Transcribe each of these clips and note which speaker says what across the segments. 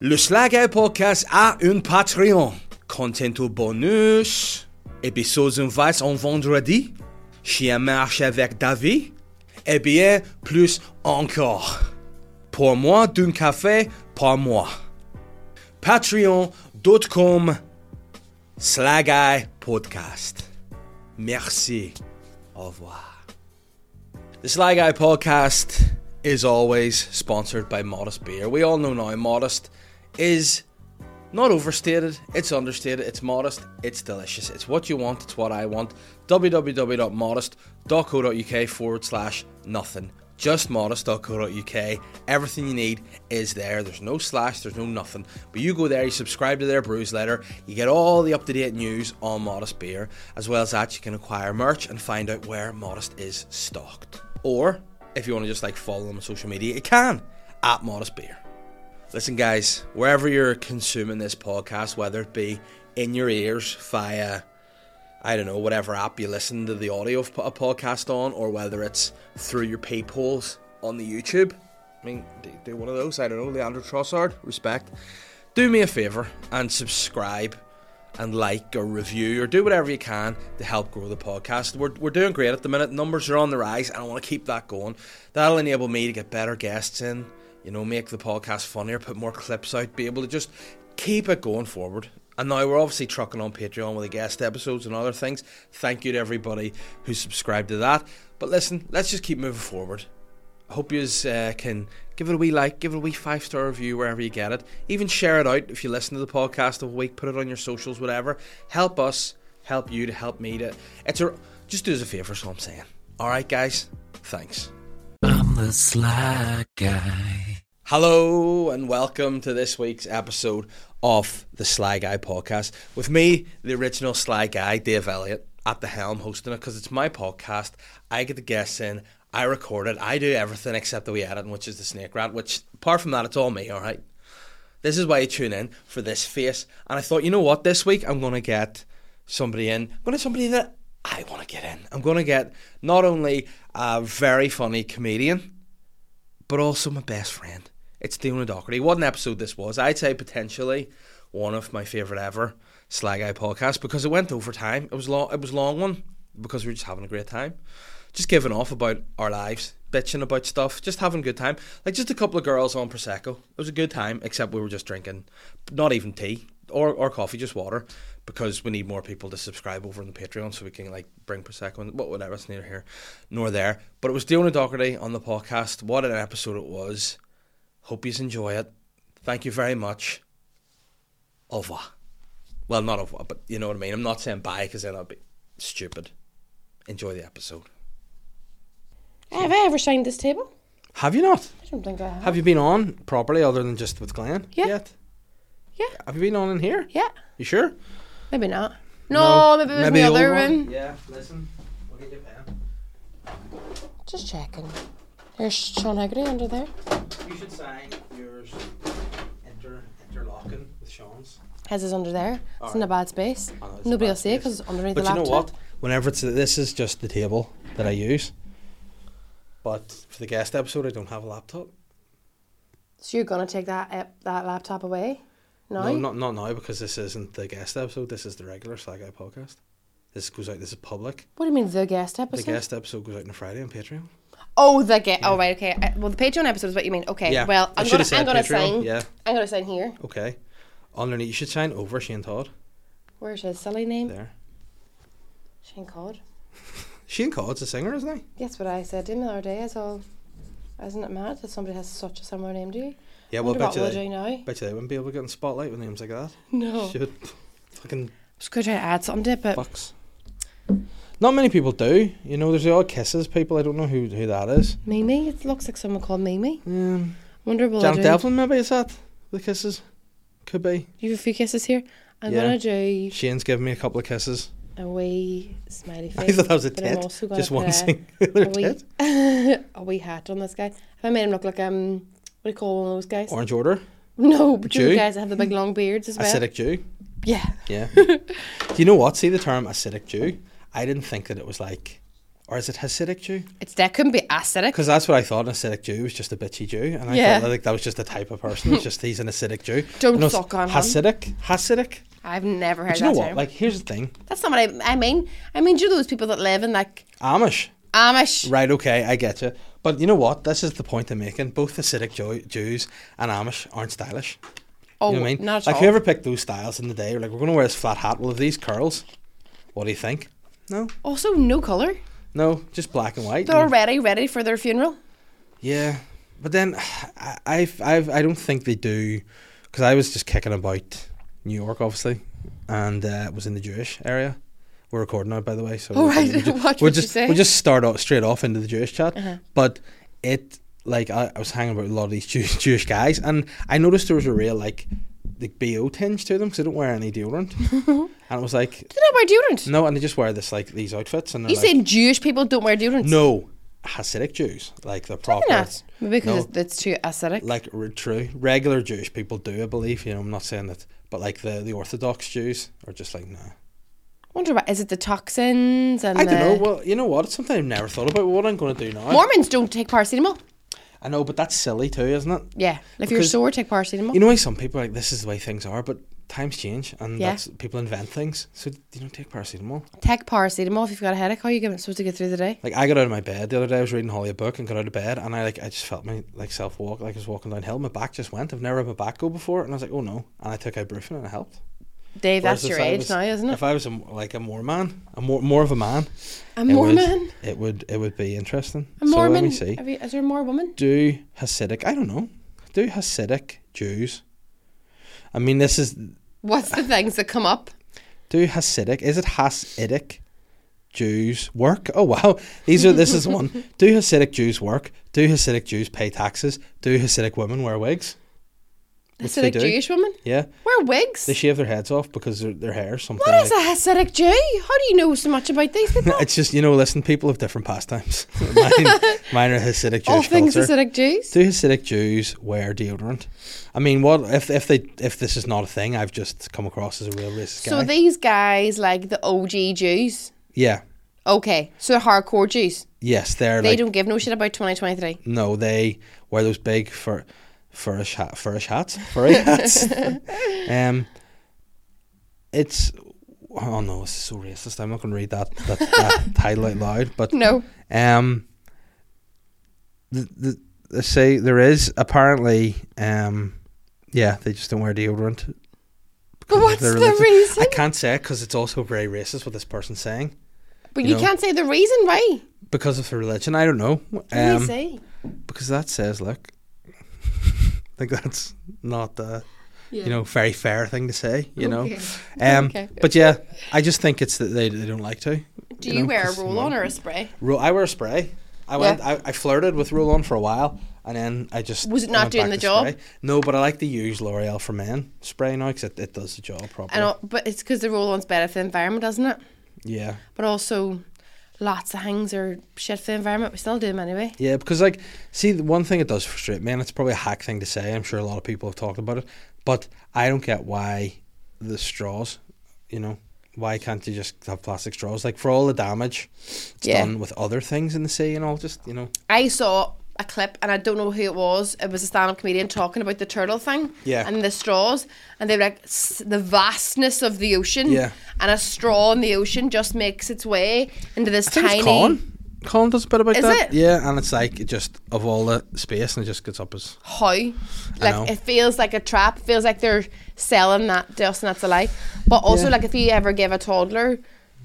Speaker 1: Le Slaghead Podcast a une Patreon. Contento bonus, épisodes en vice en vendredi, Chien marche avec David, et bien plus encore. Pour moi, d'un café par mois. Patreon.com Slaghead Podcast. Merci. Au revoir. The Sly Guy podcast is always sponsored by Modest Beer. We all know now Modest is not overstated, it's understated, it's modest, it's delicious. It's what you want, it's what I want. www.modest.co.uk forward slash nothing. Just modest.co.uk. Everything you need is there. There's no slash, there's no nothing. But you go there, you subscribe to their brews letter, you get all the up to date news on Modest Beer. As well as that, you can acquire merch and find out where Modest is stocked. Or if you want to just like follow them on social media, you can at Modest Beer. Listen, guys, wherever you're consuming this podcast, whether it be in your ears via, I don't know, whatever app you listen to the audio of a podcast on, or whether it's through your peepholes on the YouTube, I mean, do, do one of those. I don't know, Leandro Trossard, respect. Do me a favor and subscribe and like or review or do whatever you can to help grow the podcast. We're, we're doing great at the minute. Numbers are on the rise, and I want to keep that going. That'll enable me to get better guests in, you know, make the podcast funnier, put more clips out, be able to just keep it going forward. And now we're obviously trucking on Patreon with the guest episodes and other things. Thank you to everybody who subscribed to that. But listen, let's just keep moving forward. I hope you uh, can give it a wee like, give it a wee five star review wherever you get it. Even share it out if you listen to the podcast of a week, put it on your socials, whatever. Help us, help you to help me to. It's a just do us a favor, so I'm saying. All right, guys, thanks.
Speaker 2: I'm the slack guy.
Speaker 1: Hello and welcome to this week's episode of the Sly Guy podcast with me, the original Sly Guy, Dave Elliott, at the helm hosting it because it's my podcast. I get the guests in, I record it, I do everything except the wee editing, which is the snake rat. Which apart from that, it's all me. All right, this is why you tune in for this face. And I thought, you know what, this week I'm going to get somebody in. I'm going to somebody that I want to get in. I'm going to get not only a very funny comedian but also my best friend. It's Dona Doherty. What an episode this was. I'd say potentially one of my favourite ever Slag Eye podcasts because it went over time. It was long it was a long one because we were just having a great time. Just giving off about our lives, bitching about stuff, just having a good time. Like just a couple of girls on Prosecco. It was a good time, except we were just drinking not even tea or, or coffee, just water. Because we need more people to subscribe over on the Patreon so we can like bring Prosecco and what whatever, it's neither here nor there. But it was Dona Doherty on the podcast. What an episode it was. Hope you enjoy it. Thank you very much. Au revoir. Well, not au revoir, but you know what I mean. I'm not saying bye because then I'll be stupid. Enjoy the episode.
Speaker 3: Have I ever shined this table?
Speaker 1: Have you not?
Speaker 3: I don't think I have.
Speaker 1: Have you been on properly other than just with Glenn
Speaker 3: Yeah.
Speaker 1: yet?
Speaker 3: Yeah.
Speaker 1: Have you been on in here?
Speaker 3: Yeah,
Speaker 1: You sure?
Speaker 3: maybe not. No, maybe it was the
Speaker 1: old
Speaker 3: other
Speaker 1: one.
Speaker 3: room.
Speaker 1: Yeah, listen. We'll get your pen.
Speaker 3: Just checking. There's Sean Haggerty under there.
Speaker 1: You should sign yours inter interlocking with Sean's.
Speaker 3: His is under there. It's in a bad space.
Speaker 1: know, it's Oh, a
Speaker 3: Nobody
Speaker 1: bad
Speaker 3: will see it
Speaker 1: space.
Speaker 3: because it's underneath
Speaker 1: But
Speaker 3: the
Speaker 1: you know
Speaker 3: laptop.
Speaker 1: what? Whenever it's this is just the table that I use. But for the guest episode, I don't have a laptop.
Speaker 3: So you're gonna take that ep- that laptop away? No.
Speaker 1: No, not not now because this isn't the guest episode. This is the regular Slag Out podcast. This goes out. This is public.
Speaker 3: What do you mean the guest
Speaker 1: The
Speaker 3: episode?
Speaker 1: guest episode goes out on a Friday on Patreon.
Speaker 3: Oh, the guest. Oh, right. Okay. I, well, the Patreon episode is what you mean. Okay.
Speaker 1: Yeah.
Speaker 3: Well,
Speaker 1: I
Speaker 3: I'm
Speaker 1: should
Speaker 3: gonna
Speaker 1: have
Speaker 3: I'm
Speaker 1: said
Speaker 3: gonna
Speaker 1: Patreon,
Speaker 3: sign.
Speaker 1: yeah.
Speaker 3: I'm gonna sign here.
Speaker 1: Okay. Underneath, you should sign over Shane Todd
Speaker 3: Where's his silly name?
Speaker 1: there.
Speaker 3: Shane Cod.
Speaker 1: Shane Todd's a singer, isn't he?
Speaker 3: Guess what I said to him the other day? Is all. Isn't it mad that somebody has such a similar name to you?
Speaker 1: Yeah,
Speaker 3: I
Speaker 1: well,
Speaker 3: wonder
Speaker 1: bet
Speaker 3: what
Speaker 1: you,
Speaker 3: we'll
Speaker 1: they,
Speaker 3: do now.
Speaker 1: bet you they wouldn't be able to get in spotlight with names like that.
Speaker 3: No.
Speaker 1: Should fucking
Speaker 3: Just gonna try to add something to it, but
Speaker 1: fucks. Not many people do. You know, there's the odd kisses people. I don't know who who that is.
Speaker 3: Mimi, it looks like someone called Mimi.
Speaker 1: Um,
Speaker 3: Wonder will I
Speaker 1: Janet
Speaker 3: do.
Speaker 1: Devlin maybe is that the kisses? Could be.
Speaker 3: You have a few kisses here. I'm
Speaker 1: Yeah.
Speaker 3: gonna do
Speaker 1: Shane's given me a couple of kisses.
Speaker 3: a wee smiley face.
Speaker 1: I thought that was a
Speaker 3: but I'm
Speaker 1: tit.
Speaker 3: also gonna
Speaker 1: Just
Speaker 3: put
Speaker 1: one
Speaker 3: a,
Speaker 1: singular
Speaker 3: a wee,
Speaker 1: tit.
Speaker 3: a wee hat on this guy. If I made him look like um, what do you call one of those guys?
Speaker 1: Orange Order,
Speaker 3: no, but you know
Speaker 1: Jew?
Speaker 3: the guys that have the big long beards as well.
Speaker 1: acidic Jew.
Speaker 3: Yeah,
Speaker 1: Yeah. Do you know what? See the term acidic Jew? I didn't think that it was like Or is it Hasidic Jew?
Speaker 3: It's that couldn't be acidic.
Speaker 1: Because that's what I thought. An Hasidic Jew was just a bitchy Jew, and I
Speaker 3: Yeah.
Speaker 1: thought like that was just the type of person. It's just he's an Hasidic Jew.
Speaker 3: Don't
Speaker 1: And it's
Speaker 3: suck on him.
Speaker 1: Hasidic. Hasidic.
Speaker 3: I've never heard
Speaker 1: Do you know
Speaker 3: that
Speaker 1: what?
Speaker 3: term.
Speaker 1: Like, here's the thing.
Speaker 3: That's not what I, I mean. I mean, do those people that live in like
Speaker 1: Amish.
Speaker 3: Amish?
Speaker 1: Right, okay, I get you. But you know what? This is the point I'm making. Both Hasidic Jew- Jews and Amish aren't stylish.
Speaker 3: Oh,
Speaker 1: You know what I mean?
Speaker 3: not at
Speaker 1: like
Speaker 3: all.
Speaker 1: whoever picked those styles in the day, like we're gonna wear this flat hat with these curls. What do you think? No,
Speaker 3: Also, no color.
Speaker 1: no, just black and white.
Speaker 3: They're already ready for their funeral.
Speaker 1: Yeah, but then I, I've, I've, I don't think they do, because I was just kicking about New York, obviously, and uh, was in the Jewish area. We're recording now, by the way. So
Speaker 3: All Oh, right,
Speaker 1: we'll ju-
Speaker 3: what
Speaker 1: we'll
Speaker 3: would you
Speaker 1: just
Speaker 3: say?
Speaker 1: we'll just start off straight off into the Jewish chat.
Speaker 3: Uh-huh.
Speaker 1: But it like I, I was hanging about with a lot of these Jew, Jewish guys, and I noticed there was a real like the bo tinge to them because they don't wear any deodorant, and it was like
Speaker 3: They don't wear deodorant.
Speaker 1: no, and they just wear this like these outfits, and they're
Speaker 3: you
Speaker 1: like,
Speaker 3: saying Jewish people don't wear deodorant?
Speaker 1: no Hasidic Jews like the proper.
Speaker 3: They're not. Maybe
Speaker 1: No.
Speaker 3: because it's it's too acidic.
Speaker 1: like re- true regular Jewish people do, I believe. You know, I'm not saying that, but like the the Orthodox Jews are just like nah.
Speaker 3: Wonder about is it the toxins and
Speaker 1: I don't know.
Speaker 3: the-
Speaker 1: Well, you know what? It's something I've never thought about. What I'm going to do now?
Speaker 3: Mormons don't take paracetamol.
Speaker 1: I know, but that's silly too, isn't it?
Speaker 3: Yeah, if you're
Speaker 1: Because-
Speaker 3: sore, take paracetamol.
Speaker 1: You know, why some people are like this is the way things are, but times change and
Speaker 3: Yeah.
Speaker 1: that's people invent things. So you know, take paracetamol.
Speaker 3: take paracetamol if you've got a headache. How are you gonna- supposed to get through the day?
Speaker 1: Like I got out of my bed the other day. I was reading Holly a book and got out of bed, and I like I just felt my like self walk like I was walking downhill. My back just went. I've never had my back go before, and I was like, oh no. And I took ibuprofen and it helped.
Speaker 3: Dave,
Speaker 1: Whereas
Speaker 3: that's your
Speaker 1: if I
Speaker 3: age
Speaker 1: was-
Speaker 3: now, isn't it?
Speaker 1: If I was a, m- like a more man, a more more of a man,
Speaker 3: A
Speaker 1: it would-
Speaker 3: Mormon.
Speaker 1: it would it would be interesting.
Speaker 3: A Mormon.
Speaker 1: So let me see.
Speaker 3: Have you- is there more women?
Speaker 1: Do Hasidic? I don't know. Do Hasidic Jews? I mean, this is
Speaker 3: What's the things that come up?
Speaker 1: do Hasidic. Is it Hasidic Jews work? Oh wow, these are this is one. Do Hasidic Jews work? Do Hasidic Jews pay taxes? Do Hasidic women wear wigs? Which they
Speaker 3: Hasidic
Speaker 1: do.
Speaker 3: Jewish women
Speaker 1: Yeah,
Speaker 3: wear wigs.
Speaker 1: they shave their heads off because their their hair is something.
Speaker 3: What is
Speaker 1: like-
Speaker 3: a Hasidic Jew? How do you know so much about these people?
Speaker 1: It's just you know, listen, people have different pastimes. mine, mine are Hasidic Jewish
Speaker 3: All things
Speaker 1: culture.
Speaker 3: Hasidic Jews.
Speaker 1: Do Hasidic Jews wear deodorant? I mean, what if if they if this is not a thing? I've just come across as a real racist
Speaker 3: So
Speaker 1: guy.
Speaker 3: these guys, like the OG Jews.
Speaker 1: yeah,
Speaker 3: Okay, so they're hardcore Jews.
Speaker 1: yes, they're
Speaker 3: They
Speaker 1: like
Speaker 3: don't give no shit about 2023.
Speaker 1: no, they wear those big fur furish hat furish hats furry hats. um, it's oh no, this is so racist. I'm not going to read that that, that title out loud, but
Speaker 3: No.
Speaker 1: Um, the, the, they say there is apparently, um, yeah, they just don't wear deodorant. because
Speaker 3: But
Speaker 1: of
Speaker 3: what's
Speaker 1: their
Speaker 3: the
Speaker 1: religion.
Speaker 3: reason?
Speaker 1: I can't say it because it's also very racist what this person's saying
Speaker 3: But
Speaker 1: you
Speaker 3: you,
Speaker 1: know.
Speaker 3: can't say the reason why.
Speaker 1: because of the religion. I don't know.
Speaker 3: Can
Speaker 1: Um,
Speaker 3: we say?
Speaker 1: because that says, look, I think that's not the
Speaker 3: Yeah.
Speaker 1: you know very fair thing to say. You know,
Speaker 3: Okay.
Speaker 1: um,
Speaker 3: Okay.
Speaker 1: but yeah, I just think it's that they, they don't like to.
Speaker 3: Do
Speaker 1: you
Speaker 3: you,
Speaker 1: know,
Speaker 3: wear a
Speaker 1: 'cause, you
Speaker 3: roll on or a spray?
Speaker 1: Ro- I wear spray. I went. I, I flirted with roll on for a while, and then I just
Speaker 3: Was it not
Speaker 1: went
Speaker 3: doing
Speaker 1: back
Speaker 3: the
Speaker 1: to
Speaker 3: job?
Speaker 1: Spray. No, but I like to use L'Oreal for Men spray now because it, it does the job properly.
Speaker 3: And all, but it's because the roll on's better for the environment, isn't it?
Speaker 1: yeah,
Speaker 3: But also, lots of hangs are shit for the environment. We still do them anyway.
Speaker 1: yeah, because like, see, the one thing it does frustrate me, and it's probably a hack thing to say. I'm sure a lot of people have talked about it, but I don't get why the straws. You know, why can't you just have plastic straws? Like for all the damage it's
Speaker 3: Yeah.
Speaker 1: done with other things in the sea and all, just you know.
Speaker 3: I saw a clip, and I don't know who it was. It was a stand-up comedian talking about the turtle thing,
Speaker 1: Yeah.
Speaker 3: and the straws, and they were like "S- the vastness of the ocean,
Speaker 1: Yeah.
Speaker 3: and a straw in the ocean just makes its way into this
Speaker 1: I think
Speaker 3: tiny.
Speaker 1: it's Colin. Colin does a bit about
Speaker 3: Is
Speaker 1: that.
Speaker 3: it?
Speaker 1: Yeah, and it's like it just of all the space and it just gets up as
Speaker 3: how like
Speaker 1: know.
Speaker 3: it feels like a trap it feels like they're selling that to us and that's a lie but also
Speaker 1: Yeah.
Speaker 3: like if you ever give a toddler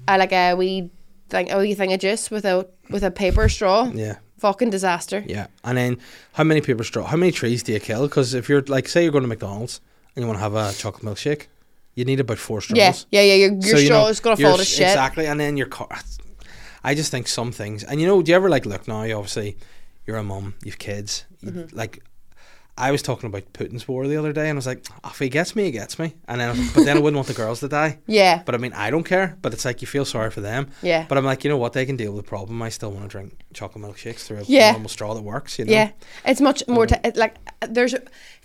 Speaker 3: uh, like a wee thing a wee thing of juice with a with a paper straw
Speaker 1: yeah.
Speaker 3: fucking disaster
Speaker 1: Yeah. And then how many paper straw how many trees do you kill? Because if you're like say you're going to McDonald's and you want to have a chocolate milkshake, you need about four straws.
Speaker 3: yeah yeah yeah your, your
Speaker 1: So,
Speaker 3: straw
Speaker 1: you know,
Speaker 3: is gonna
Speaker 1: your
Speaker 3: fall to
Speaker 1: sh-
Speaker 3: shit
Speaker 1: Exactly. And then your car I just think some things and you know, do you ever like look now, obviously you're a mum, you've kids. you-
Speaker 3: Mm-hmm.
Speaker 1: like I was talking about Putin's war the other day, and I was like, "Oh, "If he gets me, he gets me." And then, I was like, but then I wouldn't want the girls to die.
Speaker 3: yeah
Speaker 1: But I mean, I don't care. But it's like you feel sorry for them.
Speaker 3: Yeah.
Speaker 1: But I'm like, you know what? They can deal with the problem. I still want to drink chocolate milkshakes through a
Speaker 3: Yeah.
Speaker 1: normal straw that works. You know.
Speaker 3: yeah it's much more t- it- like uh, there's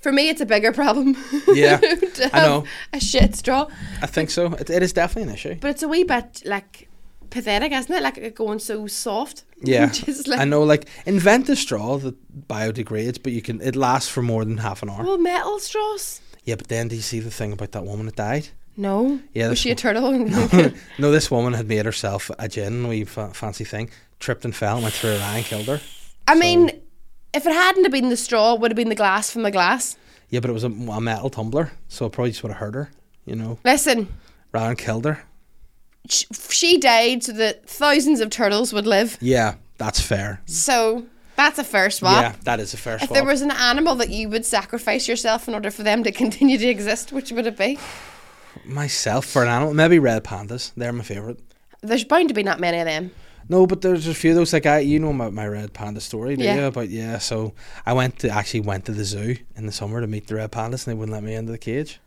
Speaker 3: for me it's a bigger problem
Speaker 1: Yeah,
Speaker 3: to
Speaker 1: I know.
Speaker 3: have a shit straw
Speaker 1: I think so. It, it is definitely an issue.
Speaker 3: But it's a wee bit like pathetic, isn't it? Like it going so soft.
Speaker 1: Yeah,
Speaker 3: Just like,
Speaker 1: I know. Like invent a straw that biodegrades, but you can it lasts for more than half an hour.
Speaker 3: well, "Oh, metal straws.
Speaker 1: Yeah, but then do you see the thing about that woman that died?
Speaker 3: No.
Speaker 1: Yeah,
Speaker 3: Was
Speaker 1: that's
Speaker 3: she a
Speaker 1: one.
Speaker 3: turtle?
Speaker 1: no, this woman had made herself a gin, wee fa- fancy thing, tripped and fell, and went through her eye and killed her.
Speaker 3: I mean, if it hadn't have been the straw, it would have been the glass from the glass.
Speaker 1: Yeah, but it was a, a metal tumbler, so it probably just would have hurt her, you know,
Speaker 3: Listen,
Speaker 1: rather than killed her.
Speaker 3: sh- she died so that thousands of turtles would live.
Speaker 1: Yeah, that's fair.
Speaker 3: So that's a fair swap.
Speaker 1: Yeah, that is a fair
Speaker 3: If
Speaker 1: swap.
Speaker 3: there was an animal that you would sacrifice yourself in order for them to continue to exist, which would it be?
Speaker 1: Myself for an animal, maybe red pandas. They're my favorite.
Speaker 3: There's bound to be not many of them.
Speaker 1: No, but there's a few of those. Like I, you know about my red panda story, do
Speaker 3: Yeah.
Speaker 1: you? But yeah, so I went to actually went to the zoo in the summer to meet the red pandas, and they wouldn't let me into the cage.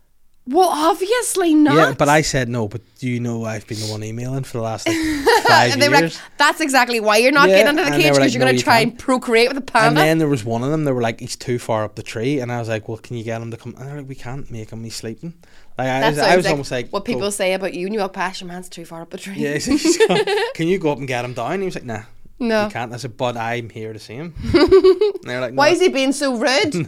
Speaker 3: Well, obviously not.
Speaker 1: Yeah, but I said no. But do you know I've been the one emailing for the last like, five
Speaker 3: And they were like,
Speaker 1: years?
Speaker 3: that's exactly why you're not
Speaker 1: Yeah,
Speaker 3: getting under the
Speaker 1: and they
Speaker 3: cage
Speaker 1: were like,
Speaker 3: because you're
Speaker 1: "No,
Speaker 3: going
Speaker 1: you
Speaker 3: to try
Speaker 1: can't."
Speaker 3: and procreate with a
Speaker 1: And
Speaker 3: panda.
Speaker 1: then there was one of them. They were like, he's too far up the tree, and I was like, well, can you get him to come? And they're like, we can't make him. He's sleeping. Like I, was,
Speaker 3: That
Speaker 1: I
Speaker 3: sounds
Speaker 1: was almost like
Speaker 3: what
Speaker 1: go-
Speaker 3: people say about you when you walk past your man's too far up the tree.
Speaker 1: Yeah, he's like, "He's gone. can you go up and get him down? And he was like, nah,
Speaker 3: No.
Speaker 1: you can't. I said, but I'm here to see him. and they're like, no,
Speaker 3: Why is he being so rude?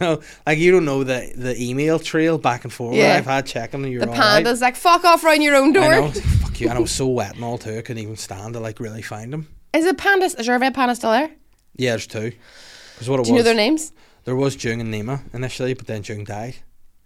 Speaker 1: No, like you don't know the the email trail back and forth.
Speaker 3: Yeah.
Speaker 1: I've had checking and you're
Speaker 3: The
Speaker 1: all right.
Speaker 3: panda's like, fuck off round your own
Speaker 1: I know.
Speaker 3: door.
Speaker 1: it's like, Fuck you. And I was so wet and all too. I couldn't even stand to like really find him.
Speaker 3: Is a panda, is your red panda still there? Do
Speaker 1: Yeah, there's two. Because what it
Speaker 3: you know
Speaker 1: was,
Speaker 3: their names?
Speaker 1: there was Jung and Nima initially, but then Jung died.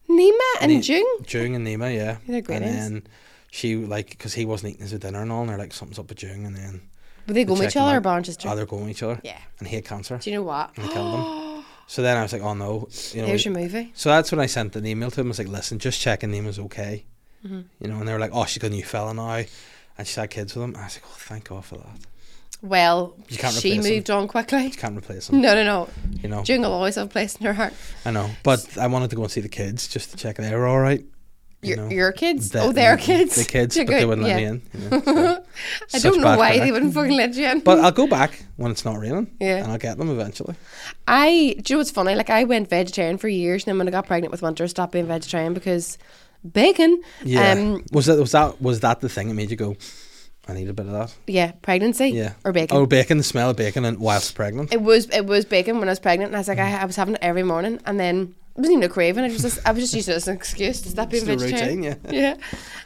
Speaker 3: Nima and,
Speaker 1: he-
Speaker 3: Jung?
Speaker 1: Jung and Nima, yeah.
Speaker 3: They're great
Speaker 1: and
Speaker 3: names.
Speaker 1: then she like because he wasn't eating his dinner and all, and they're like something's up with Jung, and then
Speaker 3: Were they going with
Speaker 1: check
Speaker 3: each
Speaker 1: them
Speaker 3: other or
Speaker 1: out.
Speaker 3: bound just
Speaker 1: oh,
Speaker 3: Jung?
Speaker 1: they're going with each other.
Speaker 3: Yeah.
Speaker 1: And he had cancer.
Speaker 3: Do you know what?
Speaker 1: and they killed him. So then I was like, oh no, you know.
Speaker 3: There's your movie.
Speaker 1: So that's when I sent an email to him. I was like, listen, just checking Nima's okay.
Speaker 3: Mm-hmm.
Speaker 1: You know, and they were like, oh, she's got a new fella now. And she's had kids with him. I was like, oh, thank God for that.
Speaker 3: Well,
Speaker 1: You can't
Speaker 3: she
Speaker 1: replace him.
Speaker 3: moved on quickly.
Speaker 1: You can't replace him,
Speaker 3: No, no, no.
Speaker 1: you know.
Speaker 3: Jung will always have a place in her heart.
Speaker 1: I know. But I wanted to go and see the kids just to check they were all right.
Speaker 3: Your,
Speaker 1: know,
Speaker 3: your kids?
Speaker 1: The-
Speaker 3: oh, their kids.
Speaker 1: The kids,
Speaker 3: You're
Speaker 1: but they
Speaker 3: good,
Speaker 1: wouldn't let me
Speaker 3: yeah.
Speaker 1: in. you know, so.
Speaker 3: I
Speaker 1: Such
Speaker 3: don't know
Speaker 1: bad
Speaker 3: why
Speaker 1: crack.
Speaker 3: they wouldn't fucking let you in.
Speaker 1: But I'll go back when it's not raining.
Speaker 3: Yeah.
Speaker 1: And I'll get them eventually.
Speaker 3: I do you know what's funny? Like I went vegetarian for years, and then when I got pregnant with Winter, I stopped being vegetarian because bacon.
Speaker 1: Yeah.
Speaker 3: Um,
Speaker 1: was that was that was that the thing that made you go, I need a bit of that?
Speaker 3: yeah, pregnancy.
Speaker 1: Yeah.
Speaker 3: Or bacon.
Speaker 1: Oh, bacon, the smell of bacon and whilst pregnant.
Speaker 3: It was it was bacon when I was pregnant, and I was like
Speaker 1: Mm.
Speaker 3: I, I was having it every morning, and then it wasn't even a craving. It was just I was just using it as an excuse to stop being
Speaker 1: It's the
Speaker 3: vegetarian.
Speaker 1: routine, yeah.
Speaker 3: yeah.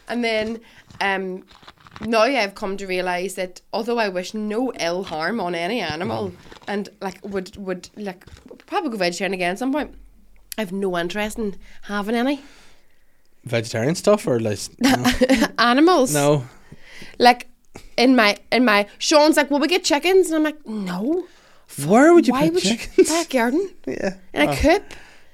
Speaker 3: And then um now I've come to realise that although I wish no ill harm on any animal
Speaker 1: Mm-hmm.
Speaker 3: and like would would like probably go vegetarian again at some point. I've no interest in having any
Speaker 1: Vegetarian stuff or like no.
Speaker 3: animals.
Speaker 1: no.
Speaker 3: Like in my in my Sean's like, Will we get chickens? And I'm like, No.
Speaker 1: Where would you
Speaker 3: Why
Speaker 1: put
Speaker 3: would you
Speaker 1: chickens?
Speaker 3: buy a garden?
Speaker 1: yeah. Oh.
Speaker 3: And a coop?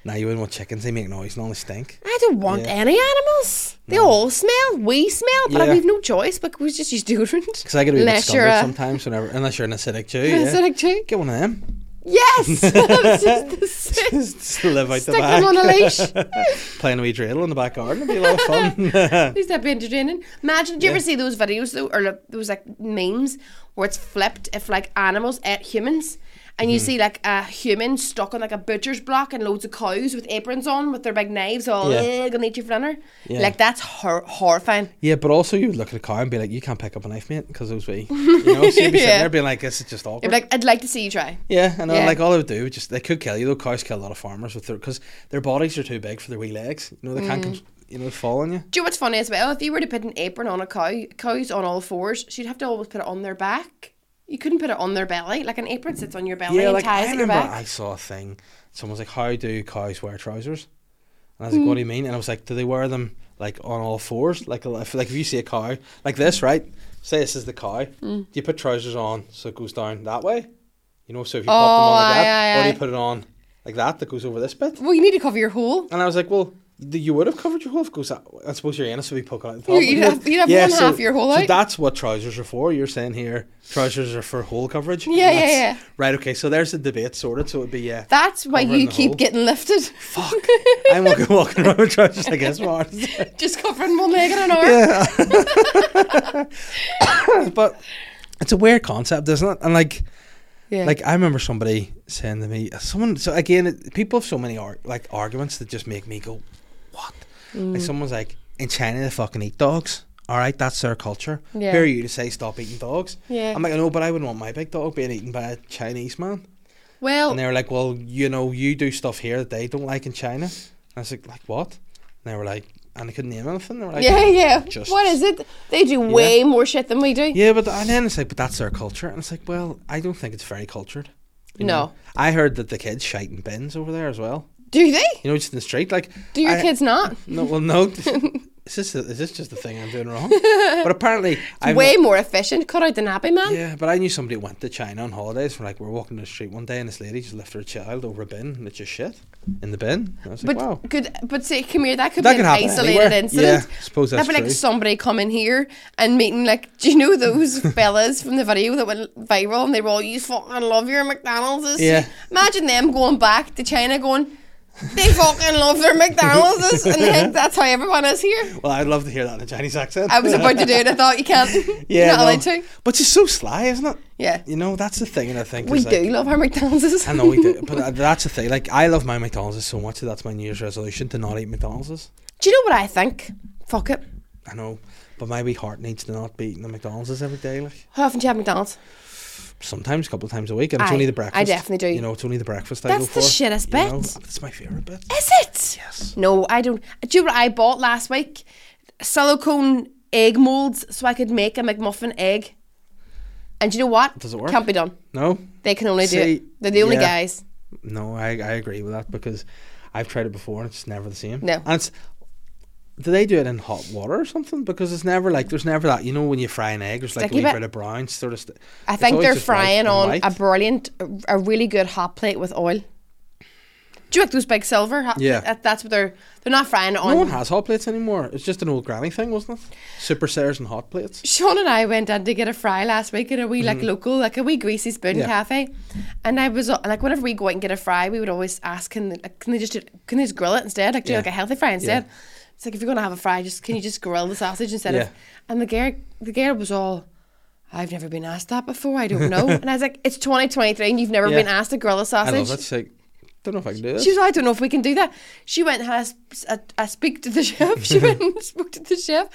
Speaker 1: Now you wouldn't want chickens. They make noise and all they stink.
Speaker 3: I don't want
Speaker 1: Yeah.
Speaker 3: any animals. They all smell. We smell, but
Speaker 1: Yeah.
Speaker 3: we've no choice because we just use deodorant.
Speaker 1: Because I get a wee bit
Speaker 3: Unless you're
Speaker 1: scumbled
Speaker 3: a-
Speaker 1: sometimes. Whenever, unless you're an acidic Jew.
Speaker 3: Is that
Speaker 1: Yeah.
Speaker 3: a joke?
Speaker 1: Get one of them.
Speaker 3: Yes, It's just the same.
Speaker 1: Just live out the
Speaker 3: Stick them on a
Speaker 1: back.
Speaker 3: leash.
Speaker 1: Playing a wee dreidel in the back garden. It'd be a lot of fun.
Speaker 3: Is that be entertaining? Imagine, do you ever
Speaker 1: Yeah.
Speaker 3: see those videos though, or like, those like memes where it's flipped if like animals ate humans, and
Speaker 1: Mm-hmm.
Speaker 3: you see like a human stuck on like a butcher's block and loads of cows with aprons on with their big knives all
Speaker 1: Yeah.
Speaker 3: "Eh, gonna eat you for dinner.
Speaker 1: Yeah.
Speaker 3: Like that's hor- horrifying.
Speaker 1: yeah, but also you would look at a car and be like, you can't pick up a knife, mate, because it was wee. You know, so you'd be sitting
Speaker 3: Yeah.
Speaker 1: there being like, this is just
Speaker 3: You're
Speaker 1: awkward.
Speaker 3: like, I'd like to see you try.
Speaker 1: yeah, I know.
Speaker 3: Yeah.
Speaker 1: Like all they would do, would just they could kill you. Though cows kill a lot of farmers with their because their bodies are too big for their wee legs. You know, they
Speaker 3: Mm.
Speaker 1: can't. con- you know, fall on you.
Speaker 3: Do you know what's funny as well? If you were to put an apron on a cow, cows on all fours, she'd have to always put it on their back. You couldn't put it on their belly. Like an apron sits on your belly
Speaker 1: Yeah,
Speaker 3: and
Speaker 1: like
Speaker 3: ties
Speaker 1: I
Speaker 3: at your
Speaker 1: remember
Speaker 3: back.
Speaker 1: I saw a thing. Someone was like, "How do cows wear trousers?" And I was like,
Speaker 3: Hmm.
Speaker 1: "What do you mean?" And I was like, "Do they wear them like on all fours? Like if like if you see a cow like this, right? Say this is the cow.
Speaker 3: Hmm.
Speaker 1: Do you put trousers on so it goes down that way? You know, so if you pop them
Speaker 3: Oh,
Speaker 1: on like
Speaker 3: aye,
Speaker 1: that,
Speaker 3: aye,
Speaker 1: or do
Speaker 3: aye.
Speaker 1: you put it on like that that goes over this bit?"
Speaker 3: Well, you need to cover your hole.
Speaker 1: And I was like, "Well." th- You would have covered your hole if it goes. That, I suppose your anus would be poking out the top.
Speaker 3: You- you'd
Speaker 1: wouldn't
Speaker 3: have-
Speaker 1: it?
Speaker 3: you'd have one half of your hole
Speaker 1: so
Speaker 3: out.
Speaker 1: that's what trousers are for. You're saying here, trousers are for hole coverage.
Speaker 3: Yeah, yeah,
Speaker 1: That's-
Speaker 3: yeah.
Speaker 1: Right. Okay. So there's the debate sorted. So it'd be uh, yeah.
Speaker 3: That's why
Speaker 1: Covering
Speaker 3: you
Speaker 1: the
Speaker 3: keep
Speaker 1: hole.
Speaker 3: getting lifted.
Speaker 1: Fuck. I'm walking, walking around with trousers like this, Mark.
Speaker 3: Just covering one leg in an arm.
Speaker 1: But it's a weird concept, isn't it? And like,
Speaker 3: Yeah.
Speaker 1: like I remember somebody saying to me, uh, someone. So again, it- people have so many ar- like
Speaker 3: Mm.
Speaker 1: arguments that just make me go, what? Like someone's like, in China they fucking eat dogs. all right, that's their culture.
Speaker 3: Yeah.
Speaker 1: Who are you to say stop eating dogs?
Speaker 3: Yeah.
Speaker 1: I'm like, I know, but I wouldn't want my big dog being eaten by a Chinese man.
Speaker 3: Well,
Speaker 1: And they were like, well, you know, you do stuff here that they don't like in China. And I was like, like what? And they were like, and I couldn't name anything. They were like,
Speaker 3: yeah, yeah.
Speaker 1: just-
Speaker 3: what is it? They do way more shit than we do.
Speaker 1: Yeah, but and then it's like, but that's their culture, and it's like, well, I don't think it's very cultured. you
Speaker 3: No.
Speaker 1: know? I heard that the kids shite in bins over there as well.
Speaker 3: Do they?
Speaker 1: You know, just in the street, like.
Speaker 3: Do your
Speaker 1: I-
Speaker 3: kids not?
Speaker 1: No, well, no. is this is this just the thing I'm doing wrong? but apparently, I
Speaker 3: way more efficient. Cut out the nappy man.
Speaker 1: Yeah, but I knew somebody went to China on holidays. We're like, we're walking down the street one day, and this lady just left her child over a bin, and it just shit in the bin. And I was like,
Speaker 3: But
Speaker 1: wow.
Speaker 3: could but see, come here. That could
Speaker 1: That
Speaker 3: be
Speaker 1: could
Speaker 3: an
Speaker 1: happen
Speaker 3: isolated
Speaker 1: anywhere.
Speaker 3: incident.
Speaker 1: Yeah, suppose that's
Speaker 3: That'd be like
Speaker 1: true.
Speaker 3: somebody coming here and meeting like, do you know those fellas from the video that went viral and they were all, you fucking love your McDonald's.
Speaker 1: Yeah.
Speaker 3: Imagine them going back to China going, they fucking love their McDonald's, and they think that's how everyone is here.
Speaker 1: Well, I'd love to hear that in a Chinese accent.
Speaker 3: I was about to do it. I thought you can't.
Speaker 1: yeah,
Speaker 3: You're not
Speaker 1: no.
Speaker 3: allowed to.
Speaker 1: But she's so sly, isn't it?
Speaker 3: Yeah.
Speaker 1: You know, that's the thing, and I think
Speaker 3: We
Speaker 1: is, like,
Speaker 3: do love our McDonald's.
Speaker 1: I know we do, but uh, that's the thing. Like, I love my McDonald's so much that that's my New Year's resolution to not eat McDonald's.
Speaker 3: Do you know what I think? Fuck it.
Speaker 1: I know, but my wee heart needs to not be eating the McDonald's every day. Like,
Speaker 3: How often do you have McDonald's?
Speaker 1: sometimes a couple of times a week, and it's
Speaker 3: Aye,
Speaker 1: only
Speaker 3: I
Speaker 1: the breakfast.
Speaker 3: definitely do.
Speaker 1: You know, it's only the breakfast I
Speaker 3: That's
Speaker 1: go for.
Speaker 3: the shittest
Speaker 1: you know?
Speaker 3: bit.
Speaker 1: That's my favorite bit.
Speaker 3: Is it?
Speaker 1: Yes.
Speaker 3: No, I don't. Do you know what I bought last week? Silicone egg molds so I could make a McMuffin egg. And do you know what?
Speaker 1: Does it work?
Speaker 3: Can't be done.
Speaker 1: No,
Speaker 3: They can only do
Speaker 1: See,
Speaker 3: it. They're the only
Speaker 1: yeah.
Speaker 3: guys.
Speaker 1: no, I, I agree with that because I've tried it before and it's just never the same.
Speaker 3: No.
Speaker 1: and it's. Do they do it in hot water or something? Because it's never like there's never that you know when you fry an egg, there's like
Speaker 3: Sticky
Speaker 1: a wee
Speaker 3: bit.
Speaker 1: bit of brown sort of. St-
Speaker 3: I
Speaker 1: it's
Speaker 3: think
Speaker 1: always
Speaker 3: they're
Speaker 1: just white
Speaker 3: frying
Speaker 1: and
Speaker 3: on
Speaker 1: white.
Speaker 3: a brilliant, a really good hot plate with oil. Do you like those big silver? Hot,
Speaker 1: Yeah.
Speaker 3: that- that's what they're. They're not frying it on.
Speaker 1: No one has hot plates anymore. It's just an old granny thing, wasn't it? Super Sayers and hot plates.
Speaker 3: Sean and I went in to get a fry last week at a wee like local, like a wee greasy spoon
Speaker 1: Mm-hmm. Yeah.
Speaker 3: cafe, and I was uh, like, whenever we go out and get a fry, we would always ask, can they, like, can they just do, can they just grill it instead, like do
Speaker 1: Yeah.
Speaker 3: like a healthy fry instead? It's like if you're gonna have a fry, just can you just grill the sausage instead
Speaker 1: Yeah.
Speaker 3: of? And the girl, the girl was all. I've never been asked that before. I don't know. and I was like, "It's 2023, and you've never
Speaker 1: Yeah.
Speaker 3: been asked to grill a
Speaker 1: I
Speaker 3: sausage."
Speaker 1: love it. She's like, don't know if I can do this.
Speaker 3: She was, I don't know if we can do that. She went and had a sp- a, a speak to the chef. She went and spoke to the chef.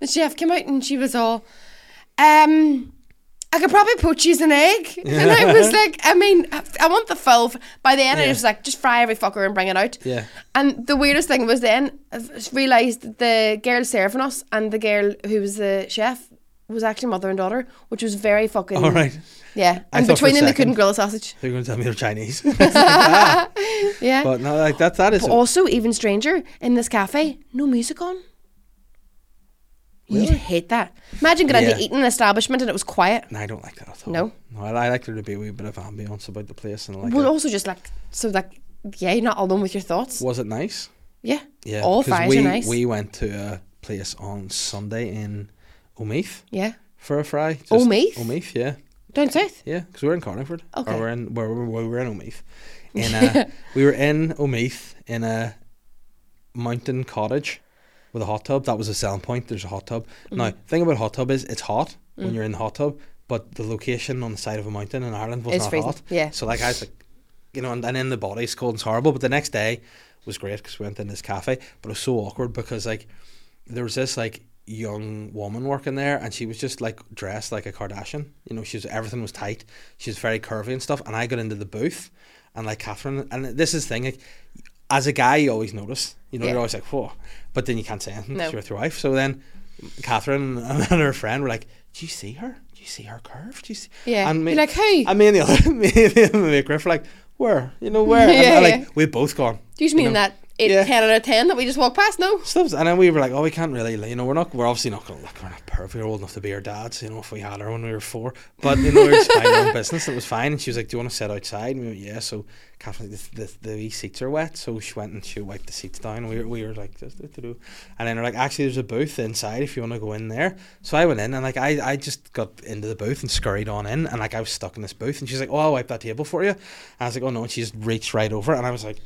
Speaker 3: The chef came out and she was all, um, I could probably poach you an egg. And I was like, I mean, I, I want the full. f- By the end, I
Speaker 1: Yeah.
Speaker 3: was like, just fry every fucker and bring it out.
Speaker 1: Yeah.
Speaker 3: And the weirdest thing was then I realised that the girl serving us and the girl who was the chef was actually mother and daughter, which was very fucking.
Speaker 1: All right.
Speaker 3: Yeah.
Speaker 1: I
Speaker 3: And
Speaker 1: thought for a
Speaker 3: between them, they
Speaker 1: second-
Speaker 3: couldn't grill a sausage.
Speaker 1: They're going to tell me they're Chinese.
Speaker 3: Yeah.
Speaker 1: but no, like that, that is.
Speaker 3: But also, even stranger, in this cafe, no music on. You'd hate that. Imagine going
Speaker 1: Yeah. Oh
Speaker 3: into eating an establishment and it was quiet.
Speaker 1: no, I don't like that at all.
Speaker 3: No.
Speaker 1: No, I, I like there to be a wee bit of ambience about the place and like.
Speaker 3: Well,
Speaker 1: a-
Speaker 3: also just like so, like yeah, you're not alone with your thoughts.
Speaker 1: was it nice?
Speaker 3: Yeah,
Speaker 1: Yeah.
Speaker 3: all
Speaker 1: 'cause
Speaker 3: fries
Speaker 1: we,
Speaker 3: are nice.
Speaker 1: We went to a place on Sunday in Omeath
Speaker 3: yeah,
Speaker 1: for a fry. Just
Speaker 3: Omeath?
Speaker 1: Omeath, yeah.
Speaker 3: down south.
Speaker 1: Yeah, because we're in Carlingford.
Speaker 3: Okay.
Speaker 1: Or we're in where we we were in Omeath. In a, we were in Omeath in a mountain cottage with a hot tub. That was a selling point. There's a hot tub. Now,
Speaker 3: Mm-hmm.
Speaker 1: thing about a hot tub is it's hot
Speaker 3: Mm.
Speaker 1: when you're in the hot tub, but the location on the side of a mountain in Ireland was
Speaker 3: It's
Speaker 1: not
Speaker 3: freezing,
Speaker 1: hot.
Speaker 3: yeah.
Speaker 1: So like I was like, you know, and, and in the body it's cold and it's horrible. But the next day was great because we went in this cafe, but it was so awkward because like there was this like young woman working there and she was just like dressed like a Kardashian. You know, she was everything was tight. She was very curvy and stuff. And I got into the booth and like Catherine and this is the thing, like as a guy you always notice. You know,
Speaker 3: Yeah.
Speaker 1: you're always like, whoa. But then you can't say anything 'cause
Speaker 3: No.
Speaker 1: you're with your wife. So then Catherine and her friend were like, Do you see her? Do you see her curve? Do you see
Speaker 3: Yeah.
Speaker 1: And me-
Speaker 3: You're like, "Hey."
Speaker 1: I mean the other me and my Griff were like, Where? You know where? And
Speaker 3: Yeah,
Speaker 1: I,
Speaker 3: yeah.
Speaker 1: like we both gone.
Speaker 3: Do you just mean
Speaker 1: know,
Speaker 3: that eight,
Speaker 1: yeah.
Speaker 3: ten out of ten that we just walked past? No,
Speaker 1: Stuff, and then we were like, oh, we can't really, you know, we're not, we're obviously not gonna look, we're not perfect, we're old enough to be our dads, you know, if we had her when we were four, but you know, we were just minding our own business, it was fine. And she was like, do you want to sit outside? And we went, yeah. So Catherine, the the, the wee seats are wet, so she went and she wiped the seats down. And we were, we were like, just do, do, do. and then they're like, actually, there's a booth inside if you want to go in there. So I went in and like I, I just got into the booth and scurried on in, and like I was stuck in this booth, and she's like, oh, I'll wipe that table for you. And I was like, oh no, and she just reached right over, and I was like.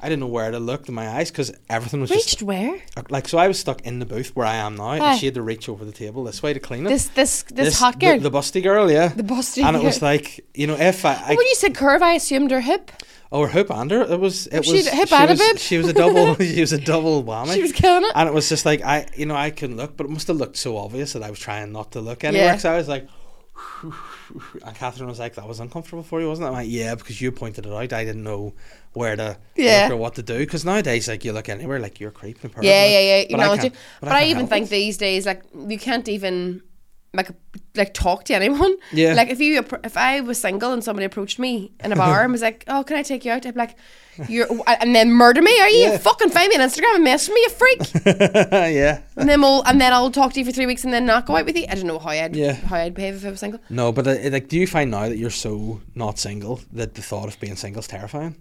Speaker 1: I didn't know where to look in my eyes because everything was
Speaker 3: Reached where?
Speaker 1: just like so. I was stuck in the booth where I am now,
Speaker 3: Aye.
Speaker 1: and she had to reach over the table this way to clean it.
Speaker 3: This this this, hot
Speaker 1: the-
Speaker 3: girl.
Speaker 1: the, busty girl, yeah,
Speaker 3: The busty
Speaker 1: and it was
Speaker 3: girl.
Speaker 1: like you know if I, I
Speaker 3: when you said curve, I assumed her hip.
Speaker 1: oh her hip and her it was it
Speaker 3: She
Speaker 1: was
Speaker 3: had a hip
Speaker 1: she
Speaker 3: and a
Speaker 1: was,
Speaker 3: bib.
Speaker 1: she was a double she was a double whammy.
Speaker 3: She was killing it.
Speaker 1: and it was just like I you know I couldn't look, but it must have looked so obvious that I was trying not to look anywhere.
Speaker 3: Yeah.
Speaker 1: So I was like. And Catherine was like, "That was uncomfortable for you, wasn't it?" I'm like, "Yeah, because you pointed it out. I didn't know where to
Speaker 3: Yeah.
Speaker 1: look or what to do. Because nowadays, like, you look anywhere, like you're creeping. and
Speaker 3: yeah,
Speaker 1: perving.
Speaker 3: yeah, yeah. You
Speaker 1: I
Speaker 3: know,
Speaker 1: can't-
Speaker 3: but, but I,
Speaker 1: can't
Speaker 3: even
Speaker 1: help
Speaker 3: think
Speaker 1: it.
Speaker 3: these days, like you can't even like like talk to anyone.
Speaker 1: Yeah.
Speaker 3: Like if you appro- if I was single and somebody approached me in a bar and was like, "Oh, can I take you out?" I'd be like, "You're," and then murder me. Are you
Speaker 1: Yeah.
Speaker 3: fucking find me on Instagram and message me, you freak?
Speaker 1: yeah,
Speaker 3: and then we'll and then I'll talk to you for three weeks and then not go out with you. I don't know how I'd
Speaker 1: Yeah.
Speaker 3: how I'd behave if I was single.
Speaker 1: no, but uh, like, do you find now that you're so not single that the thought of being single is terrifying?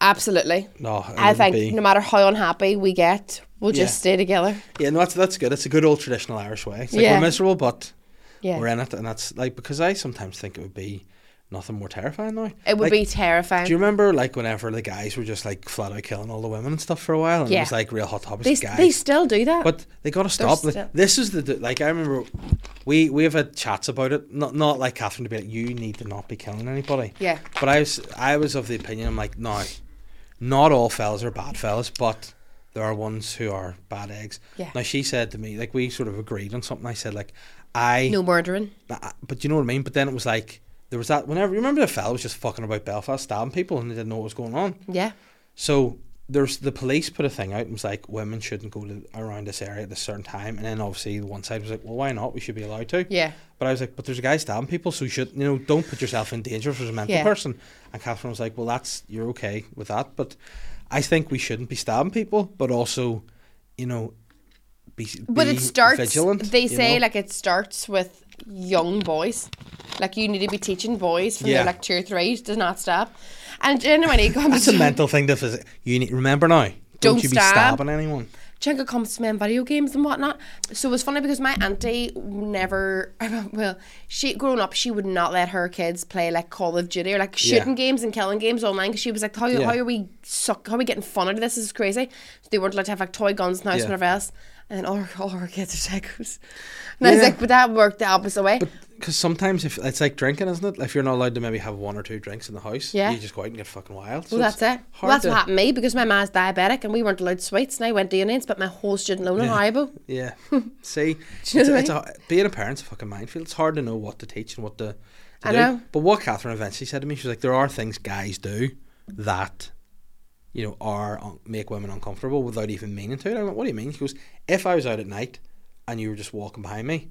Speaker 3: Absolutely.
Speaker 1: No, it
Speaker 3: I
Speaker 1: wouldn't
Speaker 3: think
Speaker 1: be.
Speaker 3: no matter how unhappy we get, we'll
Speaker 1: Yeah.
Speaker 3: just stay together.
Speaker 1: Yeah, no, that's that's good. It's a good old traditional Irish way. It's like
Speaker 3: Yeah.
Speaker 1: we're miserable, but
Speaker 3: Yeah.
Speaker 1: we're in it, and that's like because I sometimes think it would be nothing more terrifying now.
Speaker 3: It
Speaker 1: Like,
Speaker 3: would be terrifying.
Speaker 1: Do you remember like whenever the guys were just like flat out killing all the women and stuff for a while, and it
Speaker 3: Yeah.
Speaker 1: was like real hot topics,
Speaker 3: they,
Speaker 1: guys.
Speaker 3: they still do that.
Speaker 1: but they gotta stop. Like,
Speaker 3: still-
Speaker 1: This is the d- like I remember we we have had chats about it. Not not like Catherine to be like you need to not be killing anybody.
Speaker 3: Yeah.
Speaker 1: But I was I was of the opinion I'm like no, not all fellas are bad fellas, but there are ones who are bad eggs.
Speaker 3: Yeah.
Speaker 1: Now she said to me like we sort of agreed on something. I said like I
Speaker 3: no murdering.
Speaker 1: Nah, I- but you know what I mean. But then it was like there was that whenever you remember the fella was just fucking about Belfast stabbing people and they didn't know what was going on.
Speaker 3: Yeah.
Speaker 1: So there's the police put a thing out and was like women shouldn't go to around this area at this certain time. And then obviously the one side was like, well, why not? We should be allowed to.
Speaker 3: Yeah.
Speaker 1: But I was like, but there's a guy stabbing people, so you should you know don't put yourself in danger if there's a mental
Speaker 3: Yeah.
Speaker 1: person. And Catherine was like, well, that's you're okay with that, but I think we shouldn't be stabbing people, but also, you know. Be,
Speaker 3: But
Speaker 1: be
Speaker 3: it starts.
Speaker 1: Vigilant,
Speaker 3: they
Speaker 1: you
Speaker 3: say
Speaker 1: know?
Speaker 3: like it starts with young boys. Like you need to be teaching boys from
Speaker 1: Yeah.
Speaker 3: they're like two or three to not stab. And genuinely, comes
Speaker 1: That's a mental thing to phys- you need remember now. Don't,
Speaker 3: Don't
Speaker 1: you be
Speaker 3: stab.
Speaker 1: stabbing anyone.
Speaker 3: Jenga comes to me in video games and whatnot. So it was funny because my auntie never, well, she growing up, she would not let her kids play like Call of Duty or like shooting games and killing games online because she was like, how,
Speaker 1: Yeah.
Speaker 3: how are we suck? How are we getting fun out of this? This is crazy. So they weren't allowed to have like toy guns in the house
Speaker 1: Yeah.
Speaker 3: and whatever else. And then all her, all her kids are psychos. And I was
Speaker 1: Yeah.
Speaker 3: like, but that worked the opposite way.
Speaker 1: Because sometimes if it's like drinking, isn't it? If you're not allowed to maybe have one or two drinks in the house,
Speaker 3: Yeah.
Speaker 1: you just go out and get fucking wild. So
Speaker 3: well, that's it. Well,
Speaker 1: hard
Speaker 3: that's
Speaker 1: to-
Speaker 3: what happened to me because my ma's diabetic and we weren't allowed sweets. And I went to Union, spent my whole student loan on
Speaker 1: Yeah.
Speaker 3: Haribo.
Speaker 1: Yeah. See, it's,
Speaker 3: know what
Speaker 1: it's
Speaker 3: I
Speaker 1: a, being a parent's a fucking minefield. It's hard to know what to teach and what to, to
Speaker 3: I
Speaker 1: do.
Speaker 3: know.
Speaker 1: But what Catherine eventually said to me, she was like, there are things guys do that, you know, are un- make women uncomfortable without even meaning to. And I went, what do you mean? She goes, if I was out at night and you were just walking behind me,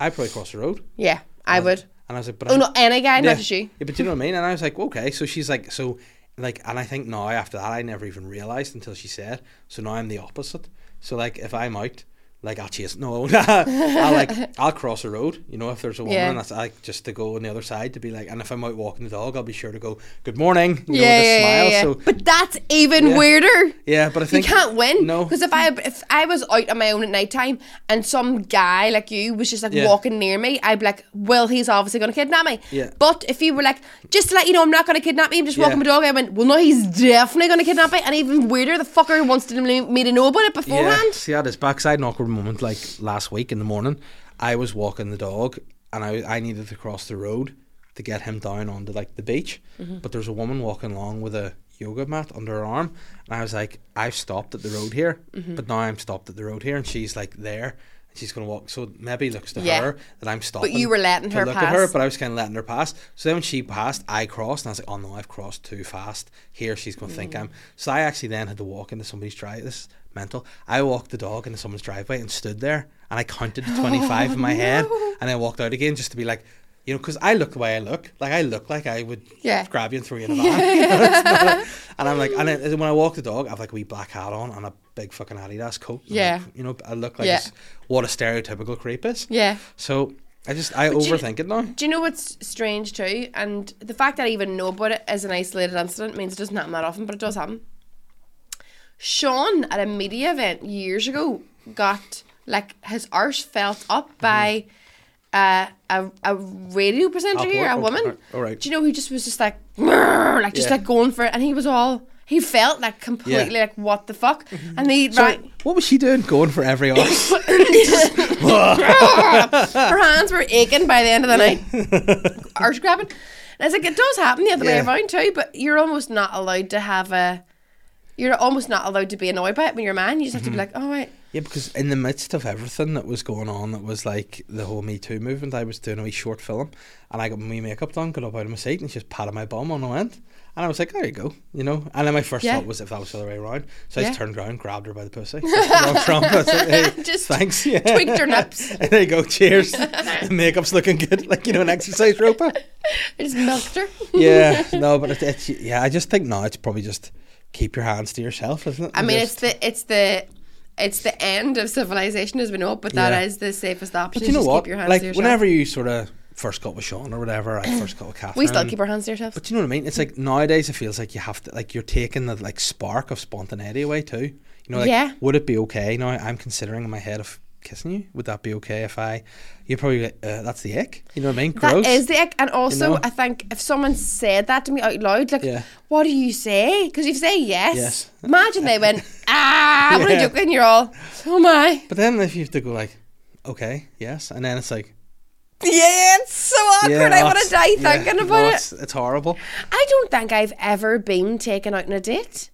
Speaker 1: I'd probably cross the road.
Speaker 3: Yeah, I would.
Speaker 1: And I was like, but
Speaker 3: Oh,
Speaker 1: I'm-
Speaker 3: no, any guy,
Speaker 1: yeah.
Speaker 3: not just you.
Speaker 1: Yeah, but you know what I mean? And I was like, okay. So she's like, so, like, and I think now after that, I never even realized until she said. So now I'm the opposite. So like, if I'm out, like I'll chase no, I like I'll cross a road. You know, if there's a woman,
Speaker 3: Yeah.
Speaker 1: and that's I like just to go on the other side to be like. And if I'm out walking the dog, I'll be sure to go good morning. You know,
Speaker 3: yeah,
Speaker 1: with a
Speaker 3: yeah, yeah,
Speaker 1: smile.
Speaker 3: yeah.
Speaker 1: So
Speaker 3: but that's even
Speaker 1: Yeah.
Speaker 3: weirder.
Speaker 1: yeah, but I
Speaker 3: You
Speaker 1: think
Speaker 3: can't win.
Speaker 1: No,
Speaker 3: Because if I if I was out on my own at night time and some guy like you was just like
Speaker 1: Yeah.
Speaker 3: walking near me, I'd be like, Well, he's obviously gonna kidnap me.
Speaker 1: Yeah.
Speaker 3: But if you were like, just to let you know I'm not gonna kidnap me, I'm just walking
Speaker 1: Yeah.
Speaker 3: my dog, I went, Well no, he's definitely gonna kidnap me and even weirder, the fucker wants to kn- me to know about it
Speaker 1: Yeah,
Speaker 3: beforehand.
Speaker 1: see, I had this backside an awkward moment like last week in the morning. I was walking the dog and I, I needed to cross the road to get him down onto like the beach.
Speaker 3: Mm-hmm.
Speaker 1: But there's a woman walking along with a yoga mat under her arm. And I was like, I've stopped at the road here,
Speaker 3: Mm-hmm.
Speaker 1: but now I'm stopped at the road here. And she's like there. and She's gonna walk, so maybe it looks to
Speaker 3: Yeah.
Speaker 1: her that I'm stopping.
Speaker 3: you were letting
Speaker 1: to
Speaker 3: her
Speaker 1: look at her,
Speaker 3: pass.
Speaker 1: but I was kind of letting her pass. So then when she passed, I crossed, and I was like, "Oh no, I've crossed too fast." Here she's going to
Speaker 3: Mm.
Speaker 1: think I'm. So I actually then had to walk into somebody's drive. This is mental. I walked the dog into someone's driveway and stood there, and I counted to twenty five in my
Speaker 3: Oh,
Speaker 1: head, and I walked out again just to be like, you know, because I look the way I look. Like I look like I would
Speaker 3: Yeah.
Speaker 1: grab you and throw you in a van. and I'm like, and then when I walk the dog, I've like a wee black hat on and a big fucking Adidas coat. and I'm
Speaker 3: Yeah.
Speaker 1: like, you know, I look like
Speaker 3: Yeah.
Speaker 1: it's- what a stereotypical creep is.
Speaker 3: Yeah.
Speaker 1: So I just I
Speaker 3: you-
Speaker 1: overthink it now.
Speaker 3: Do you know what's strange too? And the fact that I even know about it as an isolated incident means it doesn't happen that often, but it does happen. Sean at a media event years ago got like his arse felt
Speaker 1: Mm-hmm.
Speaker 3: up by uh, a a radio presenter
Speaker 1: Up
Speaker 3: here,
Speaker 1: what?
Speaker 3: a woman.
Speaker 1: Oh, all right.
Speaker 3: Do you know who just was just like, "Grrr," like just
Speaker 1: Yeah.
Speaker 3: like going for it, and he was all He felt like completely
Speaker 1: Yeah. Mm-hmm.
Speaker 3: like what the fuck, and he
Speaker 1: So,
Speaker 3: right.
Speaker 1: what was she doing going for every arse?
Speaker 3: her hands were aching by the end of the night. Arse grabbing. And it's like it does happen the other
Speaker 1: Yeah.
Speaker 3: way around too, but you're almost not allowed to have a. You're almost not allowed to be annoyed by it when you're a man. You just have to be
Speaker 1: Mm-hmm.
Speaker 3: like, "Oh, all right.
Speaker 1: yeah, because in the midst of everything that was going on, that was like the whole Me Too movement, I was doing a wee short film and I got my wee makeup done, got up out of my seat and just patted my bum on the end. And I was like, there you go, you know. And then my first
Speaker 3: Yeah.
Speaker 1: thought was if that was the other way around. So I just
Speaker 3: Yeah.
Speaker 1: turned around, grabbed her by the pussy. Wrong Trump. I was like, hey,
Speaker 3: Just
Speaker 1: thanks. Yeah.
Speaker 3: tweaked her nips.
Speaker 1: And there you go, cheers. the makeup's looking good, like, you know, an exercise roper.
Speaker 3: I just milked her.
Speaker 1: yeah, no, but it, it's yeah. I just think now it's probably just keep your hands to yourself, isn't it?
Speaker 3: I mean,
Speaker 1: Just-
Speaker 3: it's the it's the it's the end of civilization as we know it, but that
Speaker 1: Yeah.
Speaker 3: is the safest option.
Speaker 1: But
Speaker 3: is
Speaker 1: you know
Speaker 3: just
Speaker 1: what?
Speaker 3: Keep your hands
Speaker 1: like
Speaker 3: to yourself.
Speaker 1: whenever you sort of first got with Sean or whatever, I first got with Catherine.
Speaker 3: we still keep our hands to ourselves.
Speaker 1: But you know what I mean? It's like nowadays it feels like you have to like you're taking the like spark of spontaneity away too. You know, like
Speaker 3: Yeah.
Speaker 1: would it be okay? Now I'm considering in my head of kissing you. Would that be okay if I? You're probably like, uh, that's the ick. You know what I mean? Gross.
Speaker 3: That is the ick. And also,
Speaker 1: know?
Speaker 3: I think if someone said that to me out loud, like,
Speaker 1: Yeah.
Speaker 3: what do you say? Because you say yes.
Speaker 1: Yes.
Speaker 3: Imagine they went, ah, I'm
Speaker 1: Yeah.
Speaker 3: only joking. You're all, oh my.
Speaker 1: But then if you have to go like, okay, yes, and then it's like.
Speaker 3: Yeah, it's so awkward. I
Speaker 1: no,
Speaker 3: want to
Speaker 1: it's-
Speaker 3: die
Speaker 1: yeah,
Speaker 3: thinking
Speaker 1: no,
Speaker 3: about it.
Speaker 1: It's, it's horrible.
Speaker 3: I don't think I've ever been taken out on a date.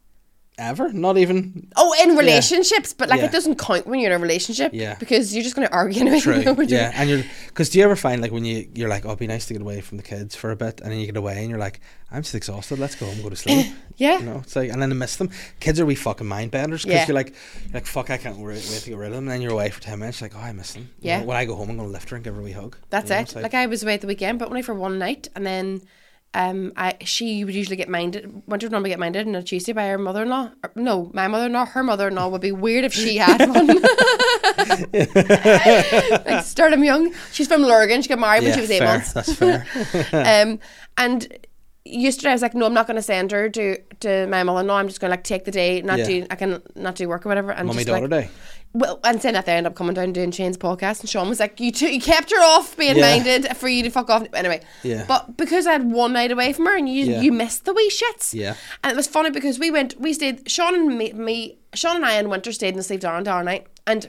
Speaker 1: Ever? Not even
Speaker 3: Oh, in relationships, but like
Speaker 1: Yeah.
Speaker 3: it doesn't count when you're in a relationship
Speaker 1: Yeah.
Speaker 3: because you're just going to argue anyway.
Speaker 1: True.
Speaker 3: Would you-
Speaker 1: yeah, and you're because do you ever find like when you you're like, oh, it'd be nice to get away from the kids for a bit, and then you get away and you're like, I'm just exhausted. Let's go home, go to sleep.
Speaker 3: Yeah.
Speaker 1: You know, it's like, and then I miss them. Kids are wee fucking mind benders because
Speaker 3: Yeah.
Speaker 1: you're like, you're like, fuck, I can't wait, wait to get rid of them. And then you're away for ten minutes. You're like, oh, I miss them. You
Speaker 3: Yeah.
Speaker 1: know, when I go home, I'm gonna lift her and give her a wee hug.
Speaker 3: That's
Speaker 1: You know,
Speaker 3: it.
Speaker 1: it's
Speaker 3: Like,
Speaker 1: like-
Speaker 3: I was away at the weekend, but only for one night, and then um, I she would usually get minded. Winter would normally get minded on a Tuesday by her mother-in-law. Or, no, my mother-in-law. Her mother-in-law would be weird if she had one. like start 'em young. She's from Lurgan. She got married when
Speaker 1: Yeah,
Speaker 3: she was eight
Speaker 1: fair.
Speaker 3: months.
Speaker 1: That's fair.
Speaker 3: Um, and yesterday I was like, no, I'm not going to send her to to my mother-in-law. I'm just going to like take the day, not
Speaker 1: Yeah.
Speaker 3: do I can not do work or whatever. And
Speaker 1: Mummy
Speaker 3: just,
Speaker 1: daughter
Speaker 3: like,
Speaker 1: day.
Speaker 3: well, and saying that they end up coming down and doing Shane's podcast, and Sean was like, "You two, you kept her off being
Speaker 1: Yeah.
Speaker 3: minded for you to fuck off." Anyway,
Speaker 1: Yeah.
Speaker 3: But because I had one night away from her, and you
Speaker 1: Yeah.
Speaker 3: you missed the wee shits.
Speaker 1: Yeah.
Speaker 3: And it was funny because we went, we stayed. Sean and me, me Sean and I and Winter stayed in the Sleeve Down our night, and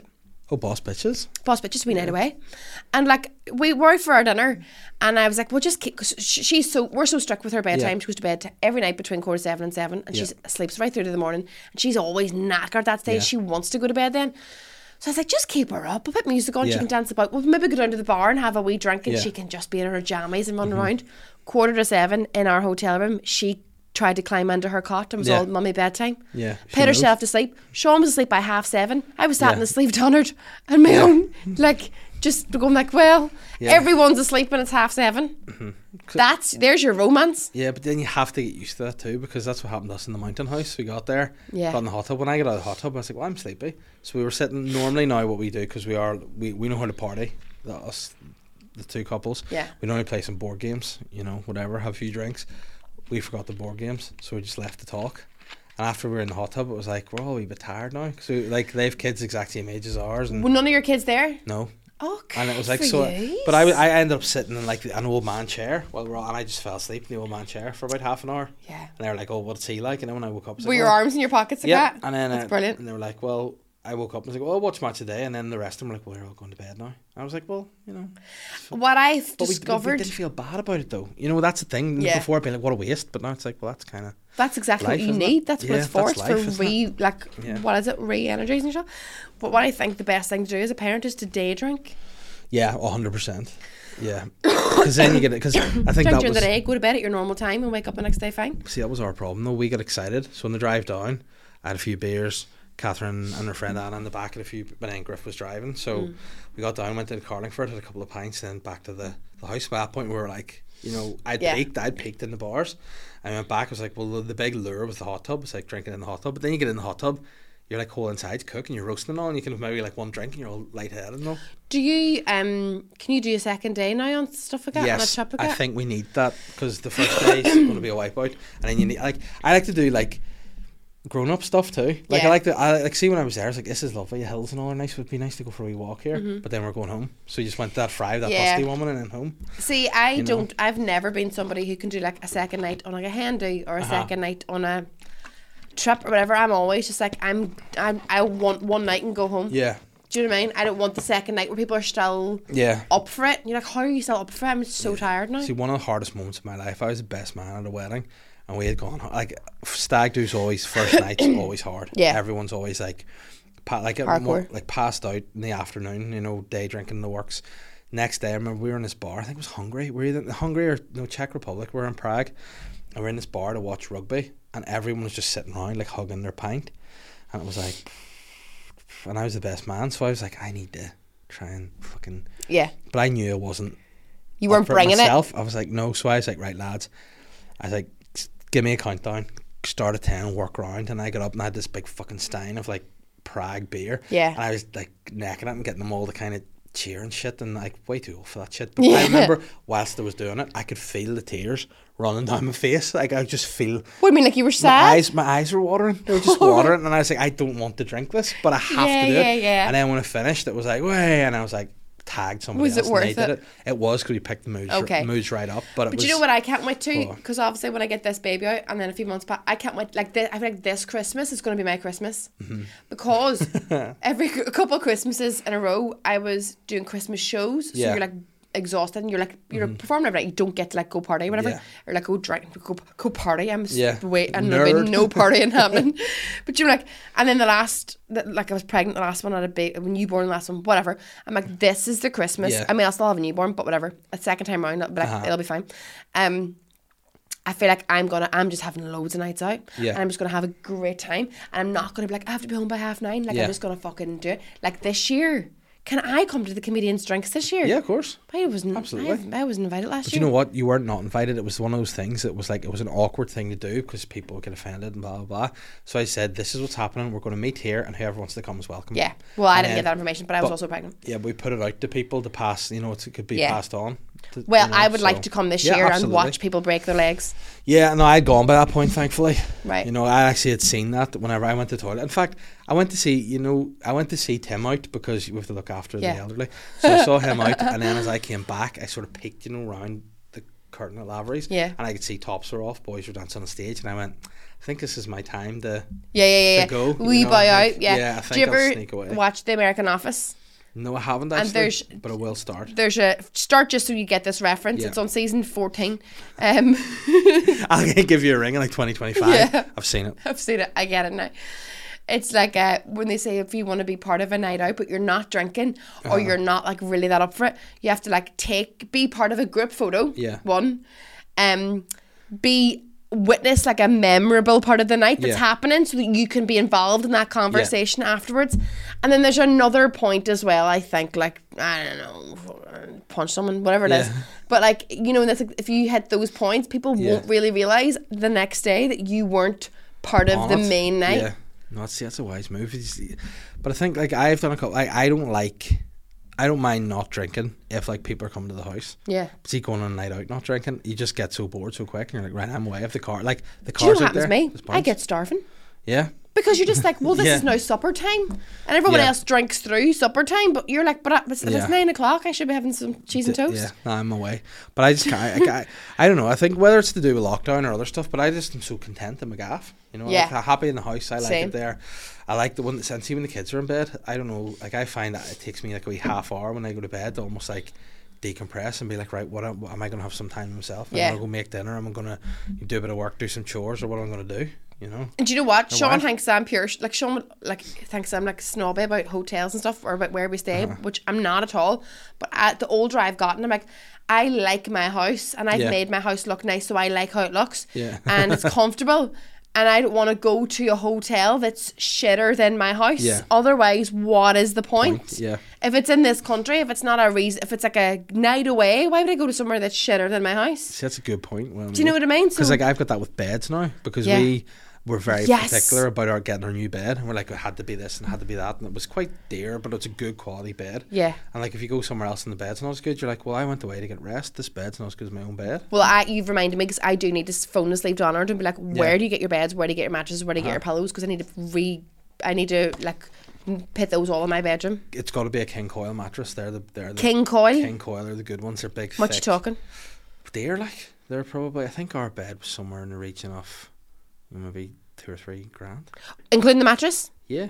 Speaker 1: Oh, boss bitches.
Speaker 3: boss bitch, just a wee night away. And like we were out for our dinner, and I was like, "Well, just keep." Cause sh- she's so we're so strict with her bedtime.
Speaker 1: Yeah.
Speaker 3: She goes to bed t- every night between quarter to seven and seven, and she sleeps right through to the morning. And she's always knackered that stage.
Speaker 1: Yeah.
Speaker 3: She wants to go to bed then. So I was like, just keep her up. I'll put music on. She
Speaker 1: Yeah.
Speaker 3: can dance about. Well, maybe go down to the bar and have a wee drink, and
Speaker 1: Yeah. Mm-hmm.
Speaker 3: she can just be in her jammies and run around. Quarter to seven in our hotel room, she tried to climb under her cot and was
Speaker 1: Yeah.
Speaker 3: all mummy bedtime.
Speaker 1: Yeah, she
Speaker 3: Put
Speaker 1: knows.
Speaker 3: herself to sleep. Sean was asleep by half seven. I was sat in
Speaker 1: Yeah.
Speaker 3: the sleeve donnered and my own like just going like, well, everyone's asleep when it's half 7
Speaker 1: Mm-hmm.
Speaker 3: That's there's your romance.
Speaker 1: Yeah, but then you have to get used to that too because that's what happened to us in the mountain house. We got there,
Speaker 3: Yeah.
Speaker 1: got in the hot tub. When I got out of the hot tub, I was like, "Well, I'm sleepy." So we were sitting. Normally now, what we do because we are we, we know how to party. That us, the two couples.
Speaker 3: Yeah.
Speaker 1: We normally play some board games. You know, whatever. Have a few drinks. We forgot the board games, so we just left to talk. And after we were in the hot tub, it was like we're all a wee bit tired now. So like they have kids exact same age as ours, and
Speaker 3: Were none of your kids there?
Speaker 1: no,
Speaker 3: Oh,
Speaker 1: and it was
Speaker 3: good
Speaker 1: like
Speaker 3: for
Speaker 1: so.
Speaker 3: yous.
Speaker 1: But I, I ended up sitting in like an old man chair while we're all, and I just fell asleep in the old man chair for about half an hour.
Speaker 3: Yeah.
Speaker 1: And they were like, "Oh, what's he like?" And then when I woke up, I was
Speaker 3: were
Speaker 1: like,
Speaker 3: your
Speaker 1: "Well,
Speaker 3: arms in your pockets like
Speaker 1: yeah.
Speaker 3: that?
Speaker 1: And then
Speaker 3: that's
Speaker 1: uh,
Speaker 3: brilliant.
Speaker 1: And they were like, "Well." I woke up and was like, "Well, watch match today," and then the rest of them were like, "Well, we're all going to bed now." And I was like, "Well, you know,"
Speaker 3: What I've
Speaker 1: but we, we,
Speaker 3: discovered
Speaker 1: didn't feel bad about it though. You know, that's the thing.
Speaker 3: Yeah.
Speaker 1: Before I'd been like, "What a waste," but now it's like, "Well, that's kind of
Speaker 3: That's exactly
Speaker 1: Life,
Speaker 3: what you
Speaker 1: isn't it?
Speaker 3: need. That's what
Speaker 1: Yeah,
Speaker 3: it's for.
Speaker 1: that's
Speaker 3: It's
Speaker 1: life,
Speaker 3: for
Speaker 1: isn't it?
Speaker 3: re like
Speaker 1: Yeah.
Speaker 3: what is it? Re energizing yourself. But what I think the best thing to do as a parent is to day drink.
Speaker 1: yeah, hundred percent." Yeah, because then you get it. Because I think
Speaker 3: Drink
Speaker 1: that
Speaker 3: during
Speaker 1: was
Speaker 3: the day, go to bed at your normal time and wake up the next day fine.
Speaker 1: See, that was our problem though. We got excited. So on the drive down, I had a few beers. Catherine and her friend Anna in the back, and a few. But then Griff was driving, so we got down, went to Carlingford, had a couple of pints, and then back to the, the house. By that point, we were like, you know, I'd
Speaker 3: Yeah.
Speaker 1: peaked, I'd peaked in the bars. I went back. I was like, well, the, the big lure was the hot tub. It's like drinking in the hot tub. But then you get in the hot tub, you're like whole inside cook, and you're roasting and all, and you can have maybe like one drink, and you're all lightheaded and all.
Speaker 3: Do you um can you do a second day now on stuff like that? on a
Speaker 1: Yes,
Speaker 3: chop like
Speaker 1: I
Speaker 3: that?
Speaker 1: think we need that because the first day is going to be a wipeout, and then you need like I like to do like grown up stuff too. Like
Speaker 3: Yeah.
Speaker 1: I like to I like see when I was there, I was like this is lovely, the hills and all are nice. Would be nice to go for a wee walk here, but then we're going home. So you just went to that Friday, that
Speaker 3: Mm-hmm. Yeah.
Speaker 1: busty woman, and then home.
Speaker 3: See, I
Speaker 1: know. Uh-huh.
Speaker 3: don't I've never been somebody who can do like a second night on like a handy or a second night on a trip or whatever, I'm always just like I'm, I'm I want one night and go home.
Speaker 1: Yeah.
Speaker 3: Do you know what I mean? I don't want the second night where people are still
Speaker 1: Yeah.
Speaker 3: up for it. And you're like, how are you still up for it? I'm so tired now.
Speaker 1: See, one of the hardest moments of my life, I was the best man at a wedding, and we had gone like stag do's always first night's always hard.
Speaker 3: Yeah.
Speaker 1: everyone's always like, pa- like
Speaker 3: Hardcore.
Speaker 1: more, like passed out in the afternoon, you know, day drinking the works. Next day, I remember we were in this bar. I think it was Hungary. We're either Hungary or no Czech Republic. We are in Prague, and we're in this bar to watch rugby, and everyone was just sitting around like hugging their pint, and it was like, and I was the best man, so I was like, I need to try and fucking.
Speaker 3: Yeah,
Speaker 1: But I knew I wasn't
Speaker 3: you weren't
Speaker 1: for
Speaker 3: bringing
Speaker 1: myself, I was like, no. So I was like, right, lads. I was like, "S- give me a countdown. Start at 10, work round. And I got up and I had this big fucking stein of like Prague beer.
Speaker 3: Yeah.
Speaker 1: And I was like necking it and getting them all to kind of cheer and shit. And like, way too old for that shit. But
Speaker 3: Yeah.
Speaker 1: I remember whilst I was doing it, I could feel the tears running down my face. Like, I just feel.
Speaker 3: it. What do you mean? Like you were
Speaker 1: My
Speaker 3: sad?
Speaker 1: eyes, my eyes were watering. They were just watering, and I was like, I don't want to drink this, but I have
Speaker 3: Yeah,
Speaker 1: to do
Speaker 3: yeah,
Speaker 1: it.
Speaker 3: yeah.
Speaker 1: And then when I finished, it was like, way, and I was like, tagged somebody
Speaker 3: Was it
Speaker 1: else, and they
Speaker 3: worth
Speaker 1: did
Speaker 3: it?
Speaker 1: it. It was because we picked the moods,
Speaker 3: Okay.
Speaker 1: moods right up. But, it
Speaker 3: But
Speaker 1: was,
Speaker 3: you know what I can't wait to?
Speaker 1: Oh.
Speaker 3: Because obviously when I get this baby out and then a few months back, I can't wait. Like this, I feel like this Christmas is going to be my Christmas
Speaker 1: Mm-hmm.
Speaker 3: because every c- couple Christmases in a row, I was doing Christmas shows. So
Speaker 1: Yeah. Mm-hmm.
Speaker 3: you're like exhausted and you're like you're performing every night. You don't get to like go party or whatever
Speaker 1: Yeah.
Speaker 3: or like go drink go, go party. I'm
Speaker 1: Yeah.
Speaker 3: yeah. wait and there'll
Speaker 1: Nerd.
Speaker 3: be no partying happening. But you know like and then the last the- like I was pregnant the last one I had a baby newborn the last one whatever. I'm like this is the Christmas.
Speaker 1: Yeah. Uh-huh.
Speaker 3: I mean I still have a newborn but whatever. A second time round but like, it'll be fine. Um I feel like I'm gonna I'm just having loads of nights out.
Speaker 1: Yeah.
Speaker 3: And I'm just gonna have a great time. And I'm not gonna be like, I have to be home by half nine. Like
Speaker 1: Yeah.
Speaker 3: I'm just gonna fucking do it. Like this year. Can I come to the comedians drinks this year?
Speaker 1: Yeah, of course.
Speaker 3: I wasn't
Speaker 1: Absolutely.
Speaker 3: I, I was invited last
Speaker 1: But
Speaker 3: year.
Speaker 1: you know what? You weren't not invited. It was one of those things that was like it was an awkward thing to do because people would get offended and blah blah blah. So I said, "This is what's happening. We're going to meet here, and whoever wants to come is welcome."
Speaker 3: Yeah. Well I
Speaker 1: And
Speaker 3: didn't
Speaker 1: then-
Speaker 3: get that information, but I was
Speaker 1: but-
Speaker 3: also pregnant.
Speaker 1: Yeah, we put it out to people to pass. You know, it's- it could be
Speaker 3: Yeah.
Speaker 1: passed on. to-
Speaker 3: Well,
Speaker 1: you know,
Speaker 3: I would
Speaker 1: so-
Speaker 3: like to come this
Speaker 1: Yeah,
Speaker 3: year and
Speaker 1: absolutely.
Speaker 3: watch people break their legs.
Speaker 1: Yeah, no, I had gone by that point, thankfully.
Speaker 3: Right.
Speaker 1: You know, I actually had seen that whenever I went to the toilet. In fact, I went to see, you know, I went to see Tim out because you have to look after
Speaker 3: Yeah.
Speaker 1: the elderly. So I saw him out, and then as I came back, I sort of peeked, you know, round the curtain at Lavery's.
Speaker 3: Yeah.
Speaker 1: And I could see tops were off, boys were dancing on stage, and I went, I think this is my time to.
Speaker 3: Yeah, yeah, yeah. yeah.
Speaker 1: go, you
Speaker 3: we
Speaker 1: know,
Speaker 3: buy
Speaker 1: like-
Speaker 3: out. Yeah.
Speaker 1: yeah, I
Speaker 3: do you
Speaker 1: think I'll
Speaker 3: ever
Speaker 1: sneak away.
Speaker 3: watch The American Office?
Speaker 1: No, I haven't actually,
Speaker 3: there's-
Speaker 1: but I will start.
Speaker 3: There's a start just so you get this reference.
Speaker 1: Yeah.
Speaker 3: It's on season fourteen. Um,
Speaker 1: I'll give you a ring in like 2025.
Speaker 3: Yeah.
Speaker 1: I've seen it.
Speaker 3: I've seen it. I get it now. It's like uh, when they say if you want to be part of a night out, but you're not drinking
Speaker 1: Uh-huh.
Speaker 3: or you're not like really that up for it, you have to like take be part of a group photo.
Speaker 1: Yeah.
Speaker 3: One, um, be witness like a memorable part of the night that's
Speaker 1: Yeah.
Speaker 3: happening, so that you can be involved in that conversation afterwards. And then there's another point as well. I think like I don't know, punch someone, whatever it is.
Speaker 1: Yeah.
Speaker 3: But like you know, that's like, if you hit those points, people
Speaker 1: Yeah.
Speaker 3: won't really realize the next day that you weren't part of the
Speaker 1: honest.
Speaker 3: main night.
Speaker 1: Yeah, no, see, that's a wise move. It's- But I think like I've done a couple. I, I don't like, I don't mind not drinking if like people are coming to the house.
Speaker 3: Yeah.
Speaker 1: See, going on a night out, not drinking, you just get so bored so quick, and you're like, right, I'm away. If the car, like the
Speaker 3: Do you know
Speaker 1: cars
Speaker 3: what
Speaker 1: out
Speaker 3: happens
Speaker 1: there,
Speaker 3: to me?
Speaker 1: there's
Speaker 3: I
Speaker 1: bunch.
Speaker 3: get starving.
Speaker 1: yeah,
Speaker 3: Because you're just like, well, this
Speaker 1: Yeah.
Speaker 3: is now supper time, and everyone
Speaker 1: Yeah.
Speaker 3: else drinks through supper time. But you're like, but I, it's,
Speaker 1: Yeah.
Speaker 3: it's nine o'clock. I should be having some cheese and
Speaker 1: D-
Speaker 3: toast.
Speaker 1: yeah. No, I'm away. But I just can't. I, I, I don't know. I think whether it's to do with lockdown or other stuff, but I just am so content in my gaff. You know,
Speaker 3: Yeah.
Speaker 1: like, I'm happy in the house. I like
Speaker 3: Same.
Speaker 1: it there. I like the one that since even the kids are in bed. I don't know. Like I find that it takes me like a wee half hour when I go to bed to almost like decompress and be like, right, what am, what am I going to have some time to myself? Am
Speaker 3: Yeah.
Speaker 1: i going to go make dinner. Am I going to do a bit of work, do some chores, or what am I going to do? You know.
Speaker 3: And do you know what? Sean
Speaker 1: wife?
Speaker 3: thinks I'm pure, like Sean, would- like thinks I'm like snobby about hotels and stuff or about where we stay,
Speaker 1: Uh-huh.
Speaker 3: which I'm not at all. But I, the older I've gotten, I'm like, I like my house, and I've
Speaker 1: Yeah.
Speaker 3: made my house look nice, so I like how it looks,
Speaker 1: Yeah.
Speaker 3: and it's comfortable. And I don't want to go to a hotel that's shitter than my house.
Speaker 1: Yeah.
Speaker 3: Otherwise, what is the point?
Speaker 1: Point, yeah.
Speaker 3: If it's in this country, if it's not a reason, if it's like a night away, why would I go to somewhere that's shitter than my house?
Speaker 1: See, that's a good point. Well,
Speaker 3: Do you know what I mean?
Speaker 1: Because like I've got that with beds now because
Speaker 3: Yeah.
Speaker 1: we were very
Speaker 3: Yes.
Speaker 1: particular about our getting our new bed and we're like it had to be this and it had to be that and it was quite dear but it's a good quality bed.
Speaker 3: Yeah.
Speaker 1: And like if you go somewhere else and the bed's not as good, you're like, well, I went away to get rest. This bed's not as good as my own bed.
Speaker 3: Well, I, you've reminded me because I do need to s- phone the sleep donor and be like, where
Speaker 1: Yeah. Uh-huh.
Speaker 3: do you get your beds? Where do you get your mattresses? Where do you get your pillows? Because I need to re, I need to like m- put those all in my bedroom.
Speaker 1: It's got to be a king coil mattress. They're the they're the
Speaker 3: King coil?
Speaker 1: King coil are the good ones. They're big.
Speaker 3: What you
Speaker 1: thick.
Speaker 3: talking?
Speaker 1: They're like they're probably. I think our bed was somewhere in the region of maybe two or three grand.
Speaker 3: including the mattress.
Speaker 1: Yeah.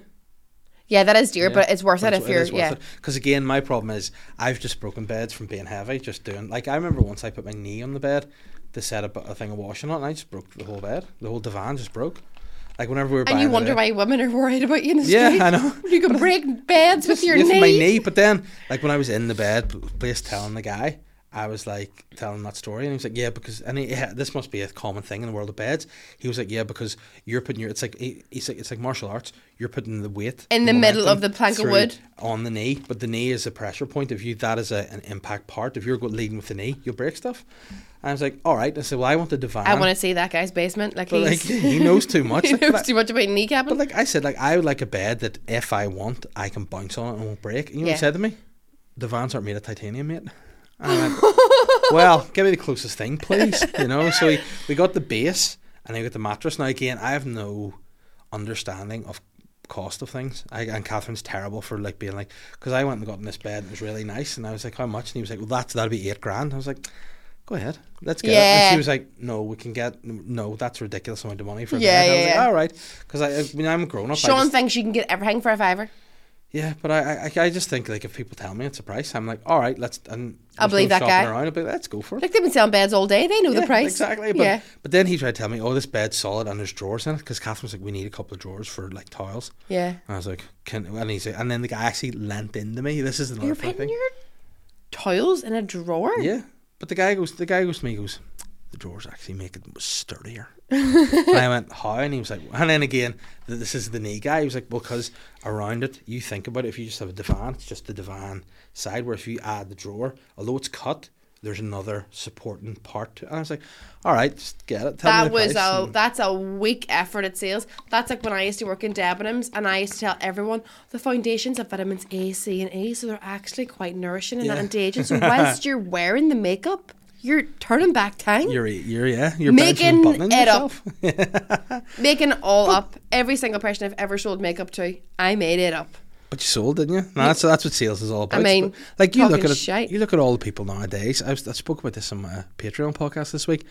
Speaker 3: Yeah, that is dear, but it's worth it if you're yeah.
Speaker 1: Because again, my problem is I've just broken beds from being heavy, just doing. Like I remember once I put my knee on the bed to set up a thing of washing on, and I just broke the whole bed. The whole divan just broke. Like whenever we were
Speaker 3: And
Speaker 1: buying uh,
Speaker 3: you
Speaker 1: the
Speaker 3: wonder
Speaker 1: bed-
Speaker 3: why women are worried about you in the
Speaker 1: Yeah,
Speaker 3: street.
Speaker 1: I know.
Speaker 3: You can break beds with your
Speaker 1: yeah,
Speaker 3: knee.
Speaker 1: for my knee. But then, like when I was in the bed p- place telling the guy, I was like telling that story, and he was like, "Yeah, because and he, yeah, this must be a common thing in the world of beds." He was like, "Yeah, because you're putting your it's like he, he's like it's like martial arts. You're putting the weight
Speaker 3: In the
Speaker 1: and
Speaker 3: middle of
Speaker 1: momentum
Speaker 3: the plank of
Speaker 1: through
Speaker 3: wood.
Speaker 1: on the knee, but the knee is a pressure point. If you that is a, an impact part, if you're go- leading with the knee, you'll break stuff." And I was like, "All right." I said, "Well, I want the divan."
Speaker 3: I want to see that guy's basement. Like
Speaker 1: but like
Speaker 3: he's
Speaker 1: he knows too much.
Speaker 3: he
Speaker 1: Like, but
Speaker 3: knows
Speaker 1: I-
Speaker 3: too much about kneecapping.
Speaker 1: but like I said, like I would like a bed that if I want, I can bounce on it and won't break. And you know what
Speaker 3: Yeah.
Speaker 1: he said to me? The vans aren't made of titanium, mate. And I went, well, give me the closest thing, please. You know, so we, we got the base and then we got the mattress. Now again, I have no understanding of cost of things. I, and Catherine's terrible for like being like, because I went and got in this bed and it was really nice, and I was like, how much? And he was like, well, that's that'll be eight grand. I was like. Go ahead, let's get it. And
Speaker 3: Yeah.
Speaker 1: she was like, "No, we can get no. That's a ridiculous amount of money for a bed." I
Speaker 3: Yeah,
Speaker 1: was
Speaker 3: yeah,
Speaker 1: like,
Speaker 3: yeah.
Speaker 1: "All right," because I, I mean, I'm a grown up. I
Speaker 3: Sean
Speaker 1: just-
Speaker 3: thinks you can get everything for a fiver.
Speaker 1: yeah, but I, I I just think like if people tell me it's a price, I'm like, all right, let's. And
Speaker 3: I
Speaker 1: there's
Speaker 3: believe
Speaker 1: no
Speaker 3: that guy.
Speaker 1: shopping Around, I'll be like, let's go for it.
Speaker 3: Like they've been selling beds all day. They know the
Speaker 1: Yeah,
Speaker 3: price.
Speaker 1: exactly. But,
Speaker 3: yeah.
Speaker 1: but then he tried to tell me, oh, this bed's solid and there's drawers in it because Catherine was like, we need a couple of drawers for like tiles.
Speaker 3: Yeah.
Speaker 1: And I was like, can and he's like, and then the guy actually leant into me. This is another
Speaker 3: You're
Speaker 1: funny
Speaker 3: putting
Speaker 1: thing.
Speaker 3: your tiles in a drawer.
Speaker 1: Yeah, but the guy goes, the guy goes to me, he goes, the drawers actually make it sturdier. and I went, how? And he was like, and then again, th- this is the knee guy. He was like, because around it, you think about it, if you just have a divan, it's just the divan side. Where if you add the drawer, although it's cut, there's another supporting part. to it. And I was like, all right, just get it. Tell me
Speaker 3: That
Speaker 1: the
Speaker 3: was
Speaker 1: price.
Speaker 3: a
Speaker 1: And-
Speaker 3: that's a weak effort at sales. That's like when I used to work in Debenhams and I used to tell everyone the foundations have vitamins A, C, and E, so they're actually quite nourishing and
Speaker 1: Yeah.
Speaker 3: anti-aging. So whilst you're wearing the makeup, you're turning back time,
Speaker 1: You're, e, you're, yeah, you're
Speaker 3: Making
Speaker 1: Benjamin Buttoning
Speaker 3: it up.
Speaker 1: yourself.
Speaker 3: making it all up. Every single person I've ever sold makeup to, I made it up.
Speaker 1: But you sold, didn't you? No, that's that's what sales is all about.
Speaker 3: mean,
Speaker 1: But, like you look
Speaker 3: talking
Speaker 1: at it,
Speaker 3: shite.
Speaker 1: you look at all the people nowadays. I, was, I spoke about this on my Patreon podcast this week.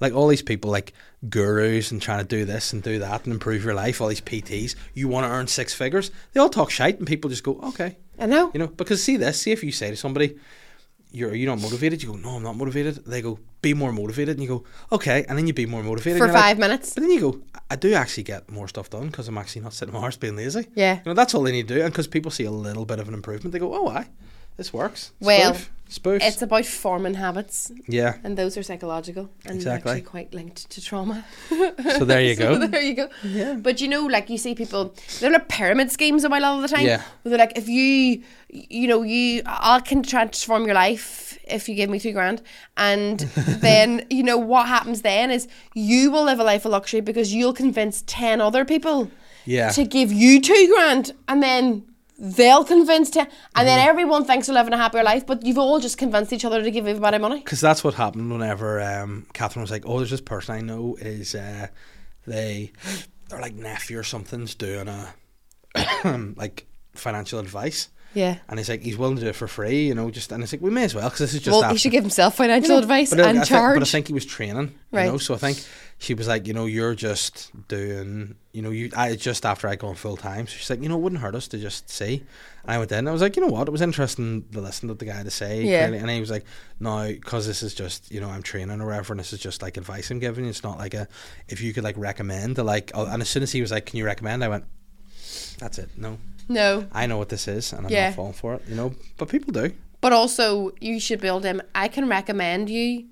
Speaker 1: Like all these people, like gurus and trying to do this and do that and improve your life. All these PTs, you want to earn six figures. They all talk shite, and people just go, okay,
Speaker 3: I know.
Speaker 1: you know. Because see this, see if you say to somebody, "You're you're not motivated," you go, "No, I'm not motivated." They go, "Be more motivated," and you go, "Okay," and then you be more motivated
Speaker 3: For
Speaker 1: and you're like-
Speaker 3: five minutes.
Speaker 1: but then you go, I- I do actually get more stuff done because I'm actually not sitting my arse being lazy.
Speaker 3: Yeah.
Speaker 1: You know, that's all they need to do. And because people see a little bit of an improvement, they go, oh, aye, this works.
Speaker 3: Well,
Speaker 1: Spoof. Spoof.
Speaker 3: It's about forming habits,
Speaker 1: yeah.
Speaker 3: and those are psychological and
Speaker 1: Exactly.
Speaker 3: actually quite linked to trauma.
Speaker 1: So there you
Speaker 3: So
Speaker 1: go.
Speaker 3: there you go.
Speaker 1: Yeah.
Speaker 3: But you know, like you see people, they're like pyramid schemes a while all the time.
Speaker 1: Yeah.
Speaker 3: Where they're like, if you, you know, you, I can transform your life if you give me two grand. And then, you know, what happens then is you will live a life of luxury because you'll convince 10 other people
Speaker 1: Yeah.
Speaker 3: to give you two grand. And then they'll convince 10. And
Speaker 1: Mm-hmm.
Speaker 3: then everyone thinks they're living a happier life, but you've all just convinced each other to give everybody money.
Speaker 1: Because that's what happened whenever um, Catherine was like, "Oh, there's this person I know is uh, they, they're like nephew or something's doing a like financial advice."
Speaker 3: Yeah.
Speaker 1: And he's like, he's willing to do it for free, you know. Just and it's like, we may as well because this is just.
Speaker 3: Well,
Speaker 1: after.
Speaker 3: he should give himself financial
Speaker 1: No,
Speaker 3: advice
Speaker 1: but I-
Speaker 3: and
Speaker 1: I think-
Speaker 3: charge.
Speaker 1: but I think he was training,
Speaker 3: Right.
Speaker 1: you know. So I think she was like, you know, you're just doing, you know, you. I just after I gone full time, so she's like, you know, it wouldn't hurt us to just see. And I went in, and I was like, you know what, it was interesting to listen to the guy to say,
Speaker 3: Yeah.
Speaker 1: clearly. And he was like, no, because this is just, you know, I'm training or whatever, and this is just like advice I'm giving. you. It's not like a, if you could like recommend, to like, oh, and as soon as he was like, can you recommend? I went, that's it. No,
Speaker 3: no.
Speaker 1: I know what this is, and I'm
Speaker 3: Yeah.
Speaker 1: not falling for it, you know. But people do.
Speaker 3: But also, you should build him. I can recommend you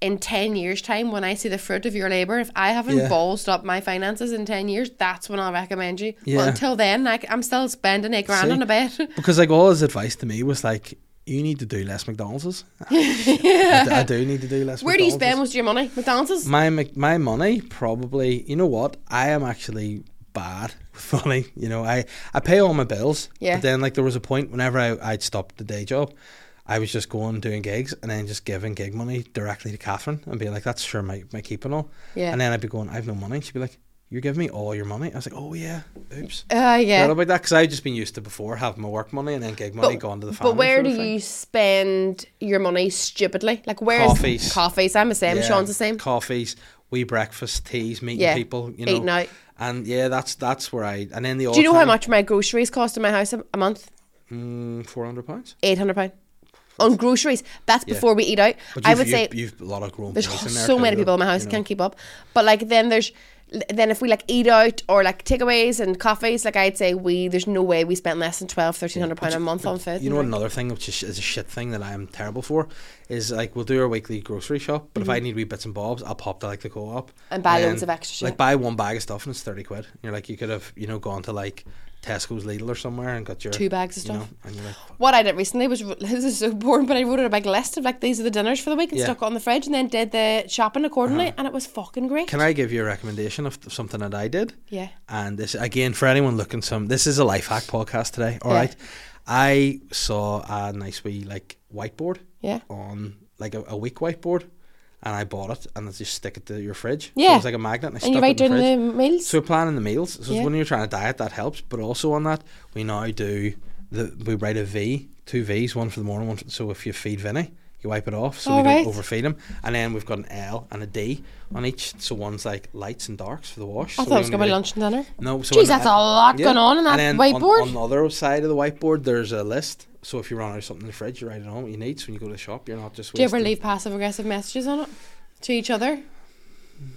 Speaker 3: in 10 years' time when I see the fruit of your labor. If I haven't
Speaker 1: Yeah.
Speaker 3: ballsed up my finances in 10 years, that's when I'll recommend you. But
Speaker 1: Yeah.
Speaker 3: until then, like, I'm still spending eight grand
Speaker 1: See?
Speaker 3: on a bed.
Speaker 1: Because like all his advice to me was like, you need to do less McDonald's. yeah. I, do, I do need to do less.
Speaker 3: Where do you spend
Speaker 1: McDonald's.
Speaker 3: most of your money? McDonald's?
Speaker 1: my Mc- my money? Probably. You know what? I am actually bad with money. You know, I I pay all my bills.
Speaker 3: Yeah.
Speaker 1: But then like there was a point whenever I I'd stopped the day job. I was just going doing gigs and then just giving gig money directly to Catherine and being like, "That's sure my my keep and all."
Speaker 3: Yeah.
Speaker 1: And then I'd be going, "I have no money." And she'd be like, "You're giving me all your money." I was like, "Oh yeah, oops."
Speaker 3: Ah, yeah.
Speaker 1: Forgot about that because I've just been used to before having my work money and then gig money
Speaker 3: But-
Speaker 1: gone to the family.
Speaker 3: But where
Speaker 1: sort
Speaker 3: do
Speaker 1: of thing.
Speaker 3: you spend your money stupidly? Like, where's
Speaker 1: Coffees.
Speaker 3: Coffees. I'm the same.
Speaker 1: Yeah,
Speaker 3: Sean's the same.
Speaker 1: Coffees. wee breakfast teas, meeting
Speaker 3: Yeah,
Speaker 1: people, you know.
Speaker 3: eating out.
Speaker 1: And yeah, that's that's where I and then the
Speaker 3: Do you know how much my groceries cost in my house a, a month?
Speaker 1: Mm, Four hundred pounds.
Speaker 3: Eight hundred pound on groceries. That's before we eat out. I
Speaker 1: you've-
Speaker 3: would say
Speaker 1: you've, you've a lot of grown
Speaker 3: there's
Speaker 1: boys in there
Speaker 3: so many
Speaker 1: too,
Speaker 3: people in my house
Speaker 1: you know.
Speaker 3: can't keep up. But like then there's then if we like eat out or like takeaways and coffees, like I'd say we there's no way we spent less than twelve, thirteen hundred pound a month on food.
Speaker 1: You
Speaker 3: and
Speaker 1: know
Speaker 3: drink.
Speaker 1: another thing which is, is a shit thing that I am terrible for is like we'll do our weekly grocery shop, but if I need wee bits and bobs, I'll pop to like the co-op
Speaker 3: Mm-hmm. And buy
Speaker 1: then,
Speaker 3: loads of extra
Speaker 1: Like
Speaker 3: shit.
Speaker 1: buy one bag of stuff and it's thirty quid. And you're like you could have you know gone to like Tesco's Lidl or somewhere and got your
Speaker 3: Two bags of
Speaker 1: you know,
Speaker 3: stuff.
Speaker 1: and you're like fuck.
Speaker 3: what I did recently was this is so boring, but I wrote out a big list of like these are the dinners for the week and
Speaker 1: Yeah. Uh-huh.
Speaker 3: stuck it on the fridge, and then did the shopping accordingly, and it was fucking great.
Speaker 1: Can I give you a recommendation of of something that I did?
Speaker 3: Yeah.
Speaker 1: And this again for anyone looking some this is a life hack podcast today. All
Speaker 3: Yeah.
Speaker 1: right. I saw a nice wee like whiteboard.
Speaker 3: Yeah.
Speaker 1: On like a, a weak whiteboard and I bought it and I just stick it to your fridge. So
Speaker 3: Yeah.
Speaker 1: it's like a magnet and I
Speaker 3: and
Speaker 1: stuck
Speaker 3: you
Speaker 1: it
Speaker 3: write
Speaker 1: in
Speaker 3: down
Speaker 1: the fridge.
Speaker 3: the meals.
Speaker 1: So planning the meals. So
Speaker 3: Yeah.
Speaker 1: when you're trying to diet, that helps. But also on that, we now do the we write a V, two V's, one for the morning, one. For, so if you feed Vinny, you wipe it off, so we
Speaker 3: All right.
Speaker 1: don't overfeed him. And then we've got an L and a D on each. So one's like lights and darks for the wash.
Speaker 3: I
Speaker 1: so
Speaker 3: thought
Speaker 1: we
Speaker 3: it was
Speaker 1: only
Speaker 3: going to be
Speaker 1: do-
Speaker 3: lunch and dinner.
Speaker 1: No, so
Speaker 3: Jeez,
Speaker 1: on the-
Speaker 3: that's a lot going on in that
Speaker 1: and then on-
Speaker 3: whiteboard.
Speaker 1: On, the other side of the whiteboard, there's a list. So if you run out of something in the fridge, you write it on what you need. So when you go to the shop, you're not just.
Speaker 3: Do you ever
Speaker 1: wasting-
Speaker 3: leave passive aggressive messages on it to each other?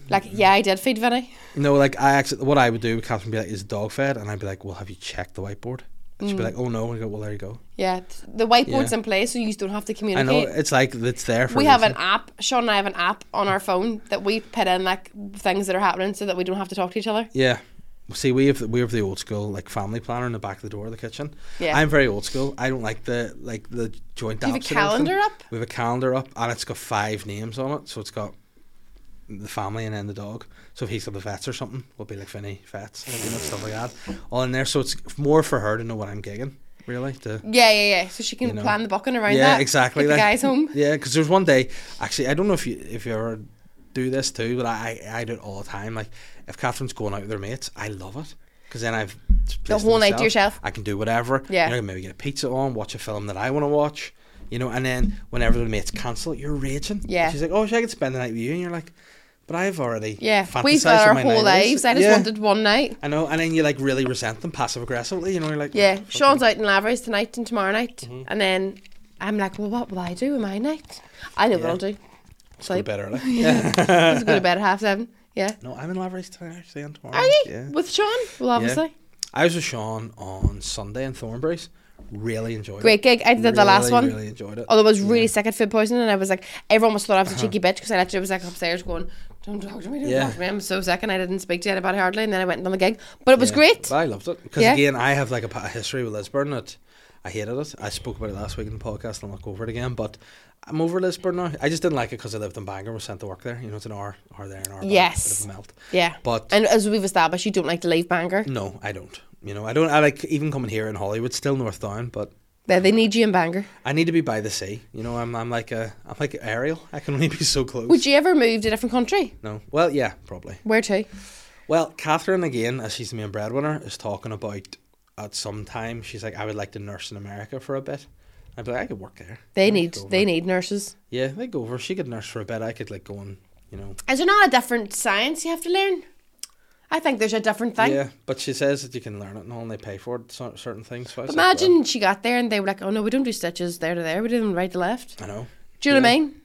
Speaker 3: Like, yeah, I did feed Vinny.
Speaker 1: No, like I actually, what I would do, Catherine would be like, "Is dog fed?" And I'd be like, "Well, have you checked the whiteboard?" And
Speaker 3: Mm.
Speaker 1: she'd be like, "Oh no," and I go, "Well, there you go."
Speaker 3: Yeah, t- the whiteboard's
Speaker 1: Yeah.
Speaker 3: in place, so you just don't have to
Speaker 1: I
Speaker 3: communicate.
Speaker 1: know it's like it's there for.
Speaker 3: we
Speaker 1: a
Speaker 3: have an
Speaker 1: reason.
Speaker 3: app. Sean and I have an app on our phone that we put in like things that are happening, so that we don't have to talk to each other.
Speaker 1: Yeah. See, we have the, we have the old school like family planner in the back of the door of the kitchen.
Speaker 3: Yeah.
Speaker 1: I'm very old school. I don't like the like the joint. Do
Speaker 3: you have a calendar up?
Speaker 1: We have a calendar up, and it's got five names on it. So it's got the family and then the dog. So if he's at the vets or something, we'll be like Finny vets, you know, stuff like that, all in there. So it's more for her to know what I'm gigging, really. To
Speaker 3: Yeah, yeah, yeah. So she can
Speaker 1: know.
Speaker 3: plan the bucking around
Speaker 1: yeah,
Speaker 3: that.
Speaker 1: exactly.
Speaker 3: Get
Speaker 1: like-
Speaker 3: the guys home.
Speaker 1: Yeah, because there's one day. Actually, I don't know if you if you ever do this too, but I I, I do it all the time. Like if Catherine's going out with her mates, I love it because then I've the
Speaker 3: whole night to yourself.
Speaker 1: I can do whatever.
Speaker 3: Yeah.
Speaker 1: you know, I can maybe get a pizza on, watch a film that I want to watch. You know, and then whenever the mates cancel, you're raging.
Speaker 3: Yeah.
Speaker 1: she's like, "Oh, she I could spend the night with you," and you're like, "But I've already
Speaker 3: Yeah,
Speaker 1: fantasized
Speaker 3: we've got
Speaker 1: what
Speaker 3: our
Speaker 1: my
Speaker 3: whole
Speaker 1: night is."
Speaker 3: lives. I just
Speaker 1: Yeah.
Speaker 3: wanted one night.
Speaker 1: I know, and then you like really resent them passive aggressively. You know, you're like, "Oh,
Speaker 3: Yeah,
Speaker 1: "Fuck
Speaker 3: Sean's out in Lavery's tonight and tomorrow night, and then I'm like, well, what will I do with my night? I know
Speaker 1: Yeah.
Speaker 3: what I'll do.
Speaker 1: you,
Speaker 3: Sleep.
Speaker 1: better." Like,
Speaker 3: Let's go to bed at half seven. Yeah.
Speaker 1: no, I'm in Lavery's tonight actually, and tomorrow.
Speaker 3: Are you
Speaker 1: Yeah.
Speaker 3: with Sean? Well, obviously.
Speaker 1: I was with Sean on Sunday in Thornbury's. Really enjoyed
Speaker 3: Great
Speaker 1: it.
Speaker 3: gig. I did the last
Speaker 1: Really,
Speaker 3: one.
Speaker 1: Really enjoyed it.
Speaker 3: Although I was really sick at food poisoning, and I was like, everyone was thought I was a cheeky bitch because I literally was like upstairs going, "Don't talk to me, don't
Speaker 1: Uh-huh. Yeah.
Speaker 3: talk to me." I'm so sick, and I didn't speak to anybody hardly. And then I went on the gig, but it was
Speaker 1: Yeah.
Speaker 3: great.
Speaker 1: But I loved it because
Speaker 3: Yeah.
Speaker 1: again, I have like a, pa- a history with Lisburn that I hated it. I spoke about it last week in the podcast, and I'll not go over it again. But I'm over Lisburn now. I just didn't like it because I lived in Bangor, was sent to work there. You know, it's an hour, hour there, an hour. back,
Speaker 3: Yes.
Speaker 1: bit of a melt.
Speaker 3: Yeah.
Speaker 1: But Mm.
Speaker 3: and as we've established, you don't like to leave Bangor.
Speaker 1: no, I don't. You know, I don't. I like even coming here in Hollywood, still North Down, but.
Speaker 3: They, they need you in Bangor.
Speaker 1: I need to be by the sea. You know, I'm I'm like a I'm like Ariel. I can only be so close.
Speaker 3: Would you ever move to a different country?
Speaker 1: no. Well, yeah, probably.
Speaker 3: Where to?
Speaker 1: Well, Catherine again, as she's the main breadwinner, is talking about at some time she's like, I would like to nurse in America for a bit. I'd be like, I could work there.
Speaker 3: They
Speaker 1: I'd
Speaker 3: need
Speaker 1: go
Speaker 3: they
Speaker 1: over.
Speaker 3: need nurses.
Speaker 1: Yeah, they go over. She could nurse for a bit. I could like go and you know.
Speaker 3: Is there not a different science you have to learn? I think there's a different thing.
Speaker 1: Yeah, but she says that you can learn it and all, and they pay for it, cer- certain things. So I was like, well,
Speaker 3: Imagine she got there and they were like, "Oh no, we don't do stitches there to there. We do them right to left."
Speaker 1: I know.
Speaker 3: Do you know what I mean?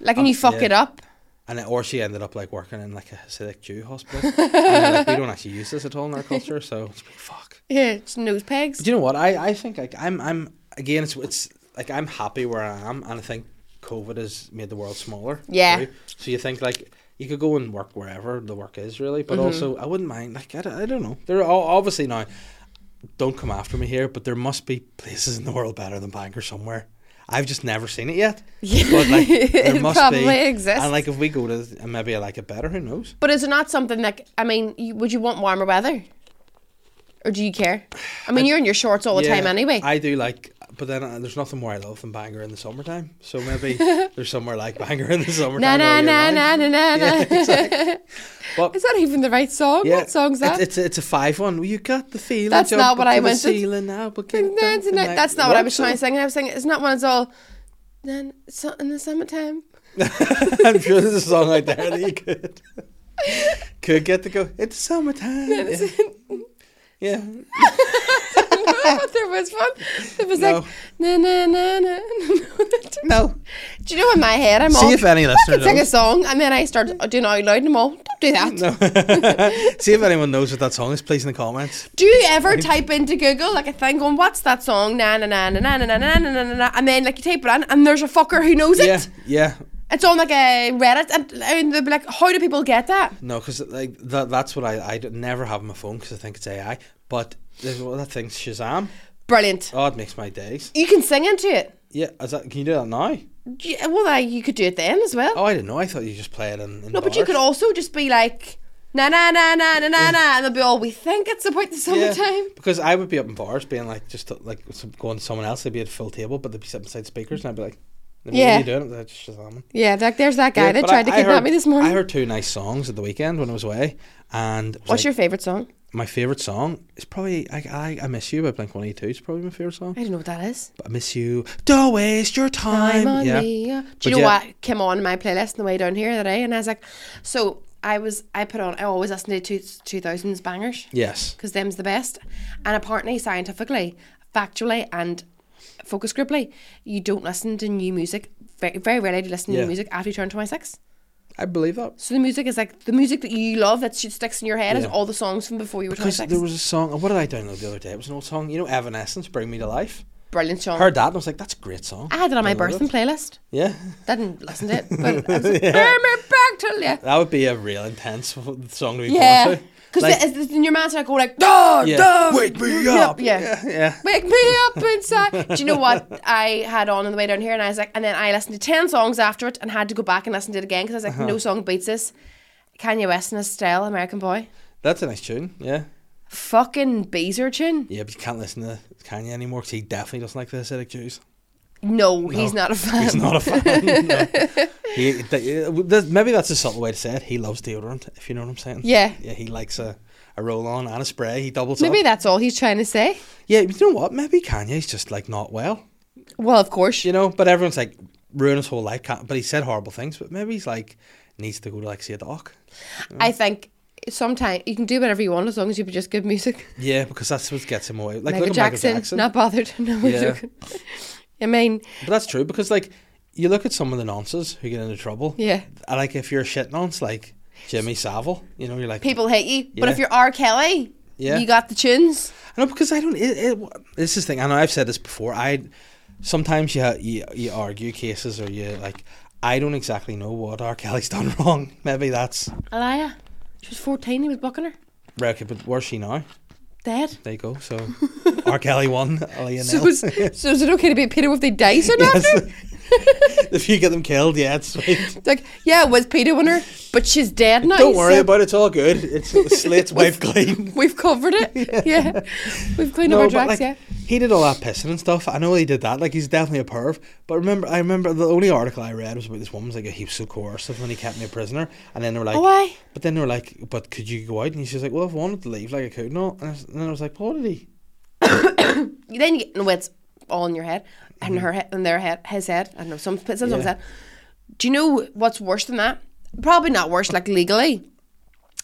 Speaker 3: Like, and you fuck
Speaker 1: Uh, yeah.
Speaker 3: it up.
Speaker 1: And it, or she ended up like working in like a Hasidic Jew hospital. and they're like, we don't actually use this at all in our culture, so it's like, fuck.
Speaker 3: Yeah, it's nose pegs.
Speaker 1: Do you know what? I, I think like I'm I'm again it's it's like I'm happy where I am and I think COVID has made the world smaller.
Speaker 3: Yeah.
Speaker 1: too. So you think like you could go and work wherever the work is really,
Speaker 3: Mm-hmm.
Speaker 1: but also I wouldn't mind like I don't, I don't know. There are obviously now don't come after me here, but there must be places in the world better than Bangor somewhere. I've just never seen it yet. Yeah. But like there
Speaker 3: It
Speaker 1: must be
Speaker 3: probably exists.
Speaker 1: And like if we go to and maybe I like it better, who knows?
Speaker 3: But is it not something like I mean, you, would you want warmer weather, or do you care? I mean, you're in your shorts all the
Speaker 1: Yeah,
Speaker 3: time anyway.
Speaker 1: I do like, but then uh, there's nothing more I love than Bangor in the summertime. So maybe there's somewhere like Bangor in the summertime.
Speaker 3: na na
Speaker 1: all year
Speaker 3: na
Speaker 1: round.
Speaker 3: na na na na.
Speaker 1: But
Speaker 3: Is that even the right song?
Speaker 1: yeah,
Speaker 3: What song's that?
Speaker 1: It's, it's, it's a five one. Well, you got the feeling.
Speaker 3: That's
Speaker 1: jump
Speaker 3: not what
Speaker 1: up
Speaker 3: I
Speaker 1: to the
Speaker 3: wanted.
Speaker 1: Ceiling, now, but get down
Speaker 3: Na- na- na-
Speaker 1: tonight.
Speaker 3: That's not what I
Speaker 1: What?
Speaker 3: was trying to sing. I was saying it's not one that's all. Then so in the summertime.
Speaker 1: I'm sure there's a song out there that you could could get to go. It's summertime. Yeah. yeah.
Speaker 3: but there was one. It was like na na na na. Do
Speaker 1: No.
Speaker 3: you know in my head I'm
Speaker 1: See
Speaker 3: all
Speaker 1: if any listener
Speaker 3: it's like a
Speaker 1: knows.
Speaker 3: song and then I start doing it out loud and I'm all don't do that.
Speaker 1: No. See if anyone knows what that song is. Please in the comments.
Speaker 3: Do you ever type into Google like a thing going, what's that song? Na na na na na na na na na na na na and then like you type it in and there's a fucker who knows
Speaker 1: Yeah.
Speaker 3: it.
Speaker 1: Yeah.
Speaker 3: It's on like a Reddit and, and they'll be like, how do people get that?
Speaker 1: No, because like that, thats what I I d- never have on my phone because I think it's AI. But there's well, that thing Shazam.
Speaker 3: Brilliant.
Speaker 1: Oh, it makes my days.
Speaker 3: You can sing into it.
Speaker 1: Yeah. Is that, can you do that now?
Speaker 3: Yeah, well, like, you could do it then as well.
Speaker 1: Oh, I didn't know. I thought you just play it in. in
Speaker 3: no, but you
Speaker 1: bars.
Speaker 3: could also just be like, na na na na na na na, and they'll be all we think it's about the
Speaker 1: Yeah,
Speaker 3: summertime.
Speaker 1: Because I would be up in bars being like, just to, like some- going to someone else, they'd be at a full table, but they'd be sitting beside speakers, and I'd be like, yeah.
Speaker 3: Yeah.
Speaker 1: What are you doing? They're just shazamming.
Speaker 3: Yeah, like there's that guy
Speaker 1: Yeah,
Speaker 3: that
Speaker 1: but
Speaker 3: tried to kidnap
Speaker 1: heard,
Speaker 3: me this morning.
Speaker 1: I heard two nice songs at the weekend when I was away, and it was
Speaker 3: What's
Speaker 1: like,
Speaker 3: your favourite song?
Speaker 1: my favourite song is probably I, I, I Miss You by Blink 182 is probably my favourite song.
Speaker 3: I don't know what that is.
Speaker 1: But I Miss You, don't waste your time.
Speaker 3: I'm on
Speaker 1: yeah.
Speaker 3: the, uh,
Speaker 1: But
Speaker 3: Do you know
Speaker 1: yeah.
Speaker 3: what came on my playlist on the way down here the day? eh? And I was like, so I was I put on I always listen to two two thousands bangers
Speaker 1: Yes.
Speaker 3: because them's the best. And apparently, scientifically, factually, and focus grouply, you don't listen to new music. Very, very rarely do you listen to
Speaker 1: Yeah.
Speaker 3: new music after you turn twenty six.
Speaker 1: I believe that.
Speaker 3: So the music is like the music that you love that shit sticks in your head is
Speaker 1: Yeah.
Speaker 3: all the songs from before you were twenty
Speaker 1: Because
Speaker 3: six.
Speaker 1: there was a song, what did I download the other day? It was an old song, you know, Evanescence, Bring Me to Life.
Speaker 3: Brilliant song.
Speaker 1: Heard that and I was like, that's a great song.
Speaker 3: I had it on my
Speaker 1: Downloaded
Speaker 3: birthing playlist.
Speaker 1: Yeah.
Speaker 3: Didn't listen to it, but I was like, "Bring me back to life."
Speaker 1: That would be a real intense song to be
Speaker 3: Yeah.
Speaker 1: born to.
Speaker 3: Because
Speaker 1: Like-
Speaker 3: in your mind's like, go like, dog,
Speaker 1: Yeah.
Speaker 3: dog.
Speaker 1: Wake me
Speaker 3: yeah,
Speaker 1: up.
Speaker 3: Yeah.
Speaker 1: Yeah, yeah.
Speaker 3: Wake me up inside. Do you know what I had on on the way down here? And I was like, and then I listened to 10 songs after it and had to go back and listen to it again because I was
Speaker 1: Uh-huh.
Speaker 3: like, no song beats this. Kanye West and Estelle, American Boy.
Speaker 1: That's a nice tune, yeah.
Speaker 3: Fucking Beezer tune.
Speaker 1: Yeah, but you can't listen to Kanye anymore because he definitely doesn't like the acidic Jews.
Speaker 3: No, he's not a fan.
Speaker 1: He's not a fan. no. Um, he, th- th- maybe that's a subtle way to say it. He loves deodorant, if you know what I'm saying.
Speaker 3: Yeah.
Speaker 1: Yeah, he likes a, a roll on and a spray. He doubles
Speaker 3: Maybe
Speaker 1: up.
Speaker 3: that's all he's trying to say.
Speaker 1: Yeah, but you know what? Maybe Kanye's just like not well,
Speaker 3: Well, of course.
Speaker 1: you know? But everyone's like, ruin his whole life. Can't, but he said horrible things, but maybe he's like, needs to go to like see a doc.
Speaker 3: I think sometimes you can do whatever you want as long as you just good music.
Speaker 1: Yeah, because that's what gets him away. Like,
Speaker 3: Michael,
Speaker 1: look at
Speaker 3: Jackson,
Speaker 1: Michael Jackson.
Speaker 3: not bothered. No, I'm
Speaker 1: Yeah.
Speaker 3: joking. I mean,
Speaker 1: But that's true because like you look at some of the nonces who get into trouble.
Speaker 3: yeah.
Speaker 1: And like if you're a shit nonce like Jimmy Savile, you know, you're like
Speaker 3: people hate you. But
Speaker 1: Yeah.
Speaker 3: if you're R. Kelly,
Speaker 1: Yeah.
Speaker 3: you got the tunes.
Speaker 1: No, because I don't. It, it, this is the thing. I know I've said this before. I sometimes you you, you argue cases or you like. I don't exactly know what R. Kelly's done wrong. Maybe that's
Speaker 3: Alaya, she was 14, he was bucking her.
Speaker 1: right. But where's she now?
Speaker 3: Dead.
Speaker 1: There you go. So R. Kelly won. Aaliyah
Speaker 3: So
Speaker 1: nil.
Speaker 3: is, so is it okay to be a Peter if they die soon after?
Speaker 1: if you get them killed, yeah, it's sweet.
Speaker 3: It's like, yeah, it was Peter winner, but she's dead now.
Speaker 1: Don't worry
Speaker 3: so
Speaker 1: about it. It's all good. It's Slate's wife clean.
Speaker 3: We've covered it. yeah. We've cleaned up our tracks,
Speaker 1: like,
Speaker 3: yeah.
Speaker 1: He did all that pissing and stuff. I know he did that. Like he's definitely a perv. But remember, I remember the only article I read was about this woman was like he was so coercive when he kept me a prisoner. And then they were like,
Speaker 3: Oh, aye.
Speaker 1: But then they were like, but could you go out? And she's like, well, if I wanted to leave, like I could not. And, I was- and then I was like, what did he?
Speaker 3: Then you get, no, it's all in your head, and her head, and their head, his head. I don't know, some, some, someone's
Speaker 1: Mm-hmm. Yeah.
Speaker 3: head. Do you know what's worse than that? Probably not worse, like legally,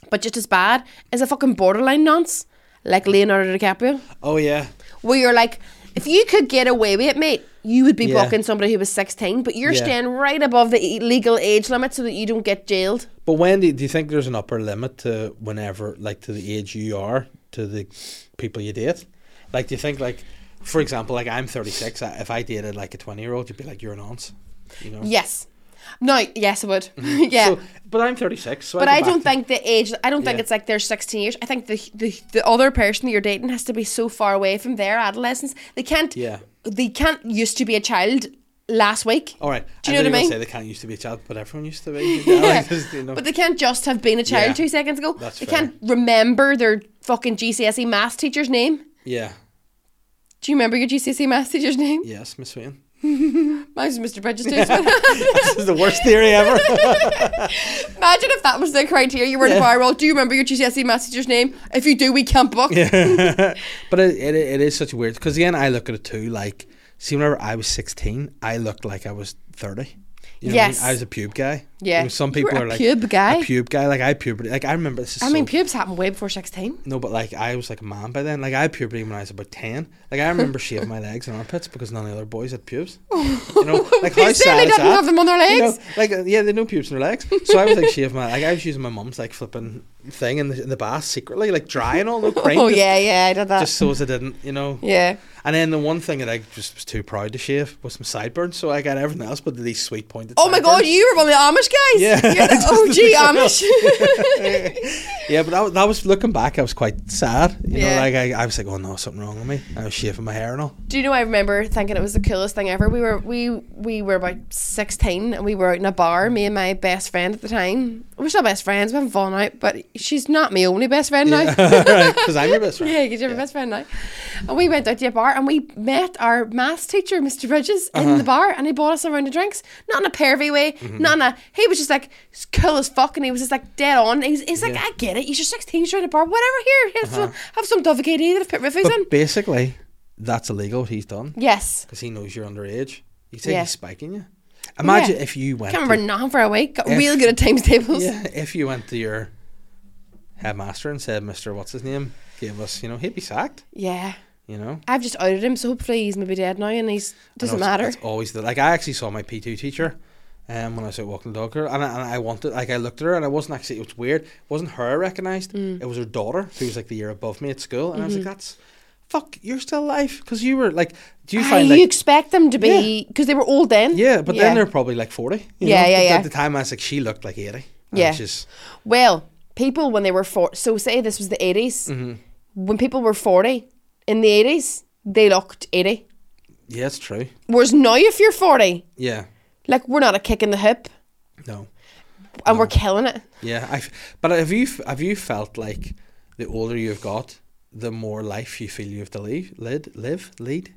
Speaker 3: but just as bad is a fucking borderline nonce, like Leonardo DiCaprio.
Speaker 1: Oh yeah,
Speaker 3: where you're like, if you could get away with it, mate, you would be
Speaker 1: Yeah.
Speaker 3: blocking somebody who was 16, but you're
Speaker 1: Yeah.
Speaker 3: staying right above the e- legal age limit so that you don't get jailed.
Speaker 1: but when do you, do you think there's an upper limit to whenever, like to the age you are, to the people you date? Like, do you think like, for example, like I'm 36. I- If I dated like a 20 year old, you'd be like, you're an nonce. You know.
Speaker 3: Yes. No, yes, I would. yeah.
Speaker 1: Mm-hmm. So, but I'm 36. So
Speaker 3: but
Speaker 1: go
Speaker 3: I
Speaker 1: back
Speaker 3: don't
Speaker 1: to-
Speaker 3: think the age, I don't think
Speaker 1: Yeah.
Speaker 3: it's like they're 16 years. I think the, the the other person that you're dating has to be so far away from their adolescence. They can't,
Speaker 1: Yeah.
Speaker 3: they can't used to be a child last week.
Speaker 1: All right.
Speaker 3: Do you know what I
Speaker 1: thought
Speaker 3: mean?
Speaker 1: were gonna Say they can't used to be a child, but everyone used to be. Yeah, like, just, you know.
Speaker 3: But they can't just have been a child
Speaker 1: Yeah.
Speaker 3: two seconds ago.
Speaker 1: That's
Speaker 3: they
Speaker 1: fair.
Speaker 3: can't remember their fucking GCSE E maths teacher's name.
Speaker 1: yeah.
Speaker 3: Do you remember your GCSE maths teacher's name?
Speaker 1: Yes, Miss Wayne.
Speaker 3: Mine was Mr. Bridges too. so
Speaker 1: this is the worst theory ever.
Speaker 3: Imagine if that was the criteria you were in
Speaker 1: Yeah.
Speaker 3: viral. Do you remember your GCSE maths teacher's name? If you do, we can't book.
Speaker 1: but it, it, it is such a weird because again I look at it too like See, whenever I was 16, I looked like I was 30. You know
Speaker 3: Yes.
Speaker 1: what I, mean? I was a pube guy.
Speaker 3: Yeah.
Speaker 1: You know, some
Speaker 3: You were
Speaker 1: people
Speaker 3: a
Speaker 1: are like
Speaker 3: pube guy?
Speaker 1: A pube guy. Like I puberty. Like I remember this is
Speaker 3: I mean,
Speaker 1: so-
Speaker 3: pubes happened way before 16.
Speaker 1: no, but like I was like a man by then. Like I had puberty when I was about ten. Like I remember shaving my legs and armpits because none of the other boys had pubes. You know, like
Speaker 3: They
Speaker 1: how sad
Speaker 3: certainly
Speaker 1: is
Speaker 3: didn't
Speaker 1: that?
Speaker 3: have them on their
Speaker 1: You know,
Speaker 3: legs.
Speaker 1: like uh, yeah, they had no pubes in their legs. So I was like shaving my like I was using my mum's like flipping thing in the, in the bath secretly, like dry and all no cream.
Speaker 3: Oh,
Speaker 1: just-
Speaker 3: yeah, yeah, I did that.
Speaker 1: Just so as I didn't, you know.
Speaker 3: yeah.
Speaker 1: And then the one thing that I just was too proud to shave was my sideburns, so I got everything else but these sweet pointed.
Speaker 3: Oh my god,
Speaker 1: sideburns.
Speaker 3: you were one of the Amish guys.
Speaker 1: Yeah,
Speaker 3: You're
Speaker 1: I just
Speaker 3: the OG Amish.
Speaker 1: Yeah, but that, wa- that was looking back. I was quite sad. You
Speaker 3: Yeah.
Speaker 1: know, like I, I was like, oh no, something wrong with me. I was shaving my hair and all.
Speaker 3: Do you know? I remember thinking it was the coolest thing ever. We were we we were about sixteen, and we were out in a bar. Me and my best friend at the time. We're still best friends. We haven't fallen out, but she's not my only best friend now.
Speaker 1: Because I'm your best friend.
Speaker 3: Yeah, because you're my best friend now. And we went out to a bar and we met our maths teacher, Mr. Bridges,
Speaker 1: Uh-huh.
Speaker 3: in the bar and he bought us a round of drinks. Not in a pervy way,
Speaker 1: Mm-hmm.
Speaker 3: not in a. He was just like s- cool as fuck and he was just like dead on. He's, he's like,
Speaker 1: Yeah. Uh-huh.
Speaker 3: I get it. You're 16, you're at a bar, whatever, here. Have, some, have some Dovecate that I've put riffies in.
Speaker 1: But basically, that's illegal. What he's done
Speaker 3: Yes.
Speaker 1: because he knows you're underage. You say
Speaker 3: Yeah.
Speaker 1: he's spiking you. Imagine
Speaker 3: Yeah.
Speaker 1: if you went.
Speaker 3: I can't remember
Speaker 1: to,
Speaker 3: nothing for a week. Got
Speaker 1: If-
Speaker 3: real good at times tables.
Speaker 1: yeah, if you went to your headmaster and said, "Mister, what's his name?" Gave us, you know, he'd be sacked.
Speaker 3: Yeah.
Speaker 1: You know.
Speaker 3: I've just outed him, so hopefully he's maybe dead now and he's
Speaker 1: I know
Speaker 3: doesn't
Speaker 1: it's-
Speaker 3: matter.
Speaker 1: It's always the like I actually saw my P two teacher. Um, when I was out walking the dog, here, and I, and I wanted, like, I looked at her, and I wasn't actually. It was weird. It wasn't her I recognised.
Speaker 3: Mm.
Speaker 1: It was her daughter, who was like the year above me at school, and I was
Speaker 3: Mm-hmm.
Speaker 1: like, "That's, fuck, you're still alive," because you were like, do you
Speaker 3: Aye,
Speaker 1: find
Speaker 3: you
Speaker 1: like,
Speaker 3: expect them to be because they were old then.
Speaker 1: yeah, but
Speaker 3: Yeah.
Speaker 1: then they're probably like forty. you
Speaker 3: Yeah,
Speaker 1: know?
Speaker 3: yeah,
Speaker 1: But
Speaker 3: yeah.
Speaker 1: At the time, I was like, she looked like eighty. and
Speaker 3: Yeah.
Speaker 1: she's
Speaker 3: Well, people when they were four, so say this was the 80s
Speaker 1: Mm-hmm.
Speaker 3: When people were forty in the eighties, they looked eighty.
Speaker 1: yeah, it's true.
Speaker 3: Whereas now, if you're forty,
Speaker 1: Yeah,
Speaker 3: like we're not a kick in the hip,
Speaker 1: no,
Speaker 3: and we're killing it.
Speaker 1: yeah. I, f- but have you f- have you felt like the older you've got, the more life you feel you have to leave, lead, live, lead?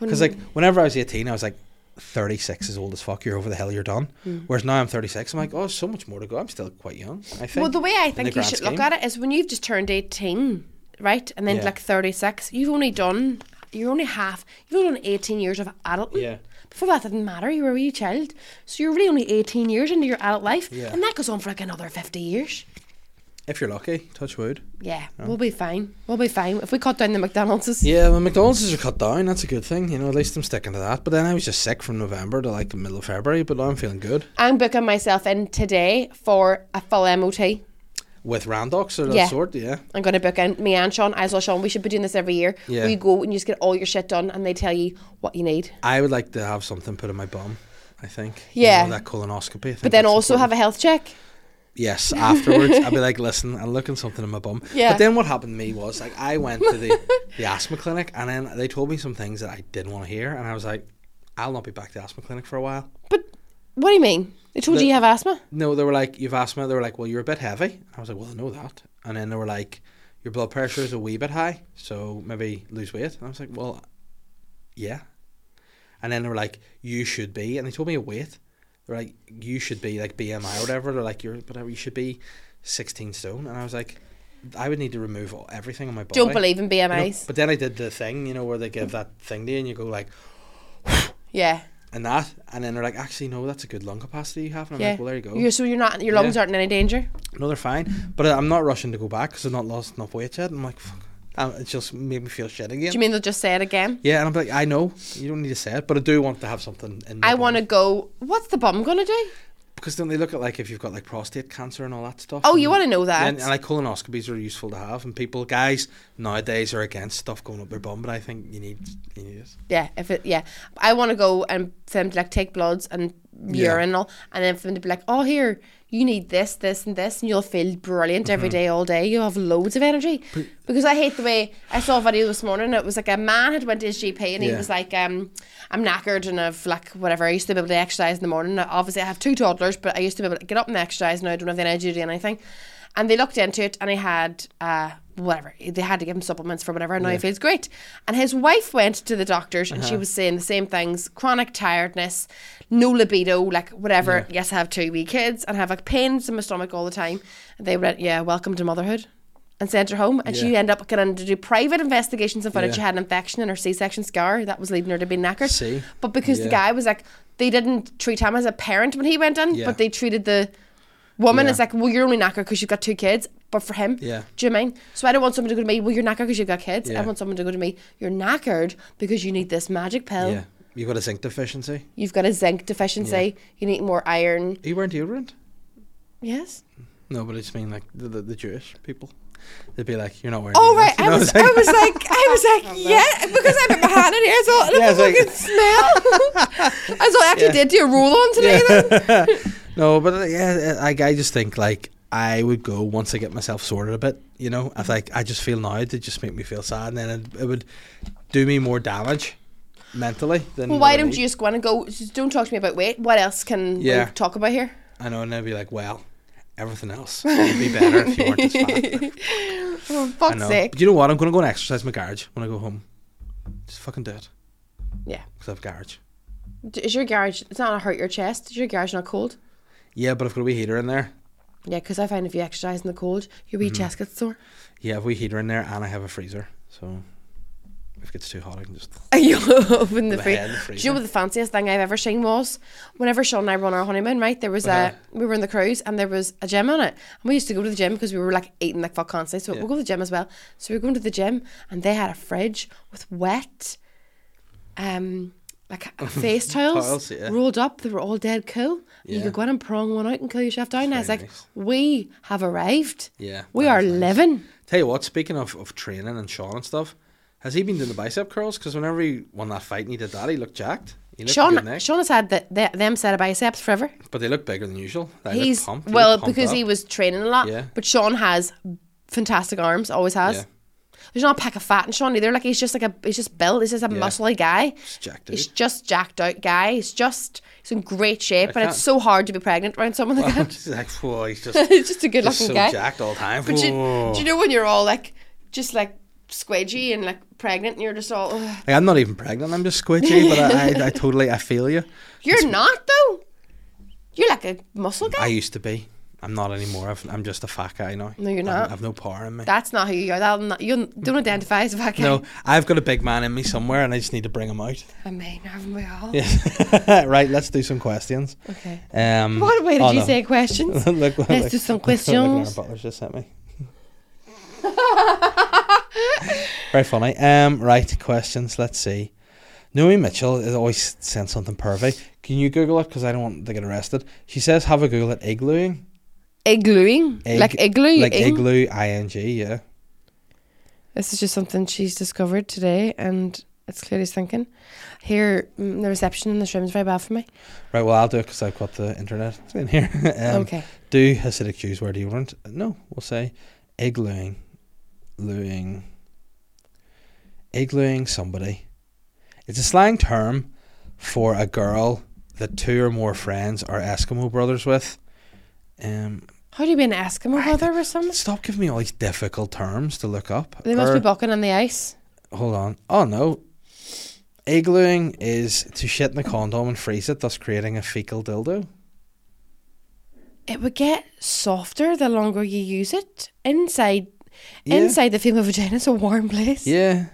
Speaker 1: Because like whenever I was eighteen, I was like, thirty six is old as fuck. You're over the hill. You're done.
Speaker 3: Hmm.
Speaker 1: Whereas now I'm thirty six. I'm like, oh, so much more to go. I'm still quite young. I think.
Speaker 3: Well, the way I
Speaker 1: in the
Speaker 3: think you
Speaker 1: grand
Speaker 3: should look
Speaker 1: scheme.
Speaker 3: at it is when you've just turned eighteen, right, and then
Speaker 1: Yeah.
Speaker 3: like thirty six, you've only done. You're only half. You've only done eighteen years of adulting.
Speaker 1: Yeah.
Speaker 3: Before that didn't matter. You were a wee child, so you're really only eighteen years into your adult life,
Speaker 1: Yeah.
Speaker 3: and that goes on for like another fifty years.
Speaker 1: if you're lucky, touch wood.
Speaker 3: Yeah, we'll be fine. We'll be fine if we cut down the McDonald's.
Speaker 1: Yeah, well, McDonald's are cut down. That's a good thing. You know, at least I'm sticking to that. But then I was just sick from November to like the middle of February. But now I'm feeling good
Speaker 3: I'm booking myself in today for a full MOT. I'm
Speaker 1: with Randox or that
Speaker 3: Yeah.
Speaker 1: sort. Yeah.
Speaker 3: going to book in me and Sean. I as well, Sean. We should be doing this every year.
Speaker 1: Yeah.
Speaker 3: We go and you just get all your shit done, and they tell you what you need.
Speaker 1: I would like to have something put in my bum. I think. You
Speaker 3: Yeah.
Speaker 1: know, that colonoscopy. I think
Speaker 3: But then
Speaker 1: that's
Speaker 3: also have a health check.
Speaker 1: Yes, afterwards I'd be like, listen, I'm looking something in my bum.
Speaker 3: Yeah.
Speaker 1: But then what happened to me was like I went to the, the asthma clinic and then they told me some things that I didn't want to hear and I was like, I'll not be back to asthma clinic for a while.
Speaker 3: But what do you mean? They told
Speaker 1: The-
Speaker 3: you you have asthma.
Speaker 1: No, they were like, You've asthma, they were like, Well you're a bit heavy and I was like, Well I know that and then they were like, Your blood pressure is a wee bit high, so maybe lose weight and I was like, Well yeah. And then they were like, You should be and they told me a weight. They're like, You should be like BMI or whatever, they're like, You're whatever you should be sixteen stone and I was like I would need to remove all, everything on my body.
Speaker 3: Don't believe in
Speaker 1: You know,
Speaker 3: BMIs.
Speaker 1: But then I did the thing, you know, where they give that thing to you and you go like,
Speaker 3: yeah.
Speaker 1: and that, and then they're like, actually, no, that's a good lung capacity you have. And I'm
Speaker 3: Yeah.
Speaker 1: like, well, there you go.
Speaker 3: You're, so you're not. Your
Speaker 1: Yeah.
Speaker 3: lungs aren't in any danger.
Speaker 1: No, they're fine. But I'm not rushing to go back because I've not lost enough weight yet. I'm like, fuck. Um, it just made me feel shit again.
Speaker 3: Do you mean they'll just say it again?
Speaker 1: yeah, and I'm like, I know you don't need to say it, but I do want to have something in. my
Speaker 3: I
Speaker 1: bum.
Speaker 3: want to go. What's the bum gonna do?
Speaker 1: because then they look at like if you've got like prostate cancer and all that stuff.
Speaker 3: Oh,
Speaker 1: and-
Speaker 3: you want to know that?
Speaker 1: And, and like colonoscopies are useful to have, and people, guys nowadays are against stuff going up their bum, but I think you need you need it.
Speaker 3: Yeah, if it yeah, I want to go and for them to like take bloods and
Speaker 1: Yeah.
Speaker 3: urinal, and then for them to be like, oh here, you need this, this, and this, and you'll feel brilliant every
Speaker 1: Mm-hmm.
Speaker 3: day, all day. You'll have loads of energy. Because I hate the way I saw a video this morning. and It was like a man had went to his GP and he
Speaker 1: Yeah.
Speaker 3: was like, um, I'm knackered and I've like whatever. I used to be able to exercise in the morning. Now, Obviously, I have two toddlers, but I used to be able to get up and exercise. Now I don't have the energy to do anything. And they looked into it, and he had uh, whatever. They had to give him supplements for whatever. And now he feels great. And his wife went to the doctors, and she was saying the same things: chronic tiredness, no libido, like whatever. Yes, I have two wee kids, and I have like pains in my stomach all the time. And they went, "Yeah, welcome to motherhood." and sent her home. And she
Speaker 1: Yeah.
Speaker 3: ended up getting to do private investigations and found
Speaker 1: Yeah.
Speaker 3: out she had an infection in her C section scar that was leading her to be knackered.
Speaker 1: See?
Speaker 3: But because
Speaker 1: Yeah.
Speaker 3: the guy was like, they didn't treat him as a parent when he went in,
Speaker 1: Yeah.
Speaker 3: but they treated the woman
Speaker 1: Yeah.
Speaker 3: as like, well, you're only knackered because you've got two kids. But for him,
Speaker 1: Yeah.
Speaker 3: do you know what I mean? So I don't want someone to go to me, well, you're knackered because you've got kids.
Speaker 1: Yeah.
Speaker 3: I want someone to go to me, you're knackered because you need this magic pill.
Speaker 1: Yeah. You've got a zinc deficiency.
Speaker 3: You've got a zinc deficiency. You need more iron.
Speaker 1: Are you wearing deodorant?
Speaker 3: Yes.
Speaker 1: No, but I just mean like the, the, the Jewish people. They'd be like, "You're not wearing."
Speaker 3: Oh
Speaker 1: deodorant."
Speaker 3: right,
Speaker 1: You
Speaker 3: I
Speaker 1: know
Speaker 3: was,
Speaker 1: what I'm
Speaker 3: I
Speaker 1: saying?
Speaker 3: was like, I was like, yeah, because I put my hand in here, so I
Speaker 1: Yeah,
Speaker 3: yeah,
Speaker 1: it's like-
Speaker 3: fucking smell. That's all I actually
Speaker 1: Yeah.
Speaker 3: did to your roll on today. Then.
Speaker 1: No, but uh, yeah, uh, like I just think like I would go once I get myself sorted a bit. You know, I like I just feel now it just make me feel sad, and then it, it would do me more damage mentally than.
Speaker 3: Well,
Speaker 1: what
Speaker 3: why
Speaker 1: I
Speaker 3: don't
Speaker 1: need.
Speaker 3: you just go in and go? Just don't talk to me about weight. What else can
Speaker 1: Yeah.
Speaker 3: we talk about here?
Speaker 1: I know, and I'd be like, well, everything else would be better if you weren't as fat.
Speaker 3: For
Speaker 1: I
Speaker 3: fuck's
Speaker 1: know.
Speaker 3: sake.
Speaker 1: But you know what? I'm gonna go and exercise my garage when I go home. Just fucking do it
Speaker 3: Yeah.
Speaker 1: because I have a garage.
Speaker 3: D- Is your garage? It's not gonna hurt your chest. Is your garage not cold?
Speaker 1: Yeah, but I've got a wee heater in there.
Speaker 3: Yeah, because I find if you exercise in the cold, your
Speaker 1: Mm-hmm.
Speaker 3: wee chest gets sore.
Speaker 1: Yeah, I have a wee heater in there, and I have a freezer. So if it gets too hot, I can just.
Speaker 3: And you open the,
Speaker 1: The
Speaker 3: free-
Speaker 1: head in the
Speaker 3: Do you know what the fanciest thing I've ever seen was? Whenever Sean and I were on our honeymoon, right? There was
Speaker 1: Uh-huh.
Speaker 3: a we were in the cruise and there was a gym on it, and we used to go to the gym because we were like eating like fuck constantly. So
Speaker 1: Yeah.
Speaker 3: we'll go to the gym as well. So we were going to the gym and they had a fridge with wet, um, like face towels
Speaker 1: Tiles, yeah.
Speaker 3: rolled up. They were all dead cool. And You
Speaker 1: Yeah.
Speaker 3: could go in and prong one out and cool yourself down. And I was
Speaker 1: very
Speaker 3: like,
Speaker 1: nice.
Speaker 3: we have arrived.
Speaker 1: Yeah,
Speaker 3: we
Speaker 1: that
Speaker 3: are
Speaker 1: is nice.
Speaker 3: living.
Speaker 1: Tell you what, speaking of, of training and Sean and stuff, has he been doing the bicep curls? Because whenever he won that fight and he did that, he looked jacked. He looked good
Speaker 3: Sean,
Speaker 1: neck,
Speaker 3: Sean has had the, the, them set of biceps forever.
Speaker 1: but they look bigger than usual. They look
Speaker 3: he's
Speaker 1: pumped. They
Speaker 3: well
Speaker 1: look pumped
Speaker 3: because
Speaker 1: up.
Speaker 3: he was training a lot.
Speaker 1: Yeah.
Speaker 3: But Sean has fantastic arms, always has.
Speaker 1: Yeah.
Speaker 3: There's not a pack of fat in Sean either. Like he's just like a he's just built. He's just a muscly guy.
Speaker 1: jacked
Speaker 3: He's
Speaker 1: dude.
Speaker 3: just jacked out guy. He's just he's in great shape, and
Speaker 1: can't-
Speaker 3: it's so hard to be pregnant around someone like that.
Speaker 1: He's like, whoa, he's just,
Speaker 3: it's just a good
Speaker 1: just
Speaker 3: looking
Speaker 1: so
Speaker 3: guy.
Speaker 1: jacked Oh. all the time.
Speaker 3: But you,
Speaker 1: Whoa.
Speaker 3: do you know when you're all like just like squidgy and like pregnant, and you're just all ugh.
Speaker 1: like, I'm not even pregnant. I'm just squidgy, but I, I, I totally, I feel you.
Speaker 3: you're not though. You're like a muscle guy.
Speaker 1: I used to be. I'm not anymore. I've, I'm just a fat guy now.
Speaker 3: No, you're
Speaker 1: I've-
Speaker 3: not.
Speaker 1: I've no power in me.
Speaker 3: That's not who you are. That'll not, you don't identify as a fat guy.
Speaker 1: no, I've got a big man in me somewhere, and I just need to bring him out.
Speaker 3: I mean, haven't we all?
Speaker 1: Yeah. right. Let's do some questions.
Speaker 3: Okay.
Speaker 1: Um,
Speaker 3: What way did
Speaker 1: oh,
Speaker 3: you
Speaker 1: no.
Speaker 3: say questions?
Speaker 1: Look-
Speaker 3: Let's do some
Speaker 1: look what Lauren
Speaker 3: questions.
Speaker 1: Butler's just sent me. Very funny. Um, right, questions. Let's see. Noemi Mitchell has always sent something pervy. Can you Google it? Because I don't want to get arrested. She says, have a Google at iglooing.
Speaker 3: Iglooing?
Speaker 1: Egg-
Speaker 3: like igloo?
Speaker 1: Like
Speaker 3: ing?
Speaker 1: igloo, I-N-G, yeah.
Speaker 3: This is just something she's discovered today and it's Claudia's thinking. Here, mm, the reception in this room is very bad for me.
Speaker 1: Right, well, I'll do it because I've got the internet in here. um,
Speaker 3: okay.
Speaker 1: Do Hasidic Jews wear deodorant? No, we'll say iglooing, looing, iglooing somebody. It's a slang term for a girl that two or more friends are Eskimo brothers with. Um,
Speaker 3: How do you be an Eskimo brother or something?
Speaker 1: stop giving me all these difficult terms to look up.
Speaker 3: They must be
Speaker 1: Or-
Speaker 3: bucking on the ice.
Speaker 1: hold on. Oh no. Iglooing is to shit in the condom and freeze it, thus creating a fecal dildo.
Speaker 3: It would get softer the longer you use it. Inside
Speaker 1: Yeah.
Speaker 3: inside the female vagina is a warm place.
Speaker 1: Yeah.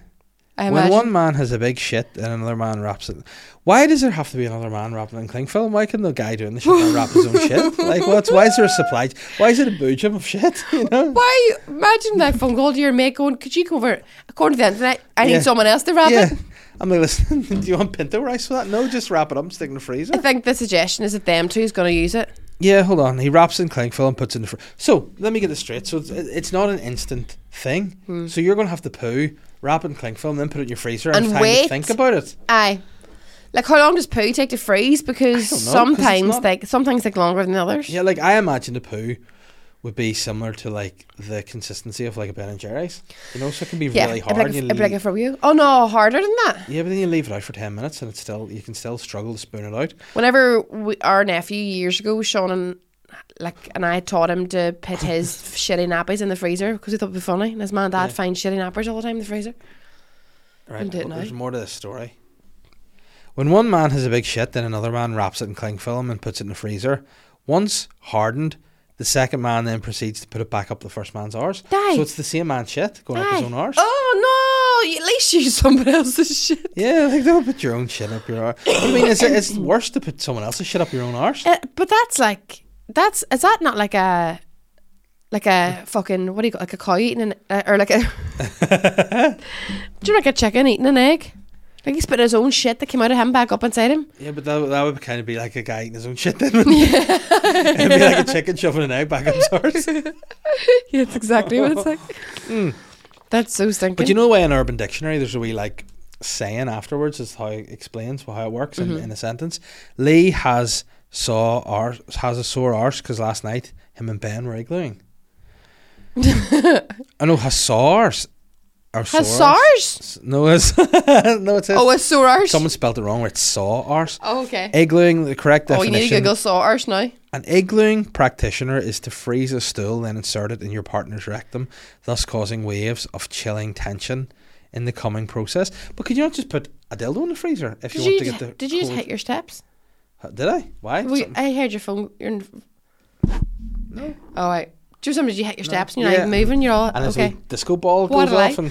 Speaker 3: I
Speaker 1: When
Speaker 3: imagine.
Speaker 1: one man has a big shit and another man wraps it, why does there have to be another man wrapping it in cling film? Why can the guy doing the shit not wrap his own shit? Like, what's why is there a supply? ch- Why is it a boojum of shit? You know?
Speaker 3: Why? Imagine that phone call to your mate going, could you come over? According to the internet, I
Speaker 1: Yeah.
Speaker 3: need someone else to wrap
Speaker 1: Yeah,
Speaker 3: it.
Speaker 1: I'm like, listen, do you want pinto rice for that? No, just wrap it up, and stick it in the
Speaker 3: I
Speaker 1: freezer.
Speaker 3: think the suggestion is that them two's going to use it.
Speaker 1: Yeah, hold on. He wraps in cling film and puts it in the freezer. So let me get this straight. So it's, it's not an instant thing. So you're gonna have to poo, wrap it in cling film, then put it in your freezer and,
Speaker 3: Hmm. And
Speaker 1: have time to
Speaker 3: wait.
Speaker 1: think about it.
Speaker 3: Aye. Like how long does poo take to freeze? Because
Speaker 1: I don't know, 'cause it's
Speaker 3: sometimes
Speaker 1: not-
Speaker 3: like some things take longer than others.
Speaker 1: Yeah, like I imagine the poo would be similar to like the consistency of like a Ben and Jerry's. You know, so it can be
Speaker 3: Yeah,
Speaker 1: really
Speaker 3: it'd
Speaker 1: hard.
Speaker 3: be like,
Speaker 1: and
Speaker 3: a,
Speaker 1: you
Speaker 3: it'd be like
Speaker 1: lea-
Speaker 3: a for you. Oh no, harder than that.
Speaker 1: yeah, but then you leave it out for ten minutes and it's still you can still struggle to spoon it out.
Speaker 3: Whenever we, our nephew years ago, Sean and like and I taught him to put his shitty nappies in the freezer because he thought it'd be funny. And his man and dad
Speaker 1: Yeah.
Speaker 3: find shitty nappies all the time in the freezer.
Speaker 1: Right.
Speaker 3: And do it
Speaker 1: well,
Speaker 3: now.
Speaker 1: There's more to this story. When one man has a big shit, then another man wraps it in cling film and puts it in the freezer. Once hardened, The second man then proceeds to put it back up the first man's arse.
Speaker 3: Aye.
Speaker 1: So it's the same man shit going up his
Speaker 3: Aye.
Speaker 1: own arse.
Speaker 3: Oh no! At least you use somebody else's shit.
Speaker 1: Yeah, like don't put your own shit up your arse. I mean, it's, it's worse to put someone else's shit up your own arse.
Speaker 3: Uh, but that's like that's is that not like a like a fucking what do you call like a cow eating an uh, or like a do you know, like a chicken eating an egg? Like he's putting his own shit that came out of him back up inside him.
Speaker 1: Yeah, but that, that would kind of be like a guy eating his own shit then. wouldn't it? It'd be like a chicken shoving an egg back up his arse.
Speaker 3: Yeah, that's exactly what it's like. That's so stinking.
Speaker 1: Hmm. But you know, the way in Urban Dictionary, there's a wee like saying afterwards is how it explains how it works
Speaker 3: Mm-hmm.
Speaker 1: in, in a sentence. Lee has saw arse, has a sore arse because last night him and Ben were igluing. I know has saw arse. Or
Speaker 3: has
Speaker 1: sore arse.
Speaker 3: SARS?
Speaker 1: S- No, it's no, it's
Speaker 3: Oh, a sore arse.
Speaker 1: someone spelled it wrong. Where it's saw arse.
Speaker 3: oh, okay.
Speaker 1: Igluing the correct
Speaker 3: Oh, you
Speaker 1: definition.
Speaker 3: need to Google sore arse now.
Speaker 1: An igluing practitioner is to freeze a stool then insert it in your partner's rectum, thus causing waves of chilling tension in the coming process. But could you not just put a dildo in the freezer if you
Speaker 3: Did
Speaker 1: want
Speaker 3: you,
Speaker 1: to get the
Speaker 3: did you just
Speaker 1: cold-
Speaker 3: hit your steps?
Speaker 1: Uh, Did I? Why?
Speaker 3: We,
Speaker 1: Something-
Speaker 3: I heard your phone. Your... No. Oh, right. Do you remember you hit your steps and you're
Speaker 1: Yeah.
Speaker 3: not even moving? You're all
Speaker 1: and
Speaker 3: okay.
Speaker 1: as a disco ball
Speaker 3: What
Speaker 1: goes
Speaker 3: a lie.
Speaker 1: off and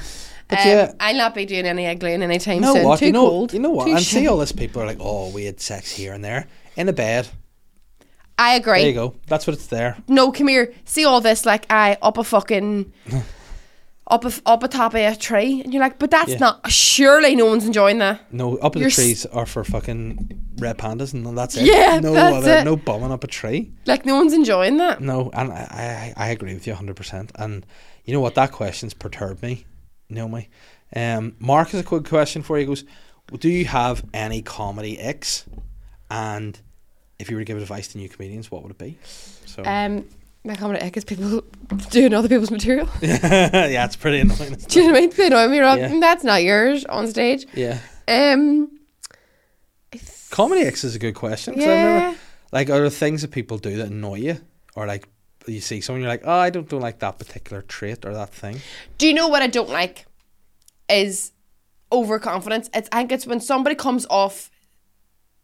Speaker 1: but
Speaker 3: um,
Speaker 1: yeah
Speaker 3: I'll not be doing any igloing anytime
Speaker 1: you know
Speaker 3: soon.
Speaker 1: what?
Speaker 3: Too
Speaker 1: you know,
Speaker 3: cold.
Speaker 1: You know what?
Speaker 3: Too
Speaker 1: And see
Speaker 3: shit.
Speaker 1: all this people are like, Oh, we had sex here and there. In a bed.
Speaker 3: I agree.
Speaker 1: There you go. That's what it's there.
Speaker 3: No, come here. See all this like I up a fucking up a up a top of a tree, and you're like, but that's
Speaker 1: Yeah.
Speaker 3: not. Surely no one's enjoying that.
Speaker 1: No, up in
Speaker 3: You're
Speaker 1: the
Speaker 3: s-
Speaker 1: trees are for fucking red pandas and that's it.
Speaker 3: Yeah,
Speaker 1: no
Speaker 3: that's
Speaker 1: other
Speaker 3: it.
Speaker 1: no bombing up a tree.
Speaker 3: Like no one's enjoying that.
Speaker 1: No, and I, I, I agree with you 100%. And you know what? That question's perturbed me, Naomi. Um, Mark has a quick question for you. He goes, Do you have any comedy icks? And if you were to give advice to new comedians, what would it be? So,
Speaker 3: Um, my comedy ick is people doing other people's material.
Speaker 1: yeah, it's pretty annoying. isn't it?
Speaker 3: Do you know what I mean? They know me wrong.
Speaker 1: Yeah.
Speaker 3: That's not yours on stage.
Speaker 1: Yeah.
Speaker 3: Um,
Speaker 1: Comedy icks is a good question. 'cause I
Speaker 3: yeah.
Speaker 1: remember, like, are there things that people do that annoy you? Or, like, you see someone, you're like, Oh, I don't, don't like that particular trait or that thing.
Speaker 3: Do you know what I don't like? Is overconfidence. It's I think it's when somebody comes off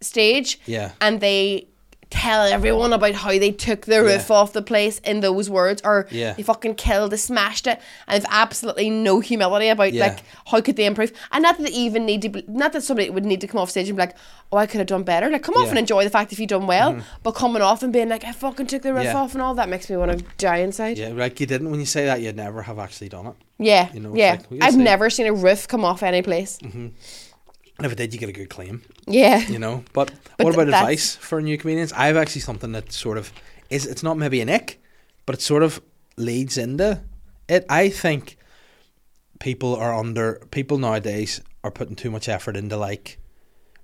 Speaker 3: stage
Speaker 1: Yeah.
Speaker 3: and they tell everyone about how they took the roof
Speaker 1: Yeah.
Speaker 3: off the place in those words or
Speaker 1: Yeah.
Speaker 3: they fucking killed they smashed it and they've absolutely no humility about
Speaker 1: Yeah.
Speaker 3: like how could they improve and not that they even need to be not that somebody would need to come off stage and be like oh I could have done better like come off
Speaker 1: Yeah. Mm-hmm.
Speaker 3: and enjoy the fact if you've done well but coming off and being like I fucking took the roof
Speaker 1: Yeah.
Speaker 3: off and all that makes me want to die inside
Speaker 1: Yeah, like, you didn't, when you say that, you'd never have actually done it.
Speaker 3: yeah,
Speaker 1: You know, it's
Speaker 3: yeah.
Speaker 1: like, well, you
Speaker 3: I've
Speaker 1: see.
Speaker 3: never seen a roof come off any place.
Speaker 1: And if it did, you get a good claim.
Speaker 3: Yeah,
Speaker 1: Mm-hmm. you know. But,
Speaker 3: But
Speaker 1: what
Speaker 3: th-
Speaker 1: about
Speaker 3: that's-
Speaker 1: advice for new comedians? I have actually something that sort of is it's not maybe an ick, but it sort of leads into it. I think people are under people nowadays are putting too much effort into like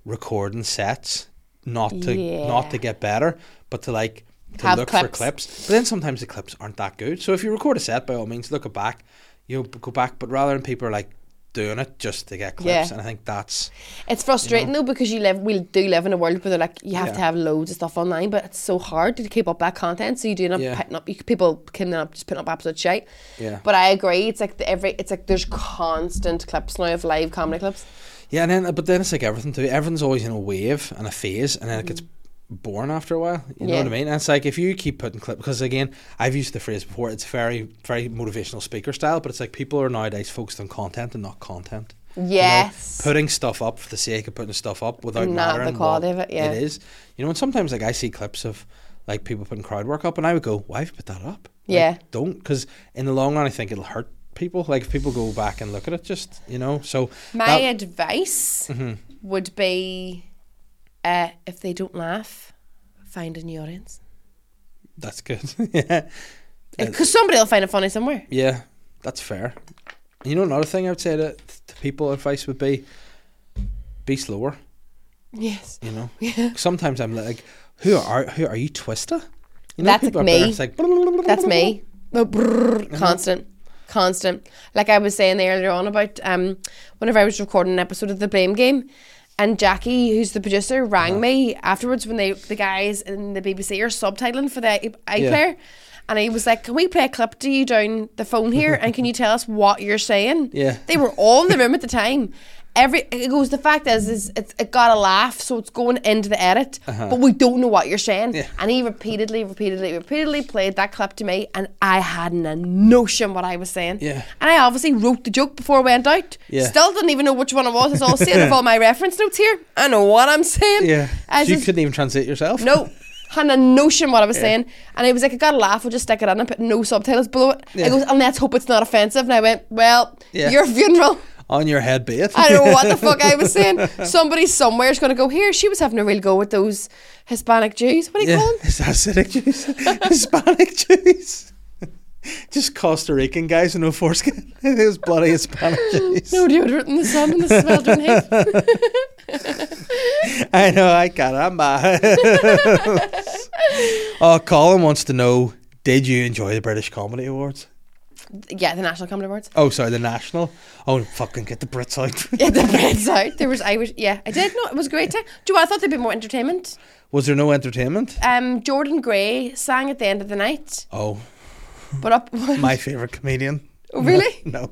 Speaker 1: recording sets, not to
Speaker 3: Yeah.
Speaker 1: not to get better, but to like to
Speaker 3: Have
Speaker 1: look for
Speaker 3: clips.
Speaker 1: clips. But then sometimes the clips aren't that good. So if you record a set, by all means, look it back. You know, go back, but rather than people are like doing it just to get clips,
Speaker 3: Yeah.
Speaker 1: and I think that's
Speaker 3: it's frustrating though because you live, we do live in a world where they're like you have
Speaker 1: Yeah.
Speaker 3: to have loads of stuff online, but it's so hard to keep up that content. So you do end up
Speaker 1: Yeah.
Speaker 3: putting up, you, people can end up just putting up absolute shit.
Speaker 1: Yeah.
Speaker 3: But I agree, it's like the every, it's like there's constant clips now of live comedy clips.
Speaker 1: Yeah, and then but then it's like everything too. Everything's always in a wave and a phase, and then it gets boring after a while. You know
Speaker 3: Mm. Yeah.
Speaker 1: what I mean? And it's like if you keep putting clip because again, I've used the phrase before. It's very very motivational speaker style, but it's like people are nowadays focused on content and not content. You know,
Speaker 3: Yes.
Speaker 1: putting stuff up for the sake of putting stuff up without
Speaker 3: Not the
Speaker 1: mattering
Speaker 3: quality
Speaker 1: what
Speaker 3: of it, yeah.
Speaker 1: it is. You know, and sometimes like I see clips of like people putting crowd work up, and I would go, "Why have you put that up? Like,
Speaker 3: Yeah.
Speaker 1: don't because in the long run, I think it'll hurt." People like if people go back and look at it, just you know. So
Speaker 3: My
Speaker 1: that- Mm-hmm.
Speaker 3: advice would be, uh, if they don't laugh, find a new audience
Speaker 1: That's good. yeah.
Speaker 3: because somebody will find it funny somewhere.
Speaker 1: Yeah. That's fair. You know another thing I would say to, to people advice would be be slower,
Speaker 3: Yes.
Speaker 1: you know. Sometimes I'm like who are who are you Twista? You
Speaker 3: That's
Speaker 1: people
Speaker 3: like
Speaker 1: up there,
Speaker 3: me.
Speaker 1: It's like
Speaker 3: That's me. No, brrr, Constant. Constant. Like I was saying earlier on about um whenever I was recording an episode of the Blame Game and Jackie, who's the producer, rang me afterwards when they the guys in the BBC are subtitling for the i-
Speaker 1: Yeah.
Speaker 3: iPlayer. And he was like, Can we play a clip to you down the phone here? And can you tell us what you're saying?
Speaker 1: Yeah.
Speaker 3: They were all in the room at the time. every it goes. The fact is, is it's, it got a laugh, so it's going into the edit, but we don't know what you're saying.
Speaker 1: Yeah.
Speaker 3: And he repeatedly, repeatedly, repeatedly played that clip to me, and I hadn't a notion what I was saying.
Speaker 1: Yeah.
Speaker 3: And I obviously wrote the joke before it went out.
Speaker 1: Yeah.
Speaker 3: Still didn't even know which one it was. It's all saying of all my reference notes here. I know what I'm saying.
Speaker 1: Yeah.
Speaker 3: I
Speaker 1: So you
Speaker 3: just-
Speaker 1: couldn't even translate yourself?
Speaker 3: no. Hadn't a notion what I was saying. And I was like, I got a laugh, we'll just stick it in and put no subtitles below it.
Speaker 1: Yeah.
Speaker 3: I goes, and let's hope it's not offensive. And I went, Well,
Speaker 1: Yeah.
Speaker 3: your funeral.
Speaker 1: On your head, be it.
Speaker 3: I don't know what the fuck I was saying. Somebody somewhere is going to go, Here, she was having a real go with those Hispanic Jews. What do you
Speaker 1: Yeah.
Speaker 3: call them?
Speaker 1: Is that acidic juice? Hispanic juice? Just Costa Rican guys with no foreskin. it is bloody Hispanic juice.
Speaker 3: No deodorant in the sun and the sweltering heat.
Speaker 1: I know, I caramba. oh, Colin wants to know Did you enjoy the British Comedy Awards?
Speaker 3: Yeah, the National Comedy Awards.
Speaker 1: Oh, sorry, the National. Oh, fucking get the Brits out.
Speaker 3: Yeah, the bread's out. There was Irish. Yeah, I did. No, it was a great time. Do you know what? I thought there'd be more entertainment.
Speaker 1: Was there no entertainment?
Speaker 3: Um, Jordan Gray sang at the end of the night,
Speaker 1: Oh,
Speaker 3: but up. oh,
Speaker 1: my favourite comedian.
Speaker 3: really?
Speaker 1: No.